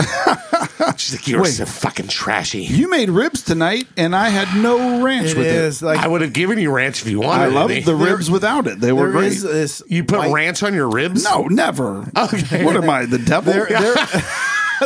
S3: She's like, "You're
S5: Wait.
S3: so fucking trashy."
S5: you made ribs tonight, and I had no ranch
S2: It
S5: with
S2: is like
S3: I would have given you ranch if you
S5: it.
S3: wanted.
S5: I loved
S3: me.
S5: the ribs without it; they were
S2: there
S5: great.
S2: is this.
S3: You put
S2: white-
S3: ranch on your ribs?
S5: no, never. What am I, the devil?
S2: There, there,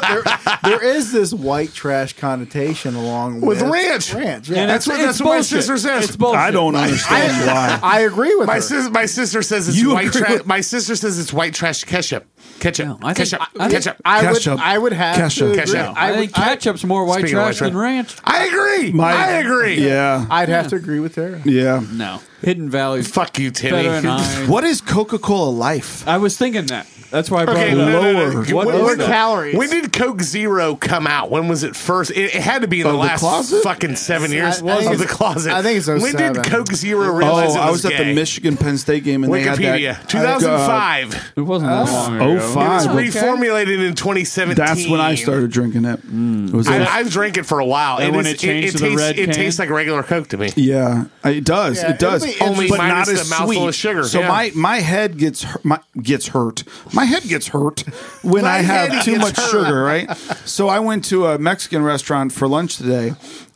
S2: there, there is this white trash connotation along
S3: With
S2: with,
S3: ranch.
S2: Ranch,
S4: And
S2: yeah.
S3: That's
S4: it's-
S3: what-
S4: it's
S3: that's what my
S4: bullshit.
S3: sister says.
S4: It's bullshit.
S5: I don't understand why.
S2: I agree with
S3: My
S2: her.
S3: sister, my sister says it's
S5: You
S3: white
S5: agree
S3: trash.
S5: with-
S3: My sister says it's white trash ketchup. Ketchup.
S4: No, I think-
S3: ketchup.
S4: I- I think-
S3: ketchup.
S2: I would,
S5: Ketchup.
S2: I would have
S5: Ketchup.
S2: to agree.
S3: Ketchup.
S4: I,
S2: I would,
S4: think ketchup's more white
S3: Speaking of
S4: trash
S3: white
S4: than
S3: trash-
S4: ranch.
S3: I agree.
S5: My-
S3: I agree.
S5: yeah,
S2: I'd have to agree with her.
S5: yeah.
S4: No. Hidden Valley.
S3: Fuck you, Timmy.
S4: better than I.
S5: What is Coca Cola Life?
S4: I was thinking that. That's why I brought
S3: Okay,
S4: it
S3: no,
S4: up.
S3: no, no, no.
S5: Lower.
S3: What
S4: What
S3: is
S4: is
S3: that?
S4: that?
S2: calories.
S3: When did Coke Zero come out? When was it first? It, it had to be in the
S5: Oh, the
S3: last
S5: closet?
S3: fucking seven
S2: Yes,
S3: years
S2: I- I think
S3: of the
S2: it's-
S3: closet.
S2: I think it's
S3: When did
S2: 07.
S3: Coke Zero
S5: Oh,
S3: realize it
S5: I was
S3: was
S5: at the
S3: gay?
S5: Michigan Penn State game, and they
S3: Wikipedia,
S5: had that uh,
S3: 2005.
S4: It wasn't that long ago.
S5: Oh
S3: it was
S5: five.
S3: reformulated in 2017.
S5: That's when I started drinking it. It was
S3: I,
S5: like-
S3: I've drank it for a while.
S7: And when it changed to the
S3: tastes,
S7: red
S3: it
S7: can?
S3: tastes like regular Coke to me.
S5: Yeah, it does.
S2: Yeah,
S5: it does.
S2: it'll be
S3: Only
S5: but
S3: minus
S5: not
S3: the
S5: as
S3: mouthful
S5: sweet.
S3: of sugar,
S5: So
S3: yeah.
S5: my my head gets hurt, my gets hurt. My head gets hurt when I have
S3: head
S5: too
S3: gets
S5: much sugar. Right. So I went to a Mexican restaurant for lunch today,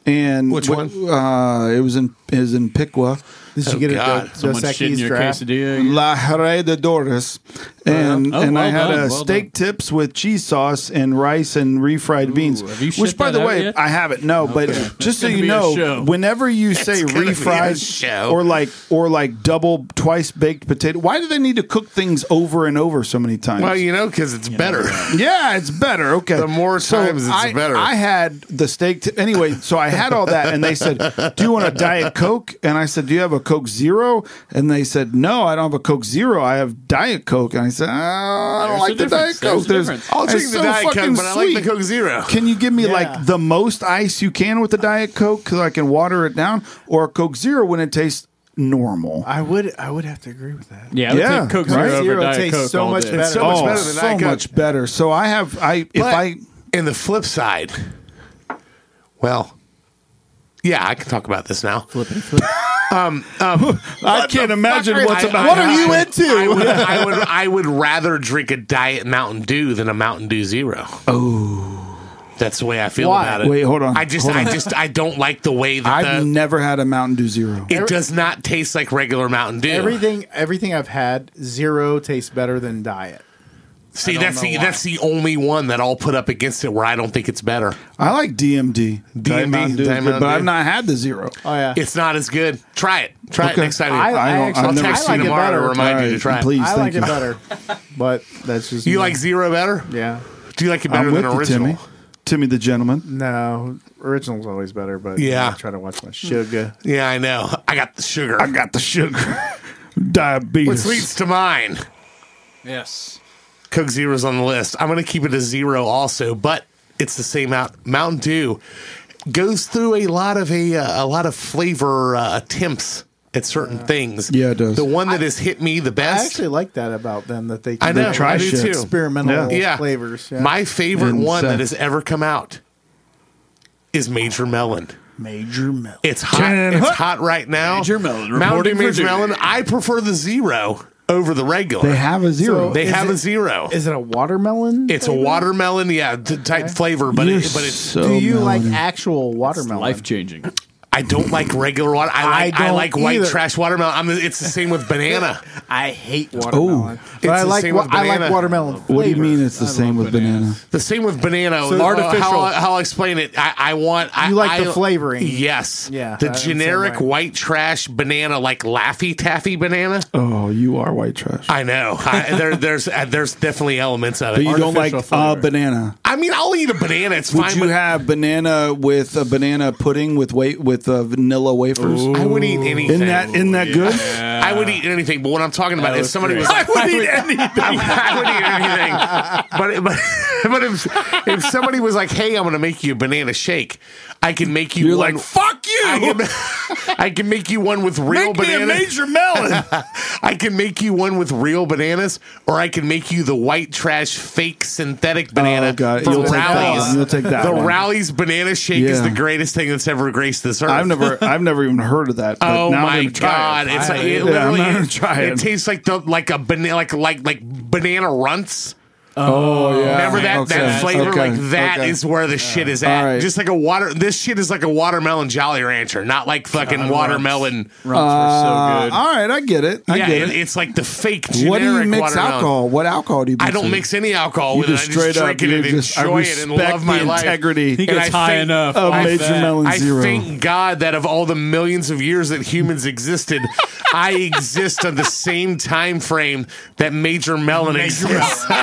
S5: and
S3: Which
S5: wh- Uh, it was in it was in Piqua.
S2: Did you get a
S3: Oh, God.
S2: Dos-
S7: Someone
S2: Dos
S7: shit in
S2: Equis
S7: your
S2: draft?
S7: quesadilla.
S5: La Herradores, and
S4: Oh,
S5: and I
S4: well
S5: had
S4: done,
S5: a
S4: well
S5: steak tips with cheese sauce and rice and refried beans.
S4: have you
S5: which,
S4: shit
S5: by the
S4: that out
S5: way,
S4: yet?
S5: I haven't. No, but just so
S7: gonna
S5: you
S7: be a
S5: know,
S7: show.
S5: whenever you say
S3: gonna be a
S5: refried
S3: show.
S5: or like or like double twice baked potato, why do they need to cook things over and over so many times?
S3: Well, you know, because it's better.
S5: yeah, it's better. Okay,
S3: The more times it's
S5: I,
S3: better.
S5: I had the steak. T- anyway, so I had all that, and they said, "Do you want a diet Coke?" And I said, "Do you have a Coke Zero? And they said, "No, I don't have a Coke Zero. I have Diet Coke." And I said, "Ah, "I don't
S7: There's
S5: like
S7: a
S5: the
S7: difference. There's
S5: Diet Coke.
S7: a
S5: There's,
S7: difference.
S3: I'll drink
S5: it's
S3: the
S5: so
S3: Diet Coke,
S5: fucking
S3: but I like the
S5: sweet.
S3: Coke Zero.
S5: Can you give me
S2: Yeah.
S5: like the most ice you can with the Diet Coke because I can water it down, or a Coke Zero when it tastes normal?"
S2: I would, I would have to agree with that.
S7: Yeah, I would
S5: Yeah,
S7: take Coke
S5: right?
S7: Zero over
S2: Zero
S7: Diet
S2: tastes
S7: Coke
S2: so
S7: all
S2: much
S7: day.
S2: better.
S3: so much
S5: oh,
S3: better than
S5: so
S3: Diet Coke.
S5: much better. So I have I if
S3: But
S5: I
S3: and the flip side, well, yeah, I can talk about this now.
S5: I can't imagine what's
S3: I-
S5: about.
S3: I-
S5: What
S3: I-
S5: are you
S3: I-
S5: into?
S3: I would, I would, I would rather drink a diet Mountain Dew than a Mountain Dew Zero. Oh, that's the way I feel
S2: Why?
S3: about it.
S5: Wait, hold on,
S3: I just,
S5: hold
S3: I
S5: on.
S3: just, I don't like the way that
S5: I've
S3: the,
S5: never had a Mountain Dew Zero.
S3: it does not taste like regular Mountain Dew.
S2: Everything, everything I've had, zero tastes better than diet.
S3: See, that's
S2: know
S3: the
S2: why.
S3: that's the only one that I'll put up against it where I don't think it's better.
S5: I like DMD. Diet Mountain Dew is
S3: Diet
S5: good,
S3: Mountain
S5: but
S3: Dew.
S5: I've not had the Zero.
S2: Oh yeah,
S3: It's not as good. Try it. Try
S5: Okay.
S3: it next time. you-
S2: I, I,
S5: I don't-
S2: actually,
S3: I'll
S5: never-
S3: text you
S2: I like it
S3: tomorrow to
S2: better.
S3: remind you
S5: Alright,
S3: to try it.
S5: please.
S2: I
S5: thank
S2: like
S5: you.
S2: it better, but that's just
S3: You
S2: me.
S3: like zero better?
S2: yeah.
S3: Do you like it better
S5: I'm
S3: than
S5: with you,
S3: original?
S5: Timmy. Timmy the Gentleman.
S2: No, original's always better, but
S3: Yeah.
S2: I try to watch my sugar.
S3: Yeah, I know. I got the sugar.
S5: I got the sugar.
S3: Which
S5: Diabetes.
S3: leads to mine.
S4: Yes.
S3: Coke Zero's on the list. I'm going to keep it a zero also, but it's the same out. Mountain Dew goes through a lot of a uh, a lot of flavor uh, attempts at certain things.
S5: Yeah, it does.
S3: The one that has hit me the
S2: I
S3: best.
S2: actually like that about them that they
S3: I
S2: can
S3: know.
S2: do
S3: I
S5: try
S3: do
S5: shit.
S3: too.
S2: experimental
S5: Yeah.
S3: yeah.
S2: flavors. Yeah.
S3: My favorite
S5: And
S3: one that
S5: Seth.
S3: has ever come out is Major Melon.
S2: major milk.
S3: It's hot.
S5: Ten
S3: it's
S5: hot.
S3: hot right now.
S4: Major Melon
S3: Mountain Dew
S4: reporting for
S3: Major
S4: duty.
S3: Melon. I prefer the zero over the regular.
S5: They have a zero.
S3: They
S2: Is
S3: have a
S2: it-
S3: zero.
S2: Is it a watermelon?
S3: It's a watermelon, yeah, t- type flavor, but
S5: You're
S3: it, but it's
S5: so
S2: Do you like
S5: melon.
S2: actual watermelon?
S4: Life changing.
S3: I don't like regular water. I
S2: I
S3: like I,
S2: don't
S3: like white
S2: either.
S3: trash watermelon. I'm, it's the same with banana.
S2: I hate watermelon.
S3: It's
S2: but I
S3: the
S2: like
S3: same
S2: wa-
S3: with
S2: I like
S3: banana.
S2: watermelon.
S5: What do you
S2: flavor.
S5: mean it's the same with banana?
S3: The same with banana.
S2: So-
S3: how-
S2: Artificial.
S3: How, I- how I'll explain it. I, I want. I,
S2: You like the
S3: I-
S2: flavoring.
S3: Yes.
S2: Yeah,
S3: The
S2: I'm the same
S3: generic
S2: way.
S3: white trash banana, like Laffy Taffy banana.
S5: Oh, you are white trash.
S3: I know. I, there, there's uh, there's definitely elements of
S5: But
S3: it.
S5: you don't like
S2: Artificial
S5: a
S2: flavor.
S5: banana.
S3: I mean, I'll eat a banana. It's
S5: Would
S3: fine.
S5: you
S3: but
S5: have banana with a banana pudding with wa- with uh, vanilla wafers?
S3: I would eat anything.
S5: Isn't that isn't that good?
S3: I would eat anything, but what I'm talking about is
S7: was
S3: somebody
S7: great.
S3: was like, I would eat anything. I would eat anything. But but but if if somebody was like, hey, I'm gonna make you a banana shake, I can make you
S5: You're
S3: one.
S5: like fuck you.
S3: I can, I can make you one with real
S5: Make me a
S3: bananas.
S5: major melon.
S3: I can make you one with real bananas, or I can make you the white trash fake synthetic banana
S5: Oh, God.
S3: from
S5: You'll take that
S3: Rally's.
S5: one. You'll take that
S3: the
S5: one.
S3: Rally's banana shake is
S5: Yeah.
S3: the greatest thing that's ever graced this earth.
S5: I've never I've never even heard of that. But
S3: Oh
S5: now I'm
S3: my
S5: gonna try
S3: god!
S5: it.
S3: It's like
S5: Yeah,
S3: it
S5: I'm
S3: literally
S5: gonna
S3: it,
S5: try
S3: it
S5: it.
S3: tastes like the like a banana like like like banana runts.
S5: oh yeah.
S3: Remember that that
S5: Okay,
S3: flavor
S5: okay,
S3: like that is
S5: okay.
S3: where the shit is at.
S5: All right.
S3: Just like a water. This shit is like a watermelon Jolly Rancher, not like fucking watermelon.
S7: Rumps were so
S5: Uh,
S7: good.
S5: all right, I get it. I
S3: yeah,
S5: get
S3: it-
S5: it.
S3: it's like the fake generic
S5: What do you mix
S3: watermelon.
S5: alcohol? What alcohol do you? Mix
S3: I don't
S5: with?
S3: mix any alcohol
S5: You
S3: with it. I
S5: just straight
S3: just
S5: up.
S3: drink it
S5: you
S3: and
S5: just, I
S3: enjoy it and
S5: respect
S3: love my
S5: the
S3: life.
S5: integrity.
S7: He
S3: And
S7: gets
S3: I
S7: high
S3: think-
S7: enough.
S5: of
S7: off
S5: Major
S7: that.
S5: Melon
S3: I
S5: Zero.
S3: thank God that of all the millions of years that humans existed, I exist on the same time frame that Major Melon exists.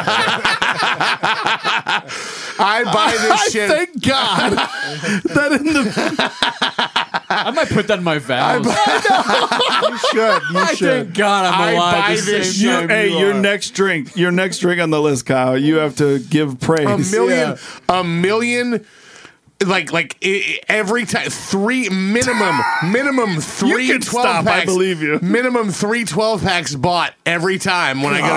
S3: I buy this shit.
S5: Thank God that in the
S7: I might put that in my vows.
S2: You should. You should.
S7: Thank God
S3: I
S7: I'm alive.
S3: buy
S7: to
S3: this
S7: save
S5: your,
S7: time
S5: hey,
S7: you
S5: your
S7: are.
S5: next drink, your next drink on the list, Kyle. You have to give praise.
S3: a million, a million. Like like i- i- every time three minimum minimum three
S5: can
S3: 12
S5: stop, I
S3: packs
S5: believe you.
S3: minimum three 12 packs bought every time when I go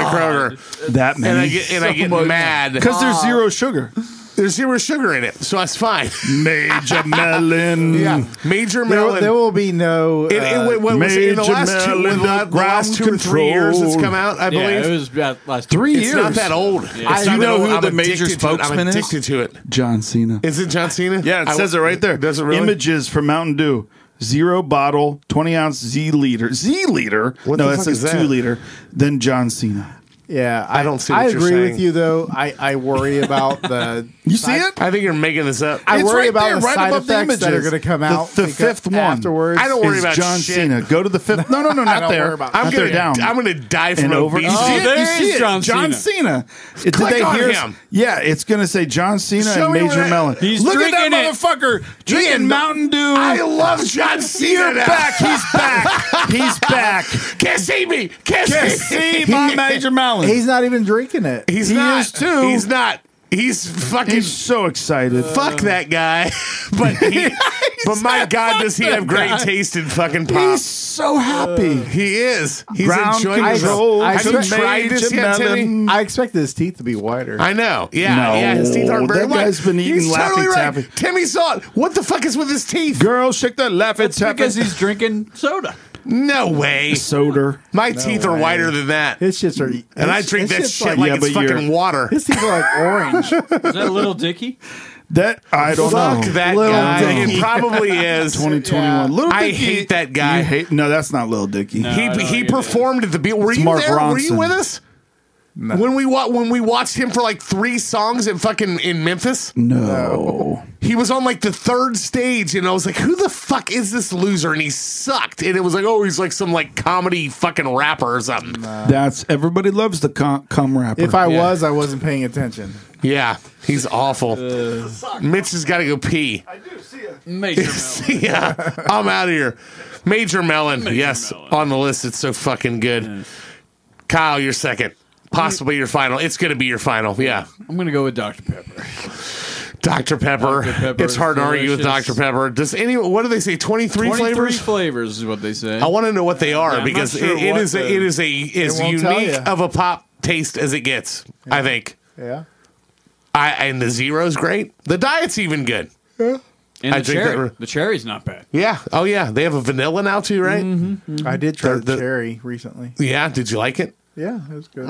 S3: to Kroger
S5: That
S3: and I
S5: many
S3: get and I get mad
S5: because there's zero sugar.
S3: There's zero sugar in it, so that's fine.
S5: Major melon.
S3: Yeah, major
S2: There,
S3: melon.
S2: there will be no.
S3: it, it,
S2: uh,
S3: what- what was it in the
S5: Major
S3: last two,
S5: melon,
S3: the la- the
S5: ground
S3: last two or three years it's
S5: control.
S3: come out, I
S7: Yeah, it
S3: believe.
S7: was about last
S5: Three
S7: it's
S3: It's not
S5: years.
S3: that old.
S7: Yeah.
S3: It's
S5: Do you
S3: not that
S5: know
S3: old.
S5: who the
S3: I'm
S5: major
S3: addicted to it.
S5: spokesman
S3: I'm
S5: is?
S3: addicted to it.
S5: John Cena.
S3: Is it John Cena?
S5: Yeah, it
S3: I-
S5: says it right there.
S3: Does it really?
S5: Images from Mountain Dew. Zero bottle, 20 ounce Z liter. Z liter?
S3: What
S5: no,
S3: the
S5: it
S3: fuck
S5: says
S3: is that?
S5: two liter. Then John Cena.
S2: yeah, I,
S3: don't see
S2: I
S3: what you're
S2: agree
S3: saying.
S2: with you though. I, I worry about the.
S5: You see it?
S3: I think you're making this up.
S2: I
S5: It's
S2: worry
S5: right
S2: about
S5: there,
S2: the
S5: right
S2: side
S5: above the
S2: effects that are
S5: images.
S2: going to come
S5: The-
S2: out.
S5: the
S2: because
S5: fifth one.
S2: afterwards.
S3: I don't worry
S5: Is
S3: about
S5: John
S3: shit.
S5: Cena. Go to the fifth. No, no, no, not
S2: don't
S5: there.
S2: worry about
S5: I'm
S3: I'm
S5: not there
S3: gonna,
S5: down.
S3: I'm gonna die from
S5: and over. Oh,
S3: obesity.
S5: You see it?
S7: there
S5: You
S7: is
S5: see it?
S7: John
S5: John Cena. It- did
S3: Click
S5: they
S3: on
S5: hear us?
S3: him.
S5: Yeah, it's going to say John Cena
S3: Show
S5: and
S3: me
S5: Major
S3: where-
S5: Melon.
S7: He's
S5: Look at
S7: drinking
S5: that
S7: it.
S5: motherfucker drinking
S3: Ian,
S5: Mountain Dew.
S3: I love John Cena.
S5: You're
S3: now.
S5: back. He's back. He's back.
S3: Can't see me. Can't,
S5: Can't
S3: me.
S5: see my Major Melon.
S2: He's not even drinking it.
S3: He's
S5: He
S3: not.
S5: is too.
S3: He's not. He's fucking
S5: He's so excited.
S3: fuck that guy. But he, but my God, does he have great taste in fucking pop?
S5: He's so happy.
S3: he is. He's
S5: Ground
S3: enjoying
S5: control
S3: himself.
S2: to
S3: Have you tried this
S5: Major
S3: yet, Timmy?
S5: Melon.
S2: I expected his teeth to be wider.
S3: I know. Yeah,
S5: No,
S3: yeah. His teeth aren't very
S5: that
S3: white.
S5: guy's been eating
S3: He's
S5: Laffy
S3: totally right.
S5: Taffy.
S3: Timmy saw it. What the fuck is with his teeth?
S5: Girl, shake that laugh. It's
S7: because
S5: happy.
S7: he's drinking soda.
S3: No way.
S5: Soda.
S3: My teeth are whiter than that,
S2: his shits are.
S3: and I
S2: his-
S3: drink
S2: his
S3: that
S2: shit's
S3: shit like,
S5: Yeah,
S3: it's
S5: but you're-
S3: fucking water.
S2: his teeth are like orange.
S7: Is that little Dicky?
S5: That I don't
S3: Fuck
S5: know.
S3: that
S5: Little
S3: guy.
S5: Dicky.
S3: It probably is.
S5: 2021. Little
S3: I
S5: Dicky.
S3: hate that guy.
S5: You hate? No, that's not Little Dicky.
S3: He
S7: I don't
S3: he
S7: either.
S3: performed at the Beatles. Were you
S5: Mark
S3: there? Were you
S5: Ronson.
S3: with us? When we wa- when we watched him for like three songs in fucking in Memphis,
S5: No.
S3: he was on like the third stage, and I was like, "Who the fuck is this loser?" And he sucked, and it was like, "Oh, he's like some like comedy fucking rapper or something."
S5: That's everybody loves the com, cum rapper.
S2: If I
S3: Yeah.
S2: was, I wasn't paying attention.
S3: Yeah, he's awful. Mitch has got to go pee.
S4: Major
S3: yeah, I'm out of here. Major Melon, yes,
S7: Melon.
S3: on the list. It's so fucking good. Kyle, you're second. Possibly your final. It's going to be your final. Yeah.
S4: I'm gonna go with Dr Pepper.
S3: Dr. Pepper.
S4: Dr. Pepper
S3: It's hard to
S4: is
S3: argue with
S4: delicious.
S3: Dr. Pepper. Does any, what do they say, 23,
S4: 23
S3: flavors?
S4: flavors? is what they say.
S3: I want to know what they are
S7: I'm not
S3: because
S7: sure
S3: it, it
S7: what
S3: is a,
S7: the-
S3: it is a is
S2: won't tell
S3: unique
S2: ya.
S3: of a pop taste as it gets. I think.
S2: Yeah.
S3: I and the zero's great. The diet's even good.
S7: And
S3: I
S7: the
S3: drink that
S7: cherry.
S3: re-
S7: The cherry's not bad.
S3: Yeah. Oh yeah. They have a vanilla now too, right?
S2: I did try
S3: The-
S2: the,
S3: the-
S2: cherry recently.
S3: Yeah. Did you like it?
S2: Yeah, it was good.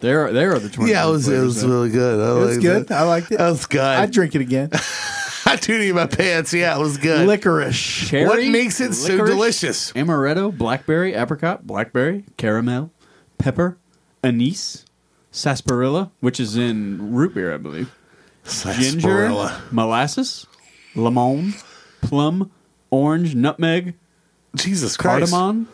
S4: there, are, there are the 23 flavors. though.
S3: really good. I
S2: it was good. I liked it.
S3: was good. I,
S2: I'd drink it again.
S3: tooted in my pants. Yeah, it was good.
S2: Licorice.
S4: Cherry,
S3: what makes it so
S4: licorice,
S3: delicious?
S4: Amaretto, blackberry, apricot, blackberry, caramel, pepper, anise, sarsaparilla, which is in root beer, I believe. ginger,
S3: Sarsaparilla.
S4: molasses, lemon, plum, orange, nutmeg,
S3: Jesus Christ.
S4: cardamom.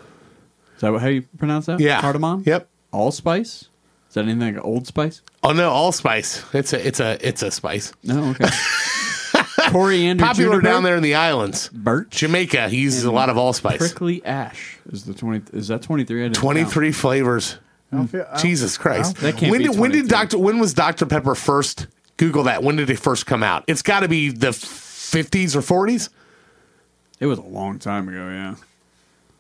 S4: Is that what- how you pronounce that?
S3: Yeah.
S4: cardamom.
S3: Yep.
S4: Allspice. Is that anything like Old Spice?
S3: Oh no, allspice. It's a it's a it's a spice.
S4: No. Okay. Coriander,
S3: Popular
S4: juniper,
S3: down there in the islands.
S4: Birch,
S3: Jamaica uses a lot of allspice.
S4: prickly ash. Is the twenty? Is that twenty three?
S3: Twenty three flavors.
S2: I don't feel- I don't-
S3: Jesus Christ.
S4: That can't
S3: when
S4: be
S3: did when did
S4: 22.
S3: Doctor when was Dr Pepper first? Google that. When did it first come out? It's got to be the fifties or forties.
S4: It was a long time ago. Yeah,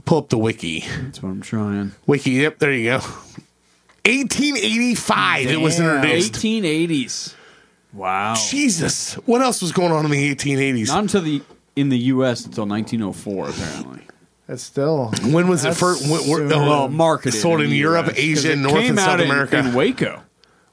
S3: Pull up the wiki.
S4: that's what I'm trying.
S3: Wiki. Yep, there you go. 1885. It was
S2: Damn.
S3: introduced.
S4: 1880s. Wow.
S3: Jesus. What else was going on in the 1880s?
S4: Not until the in the U.S. until 1904, apparently.
S2: That's still.
S3: when was it
S2: That's
S3: first? When, were-
S2: soon.
S3: oh,
S4: Well, marketed
S3: sold in
S4: the
S3: Europe,
S4: US, 'cause
S3: Asia,
S4: it
S3: North
S4: came
S3: and South
S4: out in-
S3: America.
S4: In Waco,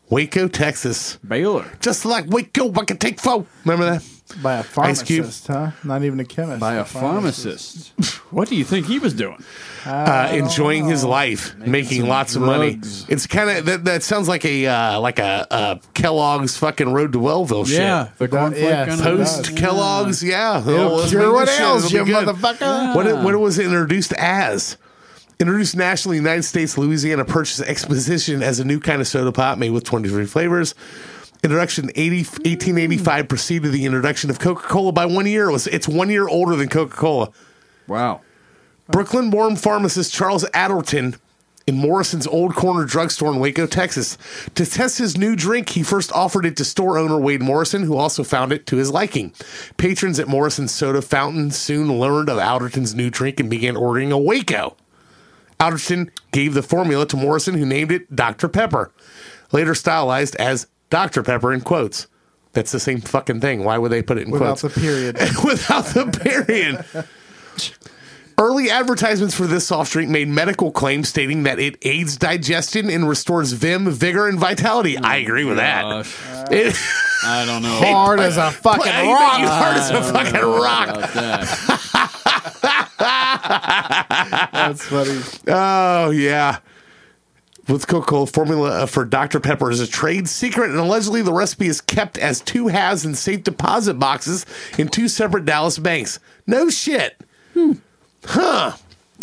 S3: Waco, Texas.
S4: Baylor.
S3: Just like Waco, I can take foe. Remember that?
S2: By a
S3: Ice Cube.
S2: pharmacist, huh? Not even a chemist.
S4: By a pharmacist. what do you think he was doing?
S3: uh, enjoying his life, making
S4: some
S3: lots
S4: drugs.
S3: of money. It's kind of that. That sounds like a uh, like a uh, Kellogg's fucking Road to Wellville shit.
S4: Yeah, the cornflake
S2: yeah,
S4: kind of-
S3: Post Kellogg's, yeah. Well, let's
S2: cure
S3: make
S2: what
S3: this shit.
S2: ails
S3: It'll be
S2: you,
S3: good.
S2: motherfucker.
S3: What it, what it was introduced as? Introduced nationally in the United States, Louisiana purchased exposition as a new kind of soda pop made with 23 flavors. Introduction 80, 1885 preceded the introduction of Coca Cola by one year. It was, it's one year older than Coca Cola.
S4: Wow.
S3: Brooklyn born pharmacist Charles Addleton in Morrison's Old Corner drugstore in Waco, Texas. To test his new drink, he first offered it to store owner Wade Morrison, who also found it to his liking. Patrons at Morrison's Soda Fountain soon learned of Alderton's new drink and began ordering a Waco. Alderton gave the formula to Morrison, who named it Dr. Pepper, later stylized as Dr. Pepper in quotes. That's the same fucking thing. Why would they put it in
S2: Without
S3: quotes?
S2: the period.
S3: without the period. Early advertisements for this soft drink made medical claims stating that it aids digestion and restores vim, vigor, and vitality. I agree with that.
S4: Gosh,
S3: It,
S4: I don't know.
S2: Hard as a fucking
S3: I know,
S2: rock.
S3: you hard as a fucking rock.
S4: about that.
S2: That's funny.
S3: Oh yeah. With Coca-Cola formula uh, for Dr. Pepper is a trade secret, and allegedly the recipe is kept as two halves in safe deposit boxes in two separate Dallas banks. No shit.
S4: Hmm.
S3: Huh.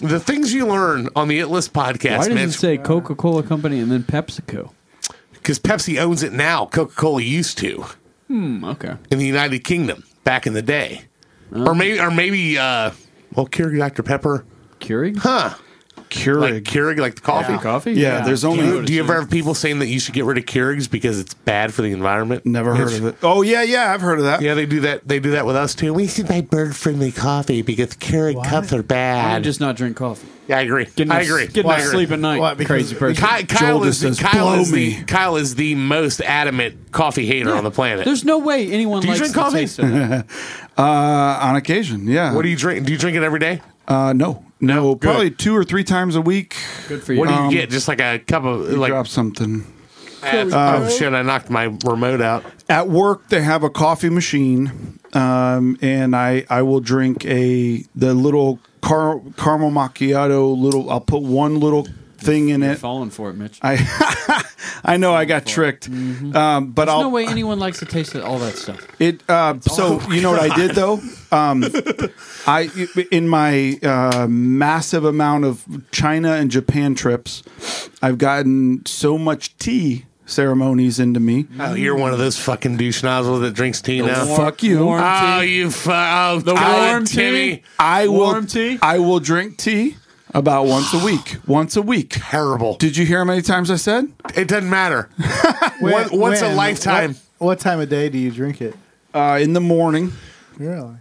S3: The things you learn on the It List
S4: Why
S3: podcast,
S4: does it
S3: Mitch.
S4: say Coca Cola Company and then PepsiCo?
S3: Because Pepsi owns it now. Coca-Cola used to
S4: Hmm, okay.
S3: in the United Kingdom back in the day.
S4: Oh.
S3: Or maybe or maybe uh well Keurig Dr. Pepper.
S4: Keurig?
S5: Keurig.
S3: Like Keurig like the coffee.
S4: Coffee?
S5: yeah, there's only
S3: Do you, do you ever have people saying that you should get rid of Keurigs because it's bad for the environment?
S5: never heard of it. Oh yeah, yeah, I've heard of that.
S3: Yeah, they do that. They do that with us too. We should buy bird friendly coffee because Keurig cups are
S4: I
S3: bad.
S4: just not drink coffee.
S3: yeah, I agree.
S4: Get enough,
S3: I agree.
S4: Get
S3: I
S4: enough
S3: agree.
S4: sleep at night.
S2: Why? Because-
S4: crazy person.
S3: Ki- Kyle,
S5: Joel
S3: is
S5: just
S3: the,
S5: says,
S3: Kyle,
S5: "Blow
S3: is the,
S5: me."
S3: Kyle is the most adamant coffee hater on the planet.
S4: There's no way anyone
S3: do you
S4: likes
S3: drink
S4: the
S3: coffee?
S4: taste of it.
S5: Uh, on occasion, yeah.
S3: What do you drink? Do you drink it every day?
S5: Uh, no, no, probably two or three times a week.
S4: Good for you.
S3: What do you
S5: Um,
S3: get? Just like a cup of like.
S5: drop something. Um,
S3: oh shit! I knocked my remote out.
S5: At work, they have a coffee machine, um, and I I will drink a the little car, caramel macchiato. Little, I'll put one little thing in it.
S4: Falling for it, Mitch.
S5: I I know I got tricked, um, but
S4: Mm-hmm. There's
S5: I'll
S4: no way anyone likes the taste of all that stuff.
S5: it. Uh, so you know what I did though? Um, I in my uh, massive amount of China and Japan trips, I've gotten so much tea ceremonies into me.
S3: Oh, you're one of those fucking douche nozzles that drinks tea now.
S5: war- Fuck you. Ah,
S4: Warm
S3: oh,
S4: tea.
S3: you fu- oh, the
S4: warm tea?
S3: Timmy.
S5: I will.
S4: Warm tea?
S5: I will drink tea about once a week. Once a week.
S3: Terrible.
S5: Did you hear how many times I said?
S3: It doesn't matter. One- once a lifetime.
S6: What, what time of day do you drink it?
S5: Uh, in the morning.
S6: Really?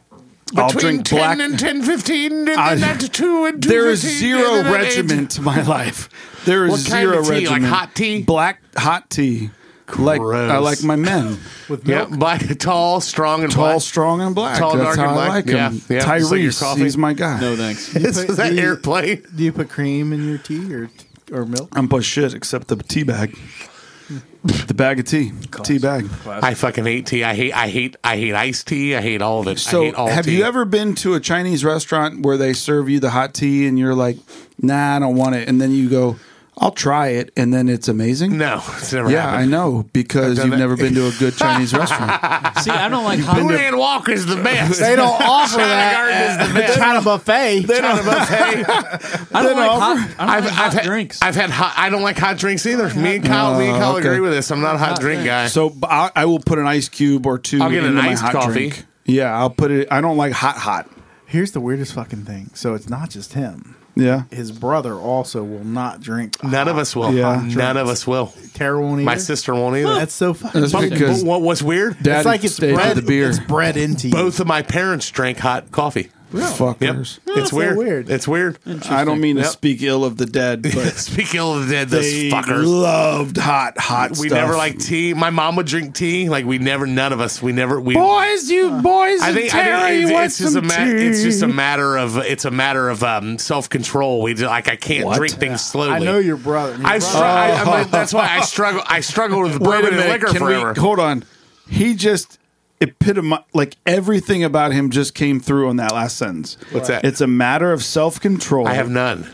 S5: I'll
S3: Between
S5: drink
S3: 10
S5: black.
S3: and 10, 15, and
S5: I-
S3: then at 2 and 2
S5: there is zero regimen to my life. There is
S3: What kind
S5: zero
S3: of tea? Like
S5: regimen.
S3: hot tea?
S5: Black hot tea. Like I
S3: Gross.
S5: like my men,
S6: With
S3: Yep, black, tall, strong, and
S5: tall,
S3: black.
S5: strong, and black.
S3: Tall,
S5: That's
S3: dark,
S5: how
S3: and
S5: I
S3: black.
S5: like them.
S3: Yeah, yeah. Just like your
S5: Tyrese,
S3: coffee.
S5: he's my guy.
S4: No thanks.
S3: This is that
S6: the-
S3: airplane.
S6: Do you put cream in your tea or or milk?
S5: I'm but shit except the tea bag,
S3: Hmm.
S5: the bag of tea, tea bag.
S3: I fucking hate tea. I hate. I hate. I hate iced tea. I hate all of it. I
S5: So,
S3: hate all
S5: have
S3: tea.
S5: you ever been to a Chinese restaurant where they serve you the hot tea and you're like, "Nah, I don't want it," and then you go, "I'll try it," and then it's amazing?
S3: No, it's never
S5: Yeah, I
S3: happened.
S5: know because
S3: done
S5: you've
S3: that.
S5: never been to a good Chinese restaurant.
S4: See, I don't like hot.
S3: Julian Walker's the best.
S6: They don't offer
S3: China
S6: that.
S3: Garden is the
S6: at
S3: best.
S6: China buffet.
S3: China buffet.
S4: I don't like hot. I don't
S3: I've,
S4: like
S3: I've
S4: hot
S3: had,
S4: drinks.
S3: I've had hot. I don't like hot drinks either. Me and Kyle, me and Kyle
S5: Oh, okay.
S3: agree with this. I'm not a hot drink guy.
S5: so b- I, I will put an ice cube or two.
S3: I'll get an
S5: into my
S3: iced
S5: hot
S3: coffee.
S5: drink. Yeah, I'll put it. I don't like hot hot.
S6: Here's the weirdest fucking thing. So it's not just him.
S5: Yeah,
S6: His brother also will not drink.
S3: None of us will.
S5: Yeah.
S3: None of us will.
S6: Tara won't either.
S3: My sister won't either.
S6: That's so fucking.
S5: that's
S3: But-
S5: because
S3: but what, what's weird?
S5: dad
S6: it's like it's
S5: stayed
S6: bred.
S5: with the beer.
S6: It's bred into you.
S3: Both of my parents drank hot coffee. Yep.
S5: Fuckers.
S3: it's
S6: Oh, so
S3: weird.
S6: weird.
S3: It's weird.
S5: I don't mean to
S3: Yep.
S5: speak ill of the dead, but
S3: Speak ill of the dead, those
S5: they
S3: fuckers.
S5: loved hot hot.
S3: We
S5: stuff.
S3: never liked tea. My mom would drink tea. Like we never, none of us. We never. We
S5: boys. You
S3: Uh,
S5: boys,
S3: I
S5: and
S3: think,
S5: Tara,
S3: I think
S5: you
S3: it's,
S5: want
S3: it's just a
S5: some
S3: ma-
S5: tea.
S3: it's just a matter of it's a matter of um, self control. We just, like I can't
S5: What?
S3: drink things slowly.
S6: I know your brother. Your
S3: I,
S6: brother-
S3: str- I, I mean, that's why I struggle. I struggle with bourbon and liquor
S5: Can
S3: forever.
S5: we hold on? He just epitomized like everything about him just came through on that last sentence.
S3: What's that?
S5: It's a matter of self control.
S3: I have none.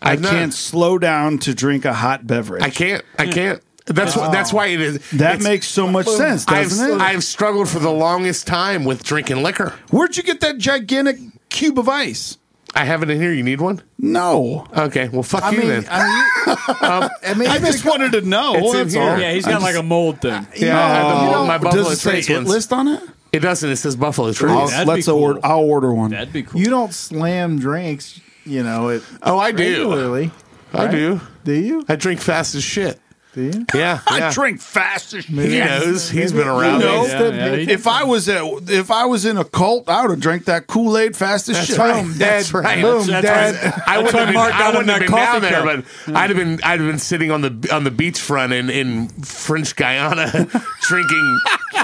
S5: I
S3: have none.
S5: can't slow down to drink a hot beverage.
S3: I can't. I can't. That's why. That's why it is.
S5: that
S3: it's-
S5: makes so much sense,
S3: I've
S5: doesn't it?
S3: I've struggled for the longest time with drinking liquor.
S5: Where'd you get that gigantic cube of ice?
S3: I have it in here. You need one?
S5: No,
S3: Okay. Well, fuck
S6: I
S3: you
S6: mean,
S3: then.
S6: I mean, I mean,
S5: I
S6: it's
S5: just wanted to know.
S3: It's in
S5: that's
S3: here.
S5: all.
S3: Yeah,
S7: Yeah, he's got like a mold thing.
S3: Yeah, I have the-
S5: Oh,
S3: my Buffalo
S5: does it say
S3: Trace
S5: it
S3: ones.
S5: list on it?
S3: It doesn't. It says Buffalo
S5: I'll,
S3: Trace.
S7: that'd be
S5: let's
S7: cool.
S5: order. I'll order one.
S7: That'd be cool.
S6: you don't slam drinks. You know it.
S3: Oh, I do.
S6: regularly.
S3: I do.
S6: Do you?
S3: I drink fast as shit.
S6: Do you?
S3: Yeah. yeah.
S5: drink fast as
S3: He knows. He's been around.
S5: You know,
S3: me.
S7: Yeah, yeah, he-
S5: if I was a, if I was in a cult, I would have drank that Kool Aid fast as
S3: That's
S5: shit.
S3: right. That's right.
S6: Boom,
S7: That's
S6: dad.
S7: why-
S3: I
S7: that's
S3: wouldn't
S7: why
S3: have been,
S7: Mark
S3: I
S7: got
S3: wouldn't
S7: him that
S3: have been down
S7: coffee
S3: there,
S7: cup.
S3: but I'd have been I'd have been sitting on the on the beachfront in in French Guyana, drinking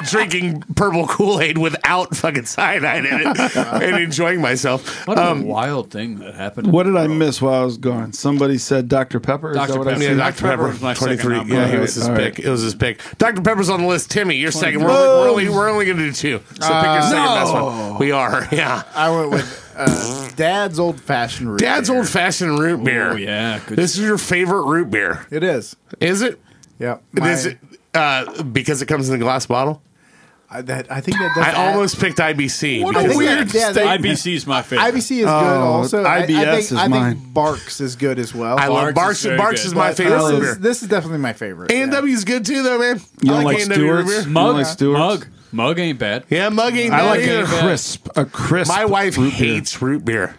S3: drinking purple Kool Aid without fucking cyanide in it and enjoying myself.
S4: What a wild thing that happened.
S5: What did I miss while I was gone? Somebody said Dr Pepper. Is
S4: Dr.
S5: that what I
S4: Pepper.
S5: said?
S3: Yeah, Dr.
S7: Dr. Pepper
S3: Pepper,
S7: was my second
S3: 23.
S7: album.
S3: yeah,
S5: All
S3: it was
S5: right,
S3: his
S5: all
S3: pick. It was his pick. Dr. Pepper's on the list. Timmy, you're second. We're,
S5: Whoa.
S3: we're only, we're only going to do two. So pick your second best one. We are, yeah.
S6: I went with uh, Dad's old fashioned. root
S3: Dad's
S6: beer.
S3: old fashioned root beer.
S7: Oh yeah, good.
S3: This is your favorite root beer.
S6: It is.
S3: Is it?
S6: Yep.
S3: Is it uh, because it comes in a glass bottle?
S6: I, that, I think that does
S3: I
S6: add-
S3: almost picked IBC.
S5: What
S3: because-
S5: a
S6: think
S5: weird
S6: that- yeah,
S5: statement.
S7: IBC's my favorite.
S6: IBC is good.
S3: Oh,
S6: Also, I- I,
S5: IBS
S6: think,
S5: is
S6: I think
S5: mine.
S6: Barks is good as well.
S3: I
S7: Barks
S3: love Barks.
S7: is very
S3: Barks
S7: good.
S3: is my
S6: But uh,
S3: favorite root
S6: This
S3: beer.
S6: is, this is definitely my favorite.
S3: A and W's good too, though, man.
S5: You
S3: I
S5: don't like,
S3: A&W root
S5: Stewart's?
S3: beer.
S5: You
S7: Mug,
S5: don't like Stewart's?
S7: mug, mug ain't bad.
S3: Yeah, mug ain't
S5: I
S3: bad
S5: like
S3: either.
S5: a crisp. A crisp.
S3: My wife
S5: root beer.
S3: hates root beer.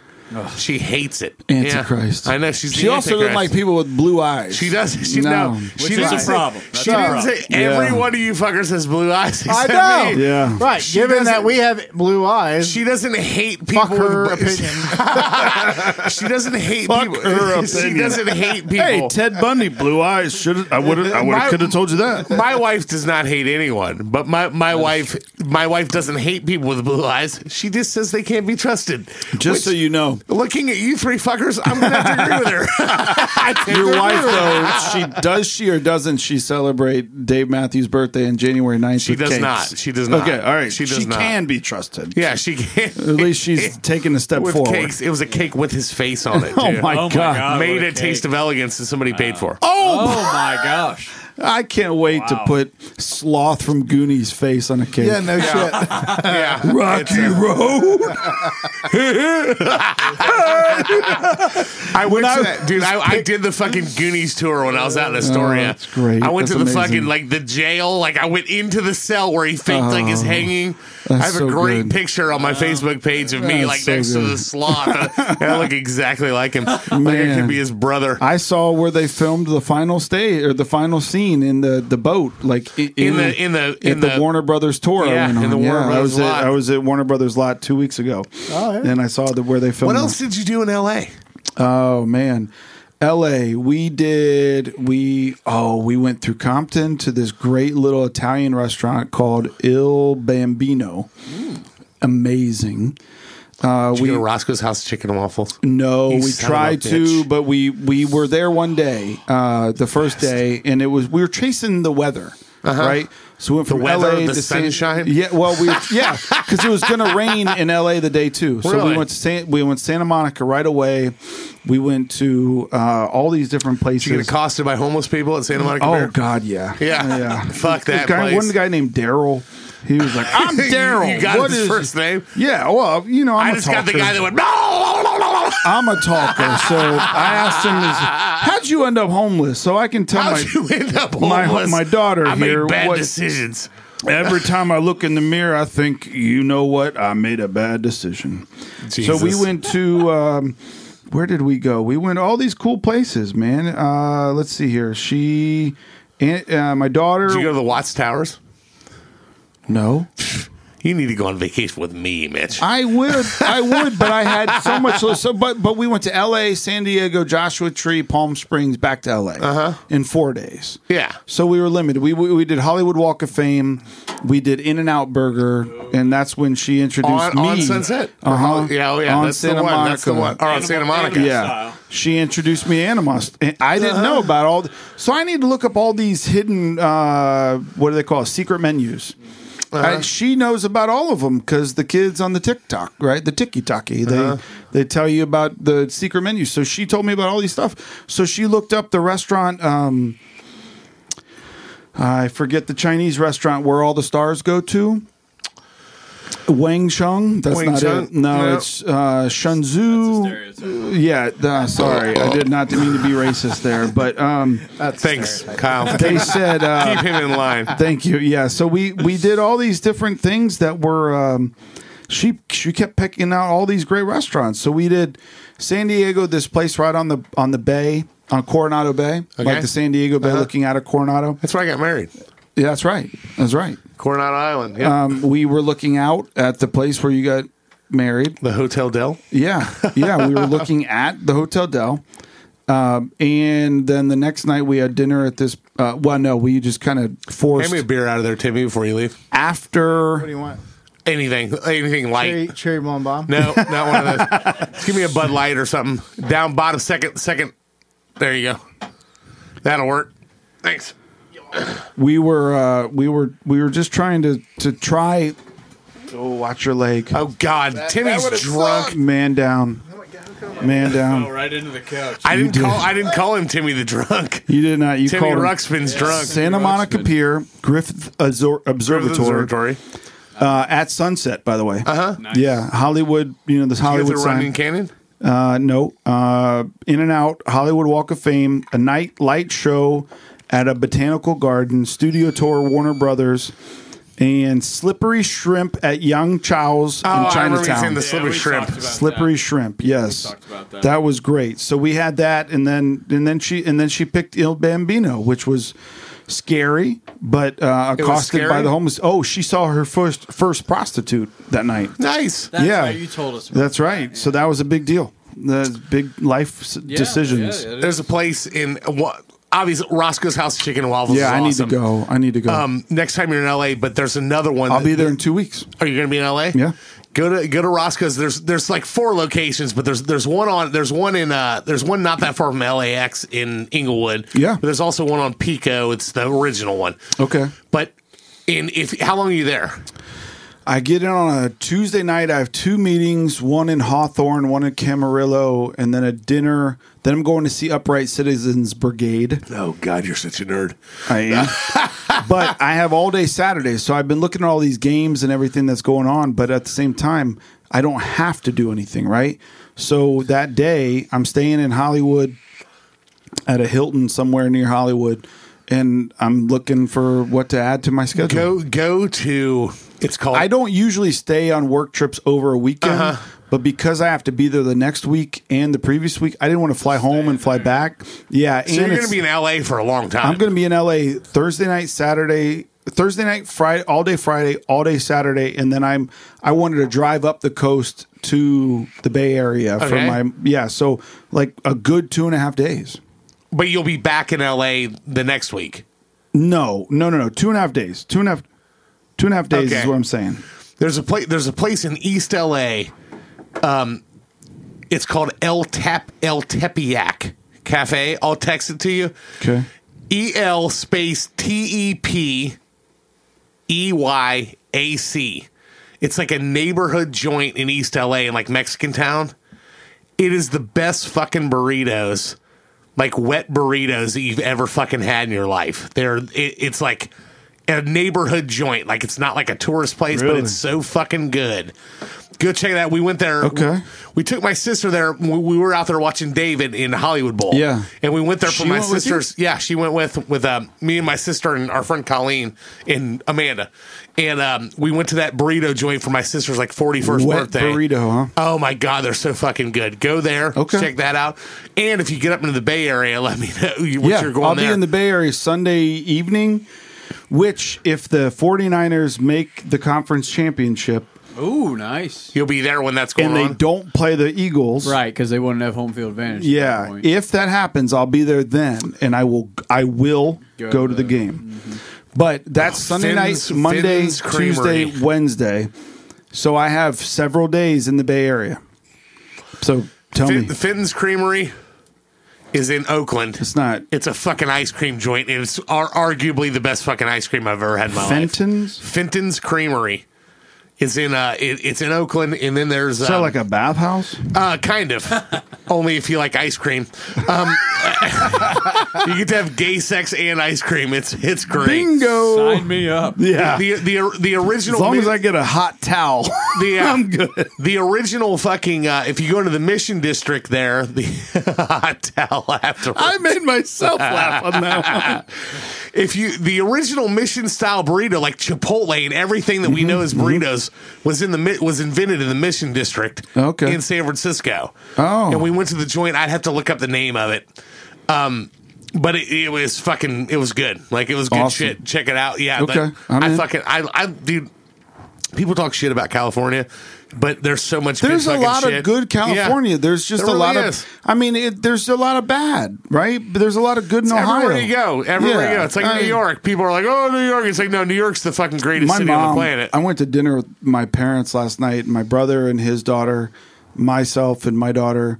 S3: She hates it.
S5: Antichrist.
S3: Yeah. I know she's.
S5: She
S3: the
S5: also doesn't
S3: Antichrist.
S5: like people with blue eyes.
S3: She does. She no. She
S7: Which is
S3: doesn't
S7: a
S3: say-
S7: problem. That's
S3: she
S7: a
S3: didn't
S7: problem.
S3: say every
S5: Yeah.
S3: one of you fuckers has blue eyes.
S6: I
S3: except
S6: know.
S3: me.
S5: Yeah.
S6: Right.
S3: She
S6: Given
S3: doesn't-
S6: that we have blue eyes,
S3: She doesn't hate people.
S6: fuck her
S3: with,
S6: opinion.
S3: She doesn't hate
S5: Fuck
S3: people.
S5: her
S3: she
S5: opinion.
S3: doesn't hate people.
S5: Hey, Ted Bundy, blue eyes. Should I would have I would
S3: My-
S5: have could have told you that.
S3: my wife does not hate anyone, but my my wife my wife doesn't hate people with blue eyes. She just says they can't be trusted.
S5: Just so you know,
S3: Looking at you three fuckers, I'm gonna have to agree with her. I think
S5: your
S3: they're
S5: wife
S3: blue.
S5: though, she does she or doesn't she celebrate Dave Matthews' birthday on January 9th?
S3: She
S5: with
S3: does
S5: cakes?
S3: not. She does not.
S5: Okay, all right.
S3: She does not.
S5: can be trusted.
S3: Yeah, she can.
S5: At least she's taken a step
S3: with
S5: forward.
S3: cakes. It was a cake with his face on it.
S5: Oh
S3: dude.
S5: my
S7: Oh my
S5: god.
S7: God.
S3: Made
S7: what a
S3: a taste
S7: cake.
S3: of elegance that somebody paid for.
S7: Oh my gosh.
S3: Oh.
S5: I can't wait to
S7: Wow.
S5: put Sloth from Goonies face on a cake.
S2: Yeah, no shit.
S3: yeah.
S5: Rocky Road.
S3: I went
S5: I- Oh,
S3: to that, dude. I, I did the fucking Goonies tour when I was out in Astoria.
S5: that's great.
S3: I went
S5: That's
S3: to the
S5: amazing.
S3: fucking like the jail. Like I went into the cell where he faked like his hanging. I
S5: Oh, that's
S3: have
S5: so
S3: a great
S5: good.
S3: picture on my Facebook page of me
S5: That's
S3: like
S5: so
S3: next to
S5: good.
S3: the sloth. and I look exactly like him. Like I
S5: Man.
S3: could be his brother.
S5: I saw where they filmed the final stage or the final scene in the the boat, like i-
S3: In the- in the-
S5: at
S3: in
S5: the,
S3: the-
S5: Warner Brothers tour. I
S3: Yeah,
S5: went
S3: in
S5: on.
S3: the Warner
S5: Yeah, I
S3: Brothers
S5: was
S3: lot.
S5: At, I was at Warner Brothers lot two weeks ago,
S2: Oh, yeah.
S5: and I saw the where they filmed.
S3: what
S5: the-
S3: else did you do in L.A.?
S5: Oh man. LA, we did we oh, we went through Compton to this great little Italian restaurant called Il Bambino.
S3: Mm.
S5: Amazing. Uh
S3: Did
S5: we
S3: you go to Roscoe's House of Chicken and Waffles?
S5: no,
S3: You
S5: we
S3: son of a
S5: tried
S3: bitch.
S5: to, but we we were there one day, uh the first day, and it was we were chasing the weather. Right, so we went from LA
S3: weather, Uh-huh. the
S5: to San-
S3: sunshine?
S5: Yeah, well, we yeah, because it was gonna rain in LA the day too. So
S3: Really?
S5: we went to San, we went to Santa Monica right away. We went to uh, all these different places.
S3: Did you get accosted by homeless people at Santa Monica?
S5: oh
S3: Fair?
S5: God, yeah,
S3: Yeah. Fuck
S5: This
S3: that
S5: guy-
S3: place.
S5: One guy named Daryl. He was like, "I'm
S3: You-
S5: Daryl."
S3: You got
S5: What
S3: his
S5: is-
S3: first name.
S5: Yeah, well, you know, I'm
S3: i
S5: a
S3: just got the
S5: talker.
S3: guy that went. No.
S5: I'm a talker, so I asked him, is- "How'd you end up homeless?" So I can tell
S3: How'd
S5: my
S3: you end up
S5: my-
S3: homeless?
S5: my daughter
S3: I
S5: here,
S3: made bad
S5: what-
S3: decisions.
S5: every time I look in the mirror, I think, "You know what? I made a bad decision." So we
S3: Jesus.
S5: went to um, where did we go? We went to all these cool places, man. Uh, let's see here. She, aunt, uh, my daughter.
S3: Did you go to the Watts Towers?
S5: no,
S3: You need to go on vacation with me, Mitch.
S5: I would, I would, but I had so much. So, but but we went to L.A., San Diego, Joshua Tree, Palm Springs, back to L.A. Uh-huh. in four days.
S3: yeah.
S5: So we were limited. We, we we did Hollywood Walk of Fame, we did In and Out Burger, and that's when she introduced
S3: On,
S5: me
S3: on Sunset? Or
S5: Uh-huh.
S3: Hol- Yeah, oh, yeah.
S5: On
S3: that's
S5: Santa
S3: the one. That's the one.
S5: Monica.
S3: Or on Santa Monica. Uh-huh.
S5: Yeah,
S7: style.
S5: she introduced me Animos. And I didn't know about all. The, so I need to look up all these hidden. Uh, what do they call it? secret menus?
S3: Uh-huh.
S5: I, she knows about all of them because the kids on the TikTok, right? The Tiki Taki, they
S3: Uh-huh.
S5: they tell you about the secret menu. So she told me about all these stuff. So she looked up the restaurant. Um, I forget the Chinese restaurant where all the stars go to. Wang Chung. That's
S3: Wang
S5: not
S3: Chung?
S5: it. No,
S3: No.
S5: it's uh, Shunzu.
S7: Stereotype.
S5: Yeah, uh, sorry, I did not mean to be racist there, but um,
S3: Thanks, Kyle.
S5: they said uh,
S3: Keep him in line.
S5: Thank you. Yeah. So we we did all these different things that were. Um, she she kept picking out all these great restaurants. So we did San Diego, this place right on the on the bay on Coronado Bay,
S3: Okay.
S5: like the San Diego Bay, looking out of Coronado.
S3: That's where I got married.
S5: Yeah, that's right. That's right.
S3: Coronado Island. Yeah.
S5: Um, we were looking out at the place where you got married.
S3: the Hotel Del.
S5: Yeah, yeah. We were looking at the Hotel Del, um, and then the next night we had dinner at this. Uh, well, no, we just kind of
S3: Hand
S5: forced
S3: me a beer out of there, Timmy, before you leave.
S5: after.
S2: What do you want?
S3: Anything. Anything light.
S2: Cherry, cherry bomb bomb.
S3: No, not one of those. Just give me a Bud Light or something. Down bottom, second, second. There you go. That'll work. Thanks.
S5: we were uh, we were we were just trying to to try oh watch your leg
S3: Oh God, Timmy's drunk.
S5: man down man
S7: Fell
S5: down
S7: right into the couch.
S3: I didn't call. I didn't call him Timmy the drunk.
S5: you did not you
S3: Timmy
S5: called him
S3: Ruxpin's drunk.
S5: Santa Monica Pier Griffith Azor- Observatory
S3: Observatory.
S5: uh, at sunset by the way uh-huh yeah Hollywood you know this
S3: You
S5: Hollywood
S3: the running
S5: sign
S3: cannon.
S5: uh, no uh, in and out Hollywood Walk of Fame a night light show at a botanical garden studio tour Warner Brothers and slippery shrimp at Young Chow's
S3: Oh,
S5: in
S3: I remember
S5: Chinatown
S3: he's in the slippery
S7: we
S3: shrimp.
S7: talked about
S5: slippery
S7: that.
S5: shrimp. Yes,
S7: talked about that.
S5: was great. So we had that, and then and then she and then she picked Il Bambino, which was scary, but uh,
S3: was
S5: accosted by
S3: scary?
S5: the homeless. Oh, she saw her first first prostitute that night.
S3: Nice.
S7: That's
S5: yeah.
S7: right, you told us. about
S5: That's
S7: that,
S5: right.
S7: yeah.
S5: So that was a big deal. That's big life s
S7: Yeah,
S5: decisions.
S7: yeah, it is.
S3: There's a place in what obviously Roscoe's House of Chicken and Waffles.
S5: yeah,
S3: is
S5: I need
S3: awesome.
S5: to go. I need to go.
S3: Um, next time you're in LA, but there's another one.
S5: I'll
S3: that-
S5: be there in two weeks.
S3: Are you going to be in LA?
S5: Yeah.
S3: Go to go to Roscoe's. There's there's like four locations, but there's there's one on there's one in uh there's one not that far from LAX in Inglewood.
S5: Yeah.
S3: But there's also one on Pico. It's the original one.
S5: Okay.
S3: But in if how long are you there?
S5: I get in on a Tuesday night. I have two meetings, one in Hawthorne, one in Camarillo, and then a dinner. Then I'm going to see Upright Citizens Brigade.
S3: Oh God, you're such a nerd.
S5: I am. but I have all day Saturday, so I've been looking at all these games and everything that's going on. But at the same time, I don't have to do anything, right? So that day, I'm staying in Hollywood at a Hilton somewhere near Hollywood, and I'm looking for what to add to my schedule.
S3: Go go to it's called
S5: I don't usually stay on work trips over a weekend,
S3: Uh-huh.
S5: but because I have to be there the next week and the previous week, I didn't want to fly home and fly back. Yeah,
S3: So
S5: and
S3: you're going
S5: it's-
S3: to be in LA for a long time.
S5: I'm going to be in LA Thursday night, Saturday, Thursday night, Friday, all day Friday, all day Saturday, and then I'm I wanted to drive up the coast to the Bay Area for
S3: Okay.
S5: my yeah, so like a good two and a half days.
S3: but you'll be back in LA the next week.
S5: No, no, no, no, two and a half days, two and a half, two and a half days
S3: Okay.
S5: is what I'm saying.
S3: There's a place. There's a place in East LA. Um, it's called El Tap El Tepeyac Cafe. I'll text it to you.
S5: Okay,
S3: E L space T E P E Y A C. It's like a neighborhood joint in East LA in like Mexican town. It is the best fucking burritos, like wet burritos that you've ever fucking had in your life. They're it, it's like a neighborhood joint. Like it's not like a tourist place, but it's so fucking good. Go check it out. We went there.
S5: Okay.
S3: We took my sister there. We, we were out there watching David in Hollywood Bowl.
S5: Yeah.
S3: And we went there for
S5: She
S3: my
S5: went with you?
S3: sister's yeah, she went with with um, me and my sister and our friend Colleen and Amanda, and um, we went to that burrito joint for my sister's like forty first
S5: Wet
S3: birthday
S5: burrito, huh?
S3: Oh my god, they're so fucking good. Go there,
S5: Okay.
S3: check that out. And if you get up into the Bay Area, let me know you- what
S5: yeah,
S3: you're going
S5: I'll
S3: there.
S5: be in the Bay Area Sunday evening, which if the 49ers make the conference championship
S4: Ooh, nice.
S3: You'll be there when that's going
S5: and they
S3: on.
S5: don't play the Eagles,
S4: Right, because they wouldn't have home field advantage. at that
S5: Yeah,
S4: point.
S5: if that happens, I'll be there then, and I will I will
S4: Go
S5: go, to
S4: to
S5: the
S4: the-
S5: game. But that's Sunday
S3: Mm-hmm. Oh, Finn's-
S5: night, Monday,
S3: Finn's Creamery.
S5: Tuesday, Wednesday. So I have several days in the Bay Area. So tell
S3: Fin-
S5: me,
S3: Fenton's Creamery is in Oakland.
S5: it's not
S3: It's a fucking ice cream joint. and It's ar- arguably the best fucking ice cream I've ever had in my life.
S5: Fenton's?
S3: Fenton's Creamery. It's in uh, it, it's in Oakland, and then there's
S5: Is that
S3: um,
S5: like a bathhouse?
S3: uh, kind of, only if you like ice cream. Um, you get to have gay sex and ice cream. It's it's great.
S5: Bingo!
S7: Sign me up.
S5: Yeah,
S3: The the the original
S5: as long as
S3: mi-
S5: I get a hot towel,
S3: the, uh,
S5: I'm good.
S3: the original fucking uh, if you go to the Mission District there the hot towel afterwards.
S5: I made myself laugh on that
S3: if you the original mission style burrito like chipotle and everything that we
S5: Mm-hmm,
S3: know as burritos was in the mi- was invented in the mission district
S5: Okay.
S3: in san francisco
S5: Oh.
S3: and we went to the joint i'd have to look up the name of it um but it, it was fucking it was good like it was good
S5: Awesome.
S3: shit check it out yeah
S5: Okay,
S3: like,
S5: I'm
S3: i
S5: in.
S3: fucking i i dude people talk shit about california but there's so much good
S5: There's a
S3: fucking
S5: lot
S3: shit.
S5: of good California.
S3: Yeah.
S5: There's just
S3: There
S5: a lot
S3: really
S5: of.
S3: is.
S5: I mean, it, there's a lot of bad, right? But there's a lot of good in Ohio.
S3: Everywhere you go, everywhere
S5: Yeah.
S3: you go, it's like
S5: I-
S3: New York. People are like, "Oh, New York." It's like, no, New York's the fucking greatest city on the planet.
S5: I went to dinner with my parents last night. My brother and his daughter, myself and my daughter.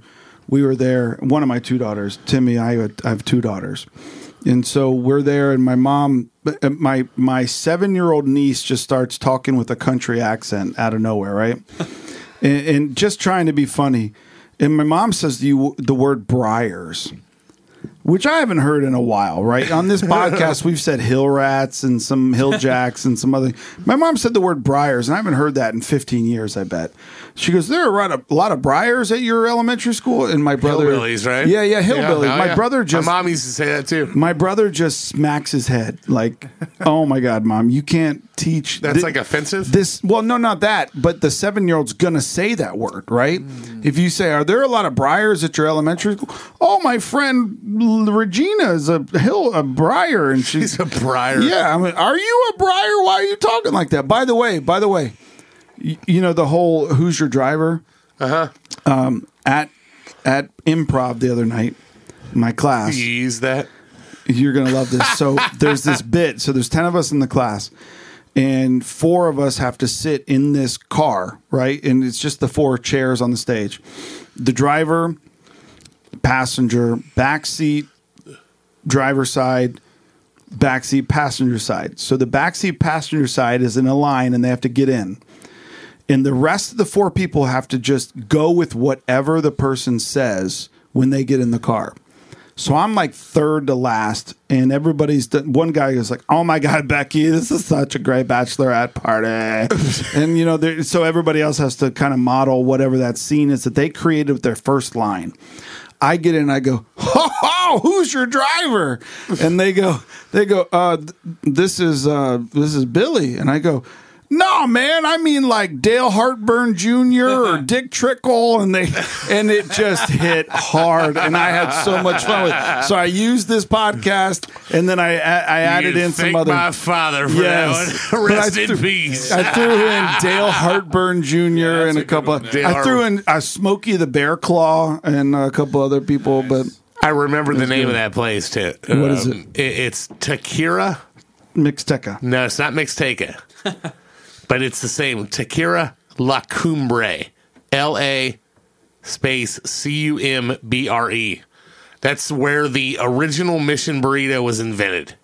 S5: We were there. One of my two daughters, Timmy. I have, I have two daughters, and so we're there. And my mom, uh, my my seven year old niece, just starts talking with a country accent out of nowhere, right? and, and just trying to be funny. And my mom says the, the word briars, which I haven't heard in a while, right? On this podcast, we've said hill rats and some hill jacks and some other. My mom said the word briars, and I haven't heard that in 15 years, I bet. She goes, There are a lot of, a lot of briars at your elementary school. And my brother.
S3: hillbillies, right?
S5: Yeah, yeah, hillbillies.
S3: oh,
S5: my
S3: yeah.
S5: brother just.
S3: My mom used to say that too.
S5: my brother just smacks his head like, "Oh my god, mom, you can't teach."
S3: That's
S5: thi-
S3: like offensive.
S5: this well no not that but the seven year old's gonna say that word right
S3: Mm.
S5: if you say are there a lot of briars at your elementary school oh my friend L- regina is a hill a briar and she's
S3: He's a briar.
S5: yeah i mean are you a briar why are you talking like that by the way by the way y- you know the whole who's your driver uh-huh um at at improv the other night my class
S3: You use that.
S5: You're gonna love this. So there's this bit. So there's ten of us in the class, and four of us have to sit in this car, right? And it's just the four chairs on the stage, the driver, passenger, back seat, driver side, backseat passenger side. So the backseat passenger side is in a line and they have to get in. And the rest of the four people have to just go with whatever the person says when they get in the car. So I'm like third to last, and everybody's done, one guy is like, "Oh my god, Becky, this is such a great bachelorette party," and you know, there- so everybody else has to kind of model whatever that scene is that they created with their first line. I get in, and I go, "Ho ho, who's your driver?" And they go, they go, uh, th- "This is uh, this is Billy," and I go. No man, I mean like Dale Hartburn Jr.
S3: Uh-huh.
S5: or Dick Trickle, and they and it just hit hard, and I had so much fun with. It. So I used this podcast, and then I I added
S3: You
S5: in some
S3: thank
S5: other.
S3: my father for
S5: Yes.
S3: that one.
S5: But I
S3: Rest in
S5: threw-
S3: peace.
S5: I threw in Dale Hartburn Jr. and a, couple. Of,
S3: Dale
S5: I threw in uh, Smokey the Bear Claw and a couple other people,
S3: I remember the name of that place too. Um,
S5: What is it?
S3: It's Takira.
S5: but Mixteca.
S3: No, it's not Mixteca, but it's the same. Takira La Cumbre, L A space C U M B R E. That's where the original mission burrito was invented.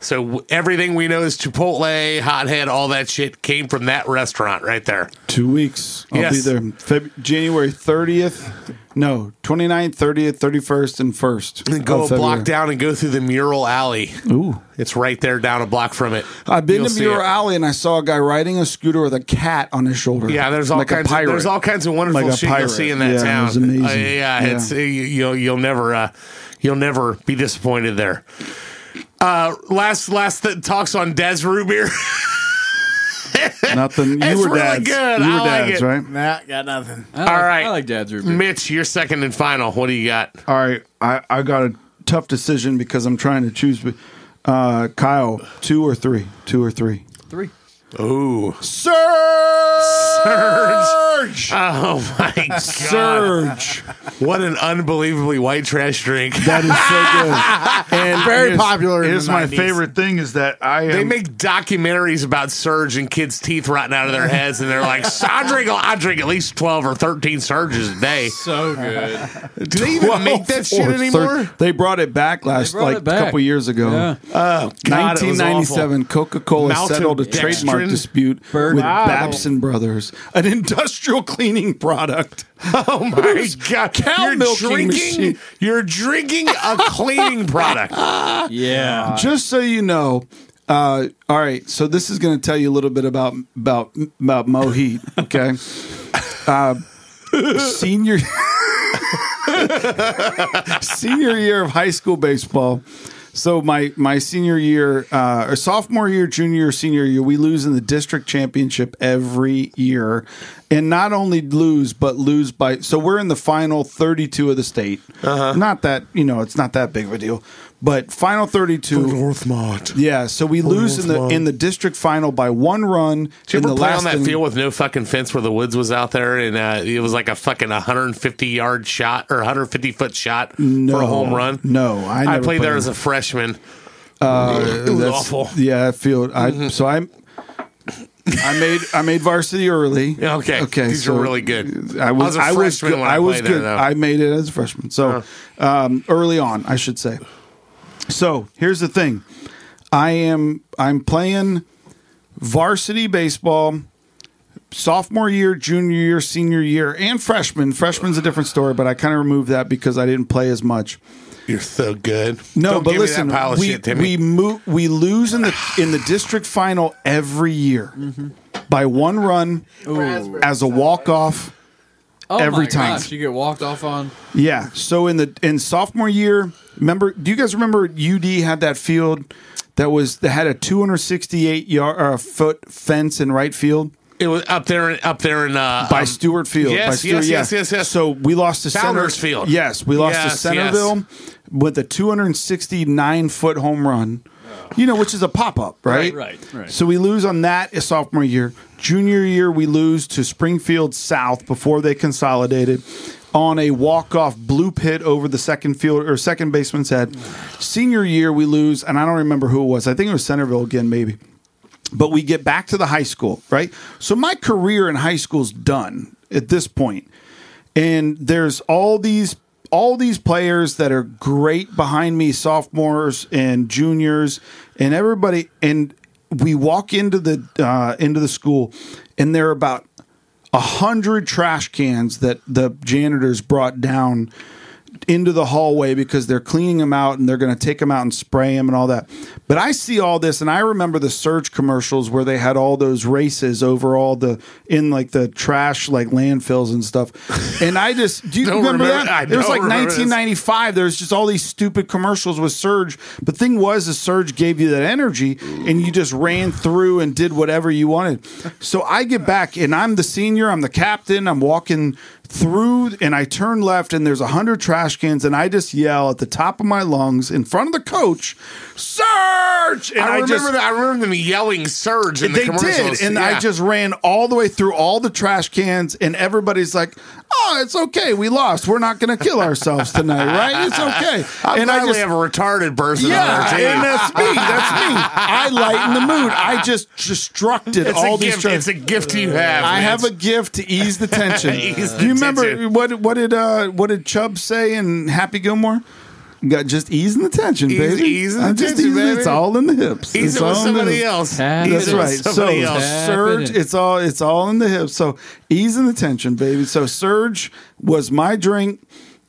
S3: So w- everything we know is Chipotle, Hothead, all that shit came from that restaurant right there.
S5: Two weeks. I'll
S3: Yes.
S5: be there. Feb- January 30th. No, 29th, 30th, 31st, and 1st.
S3: And go
S5: of
S3: a block
S5: February.
S3: down and go through the mural alley.
S5: Ooh.
S3: It's right there down a block from it.
S5: I've been
S3: You'll
S5: to
S3: see
S5: Muir
S3: it.
S5: Alley and I saw a guy riding a scooter with a cat on his shoulder.
S3: Yeah, there's all
S5: like
S3: kinds.
S5: a pirate.
S3: Of, there's all kinds of wonderful
S5: Like a
S3: shit
S5: pirate.
S3: you'll see in that
S5: Yeah, it
S3: town.
S5: was amazing.
S3: Uh, yeah,
S5: Yeah.
S3: it's uh, you, you'll you'll never uh, you'll never be disappointed there. Uh, last last th- talks on Des Rubier.
S5: Nothing. You
S3: It's
S5: were
S3: really
S5: dads.
S3: good.
S5: You were
S3: I like
S5: dads,
S3: it.
S5: right?
S2: Nah, got nothing.
S4: I like,
S3: All right.
S4: I like Dad's root beer.
S3: Mitch, you're second and final. What do you got?
S5: All right, I, I got a tough decision because I'm trying to choose. be- Uh, Kyle, two or three, two or three.
S4: Three.
S3: Ooh,
S5: Surge,
S3: Surge! Oh my god!
S5: surge.
S3: What an unbelievably white trash drink.
S5: That is so good. And
S2: Very
S5: here's-
S2: popular in
S5: Here's
S2: the
S5: my
S2: 90s.
S5: favorite thing: is that I
S3: They
S5: am,
S3: make documentaries about Surge and kids' teeth rotting out of their heads, and they're like, "I drink, I drink at least twelve or thirteen Surges a day."
S7: So good.
S3: Do they even make that shit
S5: or thir-
S3: anymore?
S5: they brought it back last,
S4: brought
S5: like
S4: it back.
S5: a couple years ago.
S4: Yeah.
S5: Oh,
S3: God, it was
S5: 1997, Coca Cola
S3: Maltodextrin.
S5: settled a trademark dispute
S4: Bird-
S5: with
S4: Wow.
S5: Babson Brothers, an industrial cleaning product.
S3: Oh my god!
S5: cow
S3: you're
S5: milking
S3: drinking,
S5: machine.
S3: you're drinking a cleaning product.
S4: Yeah.
S5: just so you know, uh, all right. So this is going to tell you a little bit about about about Mohit. Okay, uh, senior senior year of high school baseball. So my my senior year, uh, or sophomore year, junior year, senior year, we lose in the district championship every year, and not only lose but lose by. So we're in the final thirty two of the state.
S3: Uh-huh.
S5: Not that you know it's not that big of a deal, but final thirty two.
S3: Northmont. Did
S5: Yeah, so we lose in the in the district final by one run.
S3: you
S5: in
S3: ever
S5: the
S3: play
S5: last
S3: on that
S5: inning.
S3: field with no fucking fence where the woods was out there, and uh, it was like a fucking 150 yard shot or 150 foot shot for a home run?
S5: No, I
S3: I,
S5: never
S3: played there
S5: played.
S3: as a freshman. it was
S5: Uh, That's-
S3: awful. Mm-hmm.
S5: Yeah, I feel I so I'm I made I made varsity early.
S3: Okay,
S5: Okay.
S3: these
S5: so
S3: are really good.
S5: I was, I was
S3: freshman
S5: good.
S3: when I,
S5: I was
S3: played
S5: good.
S3: there, though.
S5: I made it as a freshman. So um, early on, I should say. So here's the thing. I am I'm playing varsity baseball sophomore year, junior year, senior year, and freshman. Freshman's a different story, but I kind of removed that because I didn't play as much.
S3: You're so good.
S5: No,
S3: Don't
S5: but
S3: give me that
S5: listen,
S3: pile of
S5: we
S3: shit,
S5: we
S3: Timmy.
S5: mo- we lose in the in the district final every year
S3: Mm-hmm.
S5: by one run as a walk off.
S4: Oh
S5: Every
S4: my
S5: time.
S4: gosh, you get walked off on.
S5: Yeah. So in the in sophomore year, remember? Do you guys remember UD had that field that was that had a 268 yard or foot fence in right field
S3: it was up there, up there in uh,
S5: by
S3: um,
S5: Stewart Field.
S3: yes,
S5: by Stewart,
S3: yes,
S5: yeah.
S3: yes, yes, yes.
S5: So we lost to
S3: Founders
S5: Center-
S3: Field.
S5: Yes, we lost to
S3: Yes, yes.
S5: Centerville with a 269 foot home run. You know, which is a pop up, right?
S4: Right, right, right.
S5: So we lose on that as sophomore year. Junior year, we lose to Springfield South before they consolidated. on a walk-off blue pit over the second field or second baseman's head. Senior year, we lose, and I don't remember who it was. I think it was Centerville again, maybe. But we get back to the high school, right? So my career in high school's done at this point. And there's all these all these players that are great behind me, sophomores and juniors and everybody and we walk into the uh, into the school and there are about a hundred trash cans that the janitors brought down into the hallway because they're cleaning them out and they're going to take them out and spray them and all that. But I see all this and I remember the surge commercials where they had all those races over all the in like the trash like landfills and stuff. And I just do you
S3: Don't
S5: remember,
S3: remember- I
S5: that? It was
S3: don't
S5: like
S3: remember this.
S5: 1995. There was just all these stupid commercials with surge. But thing was, the surge gave you that energy and you just ran through and did whatever you wanted. So I get back and I'm the senior. I'm the captain. I'm walking through and I turn left and there's a hundred trash cans and I just yell at the top of my lungs in front of the coach, Surge! And
S3: I remember
S5: just-
S3: that. I remember them yelling "surge" in the
S5: they
S3: commercials.
S5: did, and I
S3: Yeah.
S5: just ran all the way through all the trash cans, and everybody's like, "Oh, it's okay, we lost. We're not going to kill ourselves tonight, right? It's okay."
S3: I'm
S5: and
S3: glad
S5: I just
S3: we have a retarded person on our
S5: yeah,
S3: team.
S5: and that's me. That's me. I lighten the mood. I just destructed
S3: it's
S5: all
S3: a
S5: these.
S3: gift.
S5: trash-
S3: It's a gift you have.
S5: I
S3: man.
S5: have a gift to ease the tension.
S3: Ease the
S5: Do you remember
S3: tension.
S5: what what did uh, what did Chubb say in Happy Gilmore? You Got just easing the tension,
S3: Ease-
S5: baby.
S3: easing the
S5: I'm just
S3: tension,
S5: easing-
S3: baby.
S5: It's all in the hips. it's
S3: He's it
S5: all
S3: with
S5: in the
S3: somebody
S5: hips.
S3: else.
S4: Tap
S3: He's
S4: it.
S5: That's
S3: it with
S5: right. So
S3: Somebody else.
S4: Tap
S5: surge,
S4: it in.
S5: it's all it's all in the hips. So easing the tension, baby. So surge was my drink.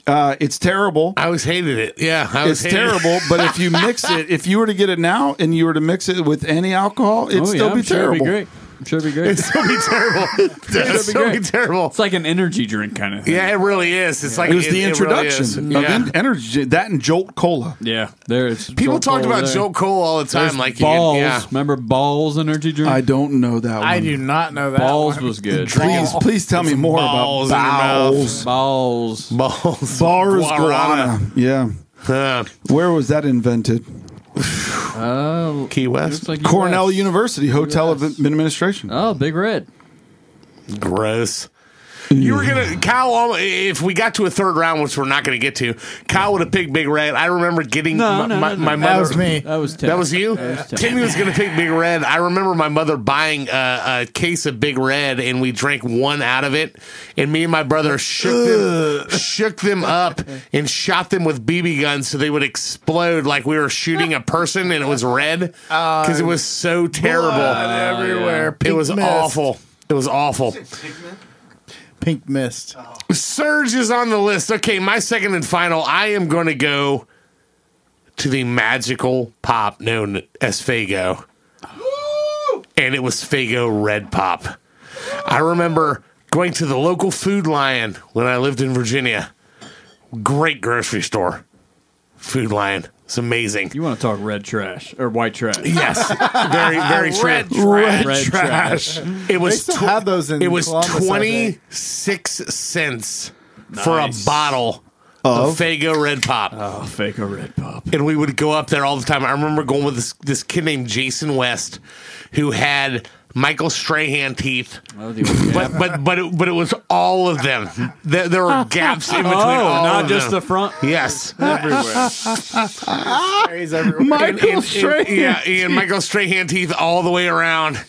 S5: Uh, it's terrible.
S3: I always hated it. Yeah, I always
S5: It's
S3: hated it.
S5: terrible. but if you mix it, if you were to get it now and you were to mix it with any alcohol, it'd
S4: Oh,
S5: still
S4: yeah,
S5: be
S4: I'm sure it'd
S5: terrible.
S4: be great. I'm sure it'd be great.
S3: It's so be terrible. It's so be
S4: great.
S3: terrible.
S4: It's like an energy drink kind of thing.
S3: Yeah, it really is. It's like
S5: It was the
S3: really is.
S5: introduction of
S3: Yeah.
S5: en- energy that and Jolt Cola.
S4: Yeah, there it's
S3: People talked about
S5: eh?
S4: there.
S3: Joe Cole all the time.
S4: There's
S3: Like you could-
S4: balls.
S3: yeah.
S4: Remember balls energy drink?
S5: I don't know that one.
S6: I do not know that.
S4: balls
S6: one.
S4: was good.
S5: Please, please tell me more
S3: balls in your
S5: about bowels.
S3: mouth.
S4: Balls.
S3: balls,
S5: Bars
S3: Guarana. Uh,
S5: Guarana. Yeah.
S3: Huh.
S5: Where was that invented?
S4: Oh,
S3: Key West.
S4: looks like
S5: Cornell
S4: US.
S5: University Hotel of Administration.
S4: Oh, Big Red.
S3: Gross. You were gonna Kyle. almo- If we got to a third round, which we're not gonna get to, Kyle would have picked Big Red. I remember getting
S4: No,
S3: my,
S4: no,
S3: my,
S4: no, no.
S3: my
S4: That
S3: mother.
S6: That was me.
S4: That was Tim.
S3: That was you.
S4: Tim.
S3: Timmy was going to pick Big Red. I remember my mother buying a, a case of Big Red, and we drank one out of it. And me and my brother shook them, shook them up, and shot them with BB guns so they would explode like we were shooting a person, and it was red because it was so terrible.
S6: Blood everywhere.
S3: It
S6: Pink
S3: was
S6: mist.
S3: awful. It was awful.
S6: Pink mist.
S2: Oh.
S3: Surge is on the list. Okay, my second and final. I am going to go to the magical pop known as Fago. And it was Fago Red Pop. I remember going to the local food lion when I lived in Virginia. Great grocery store. Food lion. It's amazing.
S4: You want to talk red trash or white trash?
S3: Yes. Very, very
S6: Red
S3: true.
S6: trash.
S4: Red trash.
S3: It was
S6: They still
S3: tw-
S6: have those in
S3: It was
S6: Columbus, I think.
S3: twenty six cents for a bottle of Fago Red Pop,
S4: Oh, fake a red pop.
S3: and we would go up there all the time. I remember going with this this kid named Jason West, who had Michael Strahan teeth,
S4: Oh, the old
S3: but
S4: gap.
S3: but but it, but it was all of them. There, there were gaps in between.
S4: oh,
S3: all
S4: not
S3: of
S4: just the
S3: them.
S4: front.
S3: Yes,
S4: Everywhere.
S6: Sprays everywhere.
S3: Michael Strahan. Yeah, and Michael Strahan teeth all the way around.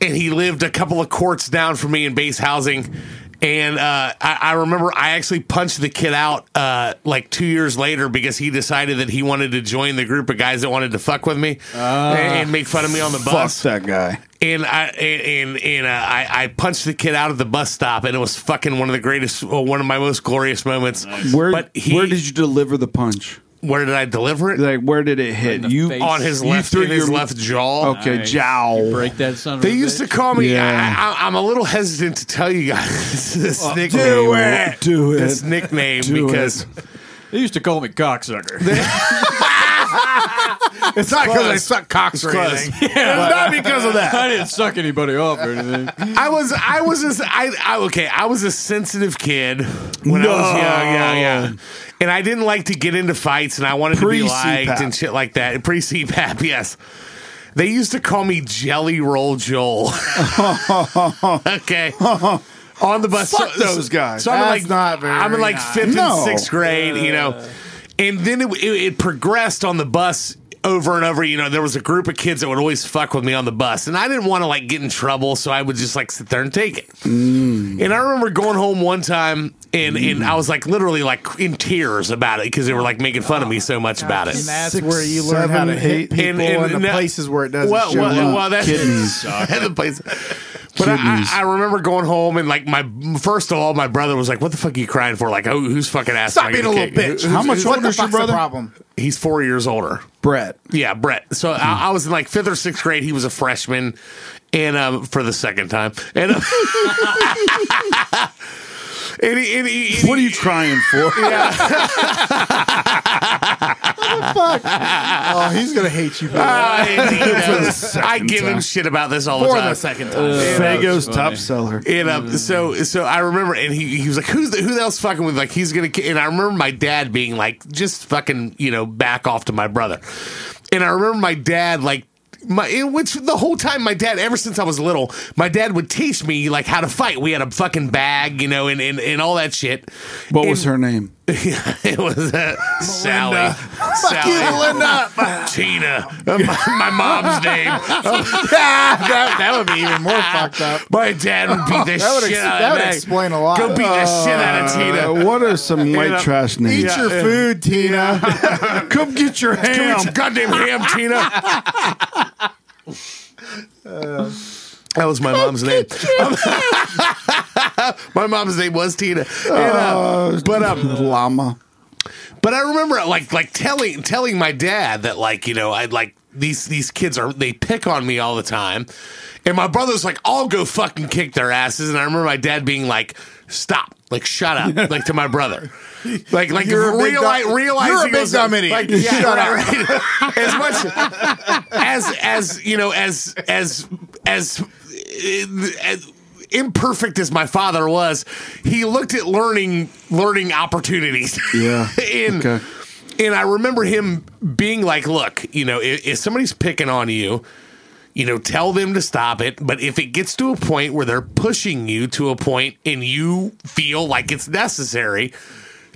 S3: And he lived a couple of courts down from me in base housing. And uh, I, I remember I actually punched the kid out uh, like two years later because he decided that he wanted to join the group of guys that wanted to fuck with me and, and make fun of me on the bus
S5: Ah. that guy.
S3: and I and and, and uh, I, I punched the kid out of the bus stop, and it was fucking one of the greatest, well, one of my most glorious moments.
S5: Where
S3: but he,
S5: where did you deliver the punch?
S3: where did I deliver it?
S5: Like where did it hit?
S4: the
S5: You
S4: face.
S3: on his
S5: you
S3: left,
S5: threw
S3: in his
S5: your-
S3: left jaw.
S5: Okay,
S4: Nice.
S5: jowl.
S4: Break that son of
S3: They
S4: a
S3: used to
S4: bitch.
S3: call me.
S5: Yeah.
S3: I, I, I'm a little hesitant to tell you guys this nickname.
S5: do it. Do it.
S3: This nickname
S5: Do
S3: because
S4: They used to call me cocksucker.
S6: It's not because I
S3: Close.
S6: suck cocks or
S3: Close.
S6: anything. It's not because of that.
S4: I didn't suck anybody off or anything.
S3: I was I was just I, I okay I was a sensitive kid when I was
S5: No.
S3: young yeah yeah and I didn't like to get into fights and I wanted to be
S5: Pre-CPAP.
S3: liked and shit like that pre CPAP yes they used to call me Jelly Roll Joel okay on the bus.
S5: Fuck those guys.
S3: So I'm in
S2: That's
S3: like
S2: not very
S3: I'm in like
S2: nice.
S3: fifth
S5: No.
S3: and sixth grade, you know. And then it, it, it progressed on the bus over and over. You know, there was a group of kids that would always fuck with me on the bus, and I didn't want to like get in trouble, so I would just like sit there and take it. And I remember going home one time, and and I was like literally like in tears about it because they were like making fun of me so much about it.
S2: And that's
S6: Six,
S2: where you learn how to
S6: seven,
S2: hit
S6: eight.
S2: people
S3: And- and-
S2: in the
S3: no-
S2: places where it doesn't
S3: well,
S2: show
S3: well,
S2: up.
S3: well, that's
S5: Kidneys.
S3: the place. But I, I, I remember going home and like my first of all, my brother was like, "What the fuck are you crying for? Like, who, who's fucking ass? am
S2: Stop
S3: I
S2: being a
S3: gonna
S2: little
S3: kick?"
S2: bitch.
S5: How much
S2: What
S5: older
S2: the
S5: is your
S2: fuck's the
S5: brother?
S2: problem?
S3: He's four years older.
S5: Brett.
S3: Yeah, Brett. So I, I was in like fifth or sixth grade. He was a freshman, and um, for the second time, and. Um, And he, and he- and he-
S5: What are you trying for?
S2: Oh, he's gonna hate you.
S3: uh, and he- I give him shit about this all the
S2: For
S3: time.
S2: the second time.
S5: Fago's top seller.
S3: And um,
S5: Mm.
S3: so so I remember, and he, he was like, "Who's the, who the hell's fucking with?" Like he's gonna. ki-" And I remember my dad being like, "Just fucking, you know, back off to my brother." And I remember my dad like. My, in which the whole time my dad, ever since I was little, my dad would teach me like how to fight. We had a fucking bag, you know, and, and, and all that shit.
S5: What was her name?
S3: it was uh, Sally, Sally, Tina, Uh, my, my mom's name.
S2: that, that would be even more fucked up.
S3: My dad would beat the
S2: That would,
S3: shit
S2: ex-
S3: out of
S2: that would
S3: me.
S2: explain a lot.
S3: Go beat the shit out of Tina.
S5: Uh, what are some white
S3: know,
S5: trash names?
S2: Eat your food, Tina.
S5: Come get your
S3: Give
S5: ham.
S3: me some goddamn ham, Tina. that was my mom's name. my mom's name was Tina. And, uh, but um,
S5: llama.
S3: but I remember like like telling telling my dad that like you know I'd like these these kids are they pick on me all the time, and my brother's like I'll go fucking kick their asses, and I remember my dad being like stop like shut up like to my brother. Like, like,
S2: You're a big
S3: reali-
S2: dumb-
S3: realizing
S2: you're a big
S3: it was-
S2: dumb idiot.
S3: Like, yeah,
S2: Shut
S3: right, right. As much as, as you know, as as as, as imperfect as my father was, he looked at learning learning opportunities.
S5: Yeah.
S3: and
S5: Okay.
S3: and I remember him being like, "Look, you know, if, if somebody's picking on you, you know, tell them to stop it. But if it gets to a point where they're pushing you to a point and you feel like it's necessary."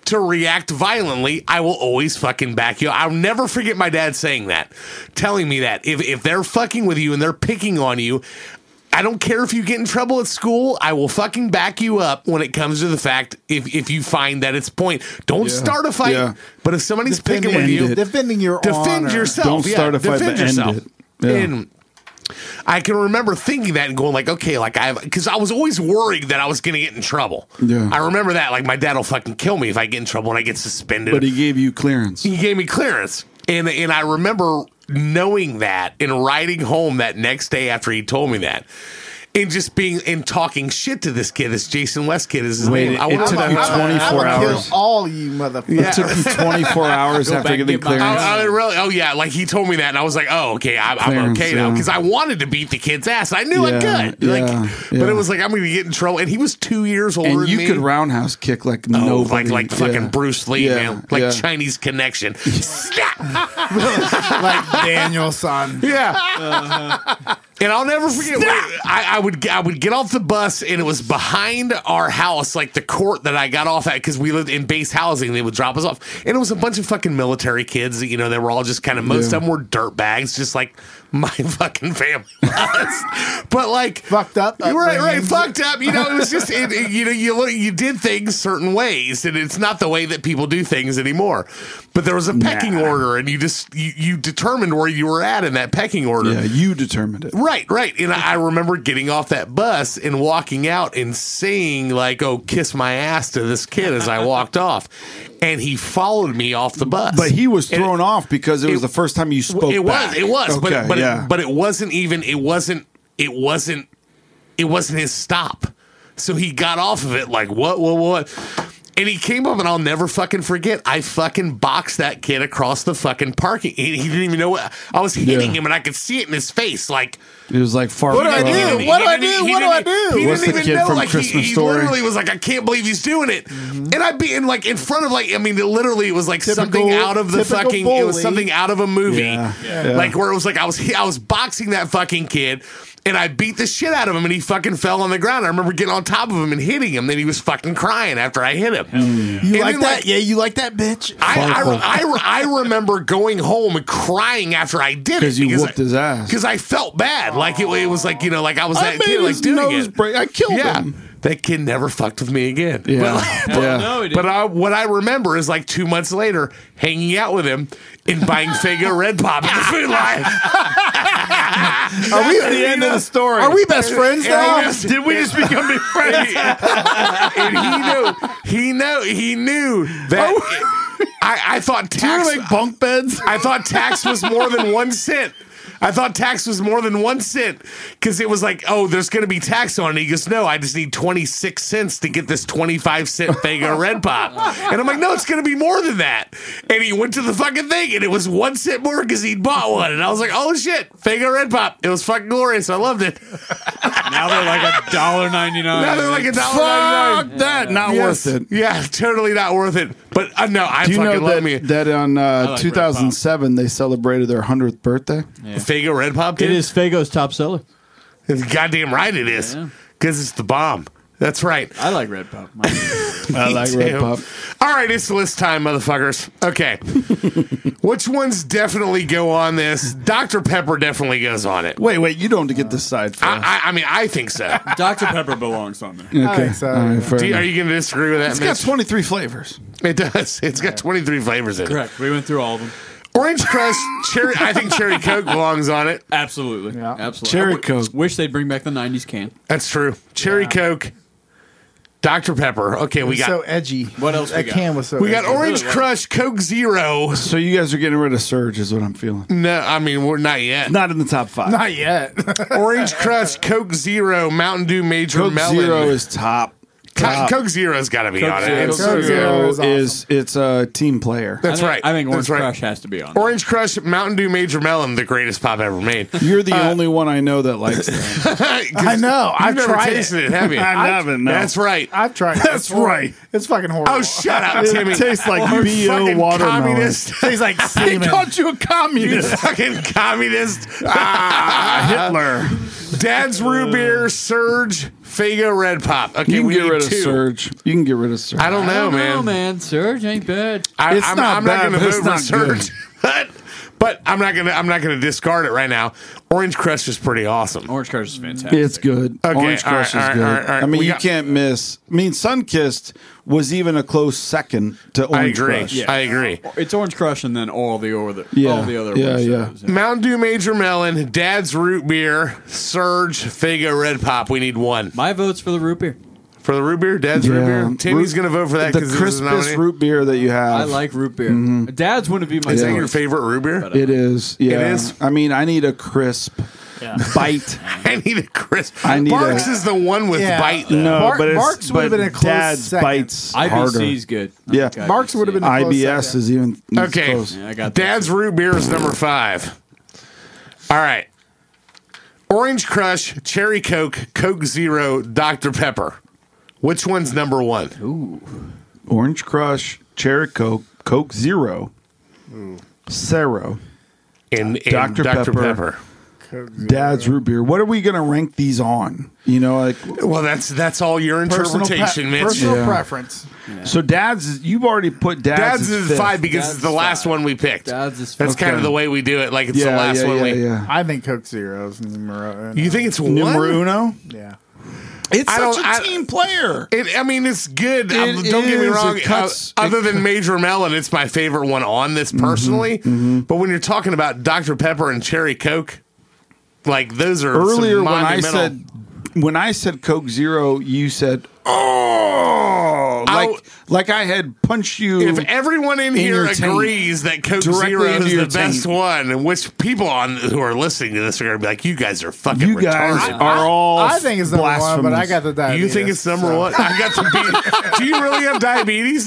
S3: To react violently, I will always fucking back you. I'll never forget my dad saying that, telling me that if if they're fucking with you and they're picking on you, I don't care if you get in trouble at school. I will fucking back you up when it comes to the fact if if you find that it's point. Don't start a fight,
S5: Yeah.
S3: but if somebody's picking with
S5: Defend
S3: you,
S5: it.
S2: Defending your
S3: defend
S2: honor.
S3: yourself.
S5: Don't
S3: Yeah,
S5: start a fight,
S3: defend
S5: but end
S3: yourself.
S5: it. Yeah.
S3: And I can remember thinking that and going like, okay, like I have, because I was always worried that I was going to get in trouble.
S5: Yeah.
S3: I remember that. Like my dad will fucking kill me if I get in trouble and I get suspended
S5: But he gave you clearance.
S3: he gave me clearance and and i remember knowing that and riding home that next day after he told me that and just being and talking shit to this kid this jason west kid is his
S5: Wait,
S3: name I
S5: it
S3: wanna-
S5: took you
S3: I- I-
S5: 24
S2: I'll kill
S5: hours.
S2: all you motherfuckers.
S5: It took you 24 hours after getting
S3: I,
S5: clearance.
S3: I really, oh yeah, like he told me that, and I was like, oh okay, I, I'm
S5: Clearance,
S3: okay now
S5: yeah.
S3: because I wanted to beat the kid's ass. I knew I
S5: Yeah,
S3: could, like,
S5: yeah,
S3: but
S5: yeah.
S3: it was like I'm going to get in trouble. And he was two years older.
S5: and
S3: than
S5: you
S3: me.
S5: could roundhouse kick like no
S3: Oh,
S5: nobody.
S3: like like fucking
S5: Yeah.
S3: Bruce Lee,
S5: Yeah,
S3: man, like
S5: yeah.
S3: Chinese connection.
S2: like Daniel son.
S3: Yeah. And I'll never forget. I, I would I would get off the bus, and it was behind our house, like the court that I got off at, because we lived in base housing. They would drop us off, and it was a bunch of fucking military kids. You know, they were all just kind of most
S5: Yeah.
S3: of them were dirt bags, just like my fucking family was. but like
S2: Fucked up.
S3: Right, right,
S2: upbringing.
S3: fucked up. You know, it was just it, it- you know you look, you did things certain ways, and it's not the way that people do things anymore. But there was a pecking order, and you just you, you determined where you were at in that pecking order.
S5: Yeah, you determined it.
S3: Right, right. And I I remember getting off that bus and walking out and saying like, "Oh, kiss my ass" to this kid as I walked off, and he followed me off the bus.
S5: But he was
S3: And-
S5: thrown off because it was
S3: it-
S5: the first time you spoke.
S3: it
S5: back.
S3: was it was
S5: Okay,
S3: but but,
S5: yeah.
S3: it, but it wasn't even it wasn't it wasn't it wasn't his stop so he got off of it like what what what And he came up, and I'll never fucking forget. I fucking boxed that kid across the fucking parking. He, he didn't even know what I was hitting him, and I could see it in his face. Like,
S5: It was like far.
S2: What do I
S5: from-
S2: do?
S3: didn't-
S2: What do I
S3: didn't-
S2: do?
S3: he
S2: What do I
S3: didn't-
S2: do?
S3: He
S2: What's
S3: didn't
S2: the
S3: even
S2: kid
S3: know.
S2: from
S3: Like he,
S2: Christmas
S3: he
S2: Story?
S3: literally was like, I can't believe he's doing it. And I'd be in like in front of like I mean, it literally was like something
S2: Mm-hmm. Typical-
S3: out of the
S2: typical
S3: fucking. It was
S2: bully.
S3: something out of a movie,
S5: Yeah.
S3: like where it was like I was I was boxing that fucking kid. And I beat the shit out of him, and he fucking fell on the ground. I remember getting on top of him and hitting him. Then he was fucking crying after I hit him.
S2: You
S3: And
S2: like
S3: then,
S2: that? yeah, you like that, bitch.
S3: I, I, I, I remember going home and crying after I did it
S5: 'Cause you whooped
S3: I,
S5: his ass.
S3: because I felt bad. Like it, it was like you know, like I was
S5: I
S3: that
S5: made
S3: kid, like
S5: his
S3: doing
S5: nose
S3: it.
S5: break. I killed
S3: yeah,
S5: him.
S3: that kid never fucked with me again. But,
S5: Yeah.
S3: like,
S5: yeah.
S7: No, he
S3: but
S7: didn't.
S3: I, what I remember is like two months later, hanging out with him and buying Fago Red Pop at the food line.
S2: Are we at the end of the story? Are we best friends now?
S3: Did we just become big friends? and he knew, he know, he knew that. I, I thought tax.
S2: bunk beds?
S3: I thought tax was more than one cent. I thought tax was more than one cent because it was like, oh, there's going to be tax on it. He goes, no, I just need 26 cents to get this 25 cent Fago Red Pop. And I'm like, no, it's going to be more than that. And he went to the fucking thing and it was one cent more because he'd bought one. And I was like, oh shit, Fago Red Pop. It was fucking glorious. I loved it.
S7: Now they're like a dollar ninety nine.
S3: Now they're like a dollar.
S5: Fuck
S3: 99.
S5: that. Not
S3: Yes.
S5: worth it.
S3: Yeah, totally not worth it. But uh, no, I
S5: Do you
S3: fucking
S5: know
S3: love
S5: that,
S3: me.
S5: that on uh,
S7: like
S5: 2007 they celebrated their 100th birthday?
S3: Fago Red Pop.
S4: It
S3: dude?
S4: is Fago's top seller.
S3: It's goddamn right it is.
S4: Yeah.
S3: Because it's the bomb. That's right.
S4: I like Red Pop.
S5: I like
S3: Damn. All right, it's list time, motherfuckers. Okay. Which ones definitely go on this? Dr. Pepper definitely goes on it.
S5: Wait, wait, you don't get to decide. For
S3: I, I, I mean, I think so.
S7: Dr Pepper belongs on there.
S5: okay,
S2: so,
S5: All right, fair
S3: Do you-
S5: enough.
S3: are you going to disagree with that?
S5: It's got
S3: Mitch?
S5: 23 flavors.
S3: it does. It's got 23 flavors in it.
S7: Correct. We went through all of them.
S3: Orange Crush, cherry. I think Cherry Coke belongs on it.
S7: Absolutely. Absolutely.
S5: Cherry
S7: I w-
S5: Coke.
S7: Wish they'd bring back the nineties can.
S3: That's true. Cherry Coke, Dr. Pepper. Okay, we got.
S2: so edgy.
S7: What else we
S2: That
S7: got?
S2: can was so.
S3: we got
S2: edgy.
S3: Orange
S7: really
S3: Crush, Coke Zero.
S5: So you guys are getting rid of Surge, is what I'm feeling.
S3: No, I mean, we're not yet.
S5: Not in the top five.
S2: Not yet.
S3: Orange Crush, Coke Zero, Mountain Dew Major
S5: Coke
S3: Melon.
S5: Zero is top.
S3: Co-
S5: top.
S3: Coke Zero's got to be on it.
S5: Coke
S3: It's-
S5: Zero,
S2: Zero
S5: is,
S2: is awesome.
S5: it's a team player.
S7: I
S3: That's
S7: think,
S3: right.
S7: I think Orange
S3: That's right.
S7: Crush has to be on. there.
S3: Orange Crush, Mountain Dew Major Melon, the greatest pop ever made.
S5: You're the
S3: uh,
S5: only one I know that likes that.
S3: I
S2: know. I've
S3: never
S2: tried it.
S3: tasted it, have you?
S5: I haven't, no.
S3: That's right.
S2: I've tried. it.
S5: That's
S2: It's horrible.
S5: right.
S2: It's fucking horrible.
S3: Oh, shut up, Timmy.
S5: tastes like
S3: You
S5: BO
S3: fucking
S5: watermelon.
S3: Communist.
S2: Tastes like
S5: They
S2: semen.
S5: called you a
S3: You
S5: communist.
S3: fucking communist. Ah,
S5: Hitler.
S3: Dad's Root Beer, Surge, Fago Red Pop. Okay,
S5: You can
S3: we
S5: get
S3: need
S5: rid of
S3: two.
S5: Surge. You can get rid of Surge.
S3: I don't know,
S4: I don't
S3: man.
S4: know, man. Surge ain't bad.
S3: I,
S5: It's
S3: I'm,
S5: not
S3: I'm
S5: bad,
S3: not
S5: but
S3: going
S5: it's
S3: to vote
S5: not
S3: for Surge, but, but I'm not going to. I'm not going to discard it right now. Orange Crush is pretty awesome.
S7: Orange Crush is fantastic.
S5: It's good.
S3: Okay,
S5: Orange
S3: all right,
S5: Crush
S3: all
S5: is
S3: right,
S5: good.
S3: all right, all right.
S5: I mean,
S3: We
S5: you
S3: got-
S5: can't miss. I mean, Sunkist was even a close second to
S3: I
S5: Orange
S3: agree.
S5: Crush.
S3: I agree.
S7: It's Orange Crush and then all the other
S5: Yeah.
S7: all the other
S5: Yeah,
S7: ones.
S5: yeah.
S3: Mountain Dew Major Melon, Dad's Root Beer, Surge, Figo Red Pop. We need one
S4: My vote's for the root beer.
S3: for the root beer. Dad's root beer. Timmy's
S5: Root-
S3: going to vote for that
S5: The
S3: because it's
S5: crispest
S3: nominee.
S5: root beer that you have.
S4: I like root beer. Dad's wouldn't be my
S3: Is that your
S4: favorite.
S3: favorite root beer?
S5: It is. Yeah.
S3: is?
S5: I mean, I need a crisp bite.
S3: I need a crisp.
S5: I need
S3: Barks
S5: a-
S3: is the one with
S2: Yeah.
S3: bite. Though.
S5: no,
S2: Mar-
S5: but it's,
S2: Mark's
S5: but
S2: would've been a close
S5: Dad's
S2: second.
S5: bites harder.
S7: IBC's good. I
S5: Yeah.
S7: think
S2: Marks
S7: IBC.
S2: would've been- close
S5: IBS
S2: second.
S5: is even it's
S3: Okay.
S5: close.
S7: Yeah, I got that.
S3: Dad's root beer is number five. All right. Orange Crush, Cherry Coke, Coke Zero, Dr. Pepper. Which one's number one?
S5: Orange Crush, Cherry Coke, Coke Zero, Cero,
S3: And, and
S5: Dr.
S3: Dr.
S5: Pepper.
S3: Pepper.
S5: Dad's root beer. What are we going to rank these on? You know, like
S3: Well, that's that's all your
S2: Personal pre-
S3: interpretation, Mitch.
S2: Personal
S5: Yeah.
S2: preference.
S5: so. Dad's. is- You've already put Dad's. as
S3: Dad's is
S5: fifth.
S3: five because it's the
S7: Dad's
S3: last
S7: five.
S3: one we picked.
S4: Dad's is
S3: that's
S4: fine.
S3: kind of the way we do it. Like it's
S5: Yeah,
S3: the last
S5: yeah,
S3: one
S5: yeah,
S3: we.
S5: yeah.
S2: I think Coke Zero is numero.
S3: You think it's
S5: Numero
S3: one?
S5: uno.
S2: Yeah.
S5: It's
S3: I don't-
S5: such a
S3: I-
S5: team player.
S3: It, I mean, it's good. Um,
S5: It
S3: don't get me
S5: is.
S3: wrong.
S5: It cuts-
S3: uh, other
S5: it- Mm-hmm.
S3: than Major Melon, it's my favorite one on this personally. But when you're talking about Dr Pepper and Cherry Coke, like those are some
S5: Earlier when I
S3: monumental-
S5: said when I said Coke Zero, you said oh. zero.
S3: I'll-
S5: like like I had punched you.
S3: If everyone in here
S5: your tank.
S3: agrees that Coke
S5: Directly
S3: Zero
S5: into
S3: is
S5: your
S3: the best
S5: tank.
S3: one, and which people on who are listening to this are going to be like, "You guys are fucking
S5: you
S3: retarded."
S5: guys are all.
S2: I think it's number one, but I got the diabetes.
S3: you think it's number
S2: so-
S3: one? I got the beat. Do you really have diabetes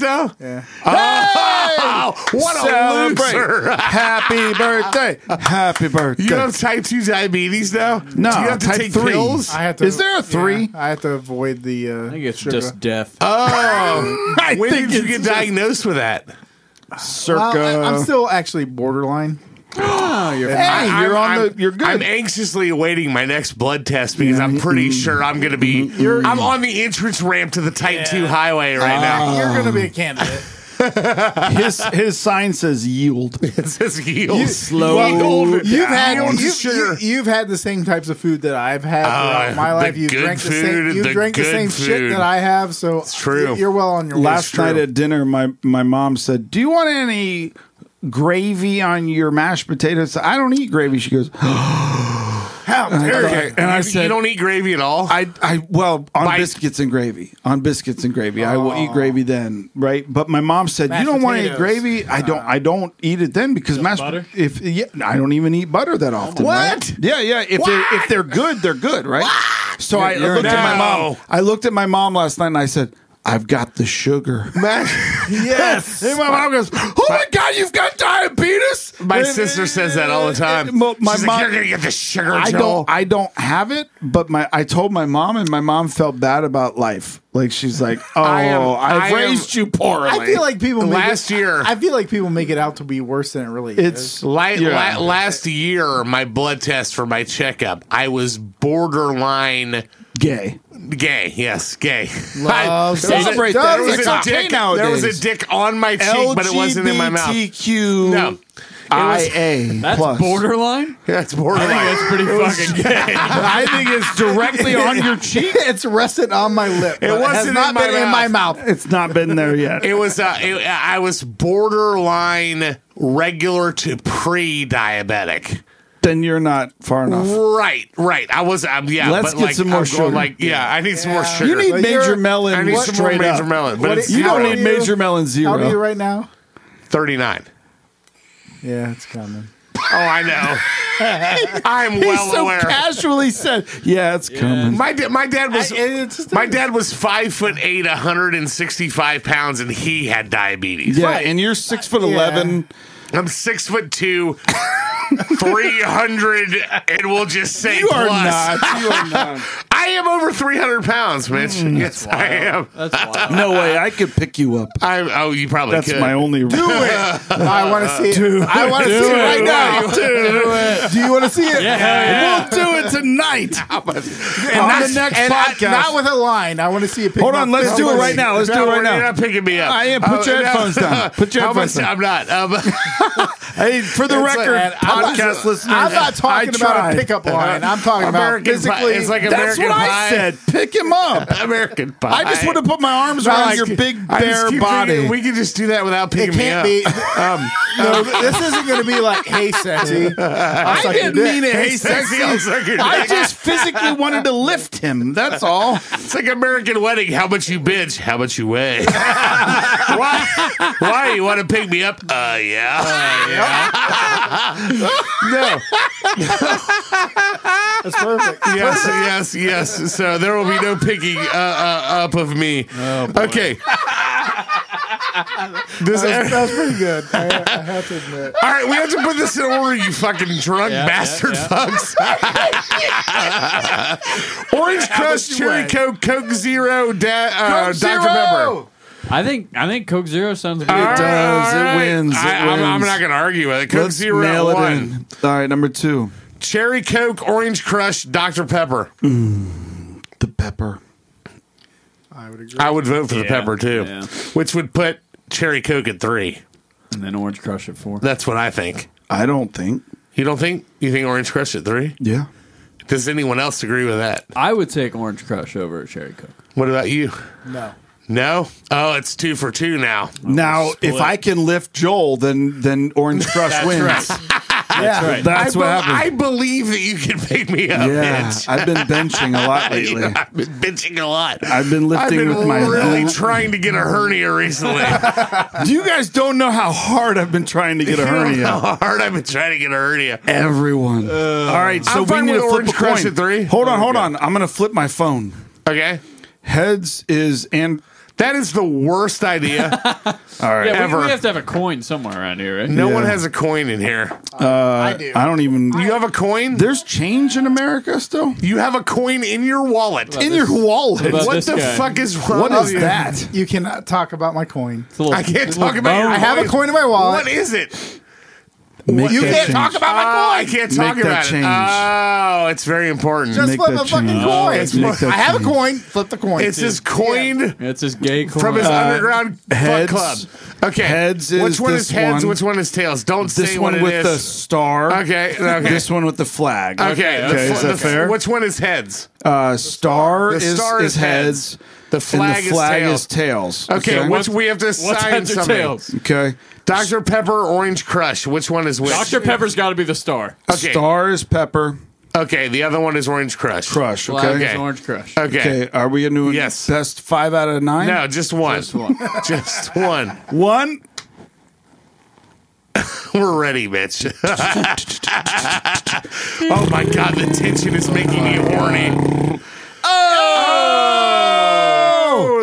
S3: now? Yeah. Oh, what a
S5: Celebrate.
S3: loser!
S5: Happy birthday! Happy birthday!
S3: You have type two diabetes now?
S5: no,
S3: Do you have to
S5: type
S3: take
S5: three.
S3: pills?
S2: I have to,
S5: Is there a three?
S2: Yeah, I have to avoid the. Uh,
S4: I think it's just death.
S3: Oh,
S5: I
S3: when
S5: think
S3: did you
S5: it's
S3: get
S5: just-
S3: diagnosed with that?
S5: Circa.
S2: Well, I- I'm still actually borderline.
S5: hey, you're on
S3: I'm,
S5: the. You're good.
S3: I'm anxiously awaiting my next blood test because I'm pretty sure I'm going to be.
S5: Mm-hmm.
S3: I'm on the entrance ramp to the Type Two highway right
S5: Ah.
S3: now.
S2: You're going to be a candidate.
S6: his his sign says yield.
S3: It says heels.
S6: Slow
S3: Yield.
S2: You've had
S3: Yield
S2: you,
S3: sugar.
S2: have had the same types of food that I've had throughout
S3: Oh,
S2: my
S3: the
S2: life. You've
S3: good
S2: drank the same.
S3: food,
S2: You
S3: the
S2: drank the
S3: good
S2: same shit
S3: food.
S2: that I have. So it's
S3: true.
S2: You're well on your way.
S5: Last night at dinner, my my mom said, "Do you want any gravy on your mashed potatoes?" I don't eat gravy. She goes,
S2: How dare you?
S3: Okay.
S5: and I
S3: You-
S5: said-
S3: "You don't eat gravy at all."
S5: I, I well on
S3: Bite. Oh.
S5: biscuits and gravy on biscuits and gravy I will eat gravy then right but my mom said
S2: Mashed
S5: you don't want any
S2: potatoes.
S5: gravy I don't
S3: Uh.
S5: I don't eat it then because mashed
S7: butter?
S5: if yeah I don't even eat butter that often right?
S3: What?
S5: yeah yeah if they're if they're good they're good right so I
S3: You're
S5: looked at my
S3: no.
S5: mom I looked at my mom last night and I said I've got the sugar yes and my mom goes oh my god you've got diabetes
S3: my
S5: And-
S3: sister says that all the time.
S5: Mo- my
S3: She's
S5: mom-
S3: like, "You're going to get the sugar."
S5: I
S3: Joel."
S5: don't I don't have it, but my I told my mom and my mom felt bad about life. Like she's like, Oh, I
S3: am-
S5: have
S3: I am-
S5: raised you poorly.
S2: I feel like people make
S3: Last
S2: it,
S3: year-
S2: I feel like people make it out to be worse than it really is.
S5: it's
S3: La-
S5: Yeah.
S3: la- last year, my blood test for my checkup, I was borderline
S5: gay.
S3: gay. Yes, gay.
S2: Love
S3: I- there was a-
S5: celebrate
S3: there
S5: that.
S3: was
S5: It's
S3: a
S5: okay
S3: dick-
S5: nowadays.
S3: There was a dick on my cheek, but it wasn't in my mouth.
S5: LGBTQ
S3: No, It was-
S5: IA
S7: That's
S5: plus.
S7: borderline.
S3: that's borderline.
S7: That's pretty fucking gay.
S5: I think it's directly on your cheek.
S2: it's rested on my lip. but It,
S3: wasn't
S2: has
S3: in
S2: not
S3: my
S2: been in my mouth.
S5: It's not been there yet.
S3: It was. Uh, it, I was borderline regular to pre-diabetic.
S5: then you're not far enough.
S3: Right, right. I was. Um, yeah.
S5: Let's
S3: but
S5: get
S3: like,
S5: some more
S3: I'm
S5: sugar.
S3: Going like, yeah, I need some more sugar.
S5: You need
S2: But
S5: Major
S2: you're-
S5: Melon
S3: I need some more
S5: straight up.
S3: major melon, but
S2: What
S3: it's
S2: is-
S5: You
S2: How
S5: don't
S2: old
S5: need
S2: are you?
S5: Major Melon
S2: How old are you
S5: zero.
S2: right now?
S3: thirty-nine.
S2: Yeah, it's coming.
S3: Oh, I know. I'm
S5: He
S3: well
S5: so
S3: aware.
S5: casually said, "Yeah, it's coming."
S3: my da- my dad was
S2: I- it's-
S3: my dad was five foot eight, 165 pounds, and he had diabetes.
S5: Yeah, and you're six foot eleven.
S3: I'm six foot two, three hundred, and we'll just say
S5: You are
S3: plus.
S5: not. You are not.
S3: I am over three hundred pounds, Mitch.
S5: Mm,
S3: yes, I am.
S7: That's wild.
S5: No way. I could pick you up.
S3: I'm. Oh, you probably
S5: That's
S3: could.
S5: my only. Do it.
S2: I want to see it. I want to see it right now. Do you want to see it?
S5: We'll do it tonight.
S3: And
S5: on
S3: that's-
S5: the next
S3: and I-
S5: podcast.
S2: Not with a line. I want to see it.
S5: Hold on. Let's do it right now. Let's do
S3: No,
S5: it right
S3: You're
S5: now.
S3: not picking me up. Uh,
S5: I am. Put your headphones down. Put your
S3: How
S5: headphones
S3: much-
S5: down.
S3: I'm not. Um,
S5: Hey, for the
S3: It's like-
S5: record,
S3: Man,
S2: I'm not-
S5: podcast listeners,
S2: I'm not
S5: I
S2: talking about
S5: tried.
S2: a pickup line. I'm talking about
S3: American pie.
S2: physically.
S3: It's like
S5: That's
S3: American
S5: what
S3: pie.
S5: I said. Pick him up.
S3: American Pie.
S5: I just want to put my arms
S3: I
S5: around
S3: just
S5: your
S3: keep-
S5: big
S3: I just
S5: bare
S3: keep
S5: body.
S3: thinking We can just do that without
S2: it
S3: picking me up.
S2: can't be.
S5: Um,
S2: no, this isn't going to be like, hey, sexy. I'll
S5: I
S2: suck your
S5: didn't mean
S2: dick.
S5: it. Hey,
S3: sexy,
S5: sexy.
S3: I'll suck your
S5: I
S3: dick.
S5: just physically wanted to lift him. That's all.
S3: It's like American wedding. How much you bitch? How much you weigh? why? Why you want to pick me up? Uh, yeah. Uh,
S2: That's perfect.
S3: yes, yes, yes. So there will be no picking uh, uh, up of me. okay. This, all
S2: That's pretty good. I, I have to admit.
S3: right, we have to put this in order, you fucking drunk bastard fucks. Orange Crush, Cherry Coke, Coke Zero, da- uh, Dr. Pepper.
S7: I think I think Coke Zero sounds good.
S3: All
S5: does. It wins. It
S3: I, I'm, I'm
S5: wins.
S3: not going to argue with it. Coke Zero one.
S5: All right, number two,
S3: Cherry Coke, Orange Crush, Dr. Pepper.
S5: the pepper.
S2: I would agree.
S3: I would vote for the
S7: Yeah,
S3: pepper too,
S7: yeah.
S3: which would put Cherry Coke at three.
S7: And then Orange Crush at four.
S3: That's what I think.
S5: I don't think.
S3: You don't think? You think Orange Crush at three?
S5: Yeah.
S3: Does anyone else agree with that?
S7: I would take Orange Crush over Cherry Coke.
S3: What about you?
S2: No.
S3: No? Oh, it's two for two now.
S5: Now, if I can lift Joel, then then Orange Crush wins. That's right. That's
S3: I,
S5: what
S3: be- I
S5: happened.
S3: believe that you can pick me up,
S5: yeah,
S3: bitch.
S5: I've been benching a lot lately.
S3: I've been bitching a lot.
S5: I've been lifting
S3: I've been
S5: with my
S3: really
S5: boob.
S3: trying to get a hernia recently.
S5: You guys don't know how hard I've been trying to get a
S3: You don't know
S5: hernia.
S3: How hard I've been trying to get a hernia.
S5: Everyone. All right, so
S3: I'm
S5: we
S3: fine
S5: need
S3: with
S5: to flip
S3: Orange
S5: a
S3: Crush
S5: coin.
S3: at three.
S5: Hold on, hold on. I'm gonna flip my phone.
S3: Okay,
S5: Heads is and
S3: that is the worst idea.
S5: all right.
S4: Yeah, we,
S3: Ever.
S4: we have to have a coin somewhere around here, right?
S3: No
S5: Yeah.
S3: one has a coin in here.
S5: I do. I don't even.
S3: You have a coin.
S5: there's change in America still.
S3: You have a coin in your wallet.
S5: In your wallet.
S4: about
S3: What
S4: this
S3: the
S4: guy?
S3: fuck is wrong
S5: What
S3: with
S5: is
S3: you?
S5: that?
S2: You cannot talk about my coin.
S4: It's a little-
S3: I can't
S4: it's a little
S3: talk about. Your
S4: bone.
S2: I have a coin in my wallet.
S3: What is it?
S5: Make
S3: you
S5: that
S3: can't
S5: change.
S3: talk about my coin. I can't talk
S5: Make that
S3: about
S5: change.
S3: it. Oh, it's very important.
S2: Just
S5: Make
S2: flip
S5: that
S2: a fucking
S5: change.
S2: coin.
S3: Oh, make
S5: that
S2: I have a
S5: change.
S2: coin. Flip the coin.
S3: it's his coin
S4: It's his gay Uh, coin.
S3: from his underground
S5: Uh, heads-
S3: fuck club. Okay,
S5: heads is
S3: which one
S5: this
S3: is heads?
S5: one.
S3: Which one is tails? Don't
S5: This
S3: say
S5: one
S3: what it
S5: with the
S3: is.
S5: star.
S3: Okay, okay.
S5: This one with the flag.
S3: Okay,
S5: Okay,
S3: the,
S5: is
S3: fl-
S5: that
S3: the,
S5: fair?
S3: Which one is heads?
S5: Uh, star
S3: The
S5: is,
S3: star
S5: is
S3: is
S5: heads.
S3: The flag,
S5: and the flag
S3: is
S5: is
S3: tails.
S5: tails.
S3: Okay, which we have to
S4: What's
S3: assign
S4: heads or
S3: something.
S4: tails?
S5: Okay.
S3: Dr Pepper, or Orange Crush. Which one is which?
S4: Dr. Pepper's got to be the star.
S3: Okay.
S5: Star is pepper.
S3: Okay, the other one is Orange Crush.
S5: Crush.
S4: Flag
S5: Okay.
S4: is
S3: Okay.
S4: Orange Crush.
S3: Okay.
S5: Okay, Are we doing
S3: Yes.
S5: best five out of nine?
S3: No, just one. Just one.
S5: One.
S3: We're ready, bitch. oh my god, the tension is making me horny. Oh!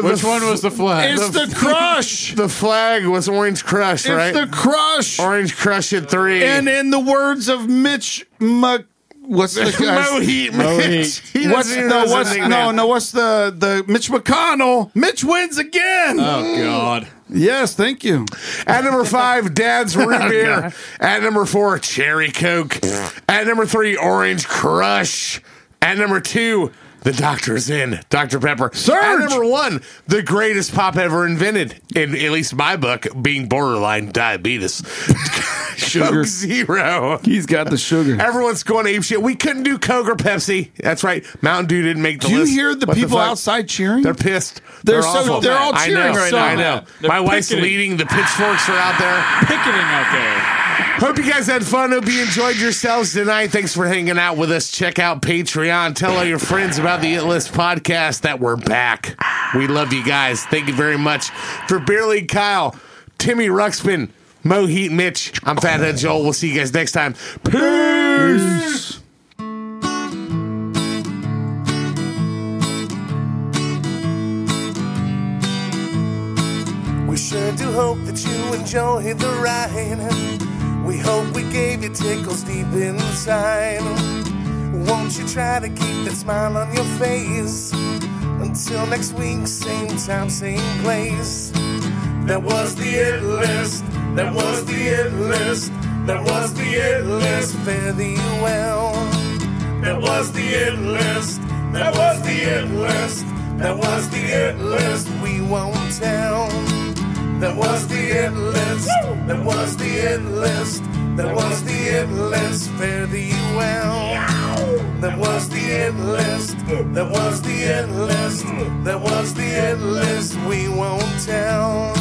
S4: Which one was the flag?
S5: It's the crush.
S3: The flag was Orange Crush, right?
S5: It's the crush.
S3: Orange Crush at three.
S5: And in the words of Mitch Mc, what's the guy's-
S3: Moheat,
S4: Moheat.
S3: He doesn't
S5: What's
S3: even
S5: the
S3: have a
S5: what's
S3: nickname.
S5: no no what's the the Mitch McConnell? Mitch wins again.
S4: oh, God.
S5: Yes, thank you.
S3: At number five, Dad's root beer. At number four, cherry coke. At number three, orange crush. At number two, the doctor's in Dr Pepper. At
S5: Surge!
S3: number one, the greatest pop ever invented, in at least my book, being borderline diabetes. Sugar zero.
S5: He's got the sugar.
S3: Everyone's going ape shit. We couldn't do Coke or Pepsi. That's right. Mountain Dew didn't make the
S5: Do you
S3: list.
S5: hear the
S3: What
S5: people
S3: fuck?
S5: outside cheering?
S3: They're pissed.
S5: They're so-
S3: awful.
S5: they're all
S3: I
S5: cheering
S3: know,
S5: right
S3: I
S4: now.
S3: know.
S4: They're
S3: My wife's
S4: picketing.
S3: leading. The pitchforks are out there.
S4: Picketing out there.
S3: Hope you guys had fun. Hope you enjoyed yourselves tonight. Thanks for hanging out with us. Check out Patreon. Tell all your friends about the It List podcast that we're back. We love you guys. Thank you very much for Beer League Kyle, Timmy Ruxpin, Moheat Mitch. I'm Fathead Joel. We'll see you guys next time. Peace.
S1: We sure do hope that you enjoy the ride. We hope we gave you tickles deep inside. Won't you try to keep that smile on your face? Until next week, same time, same place. That was the it list. That was the it list. That was the it list. Fare thee well. That was the it list. That was the it list. That was the it list. We won't tell. That was the it list. That was the it list. That was the it list. Fare thee well. That was the it list. That was the it list. That was the it list. We won't tell.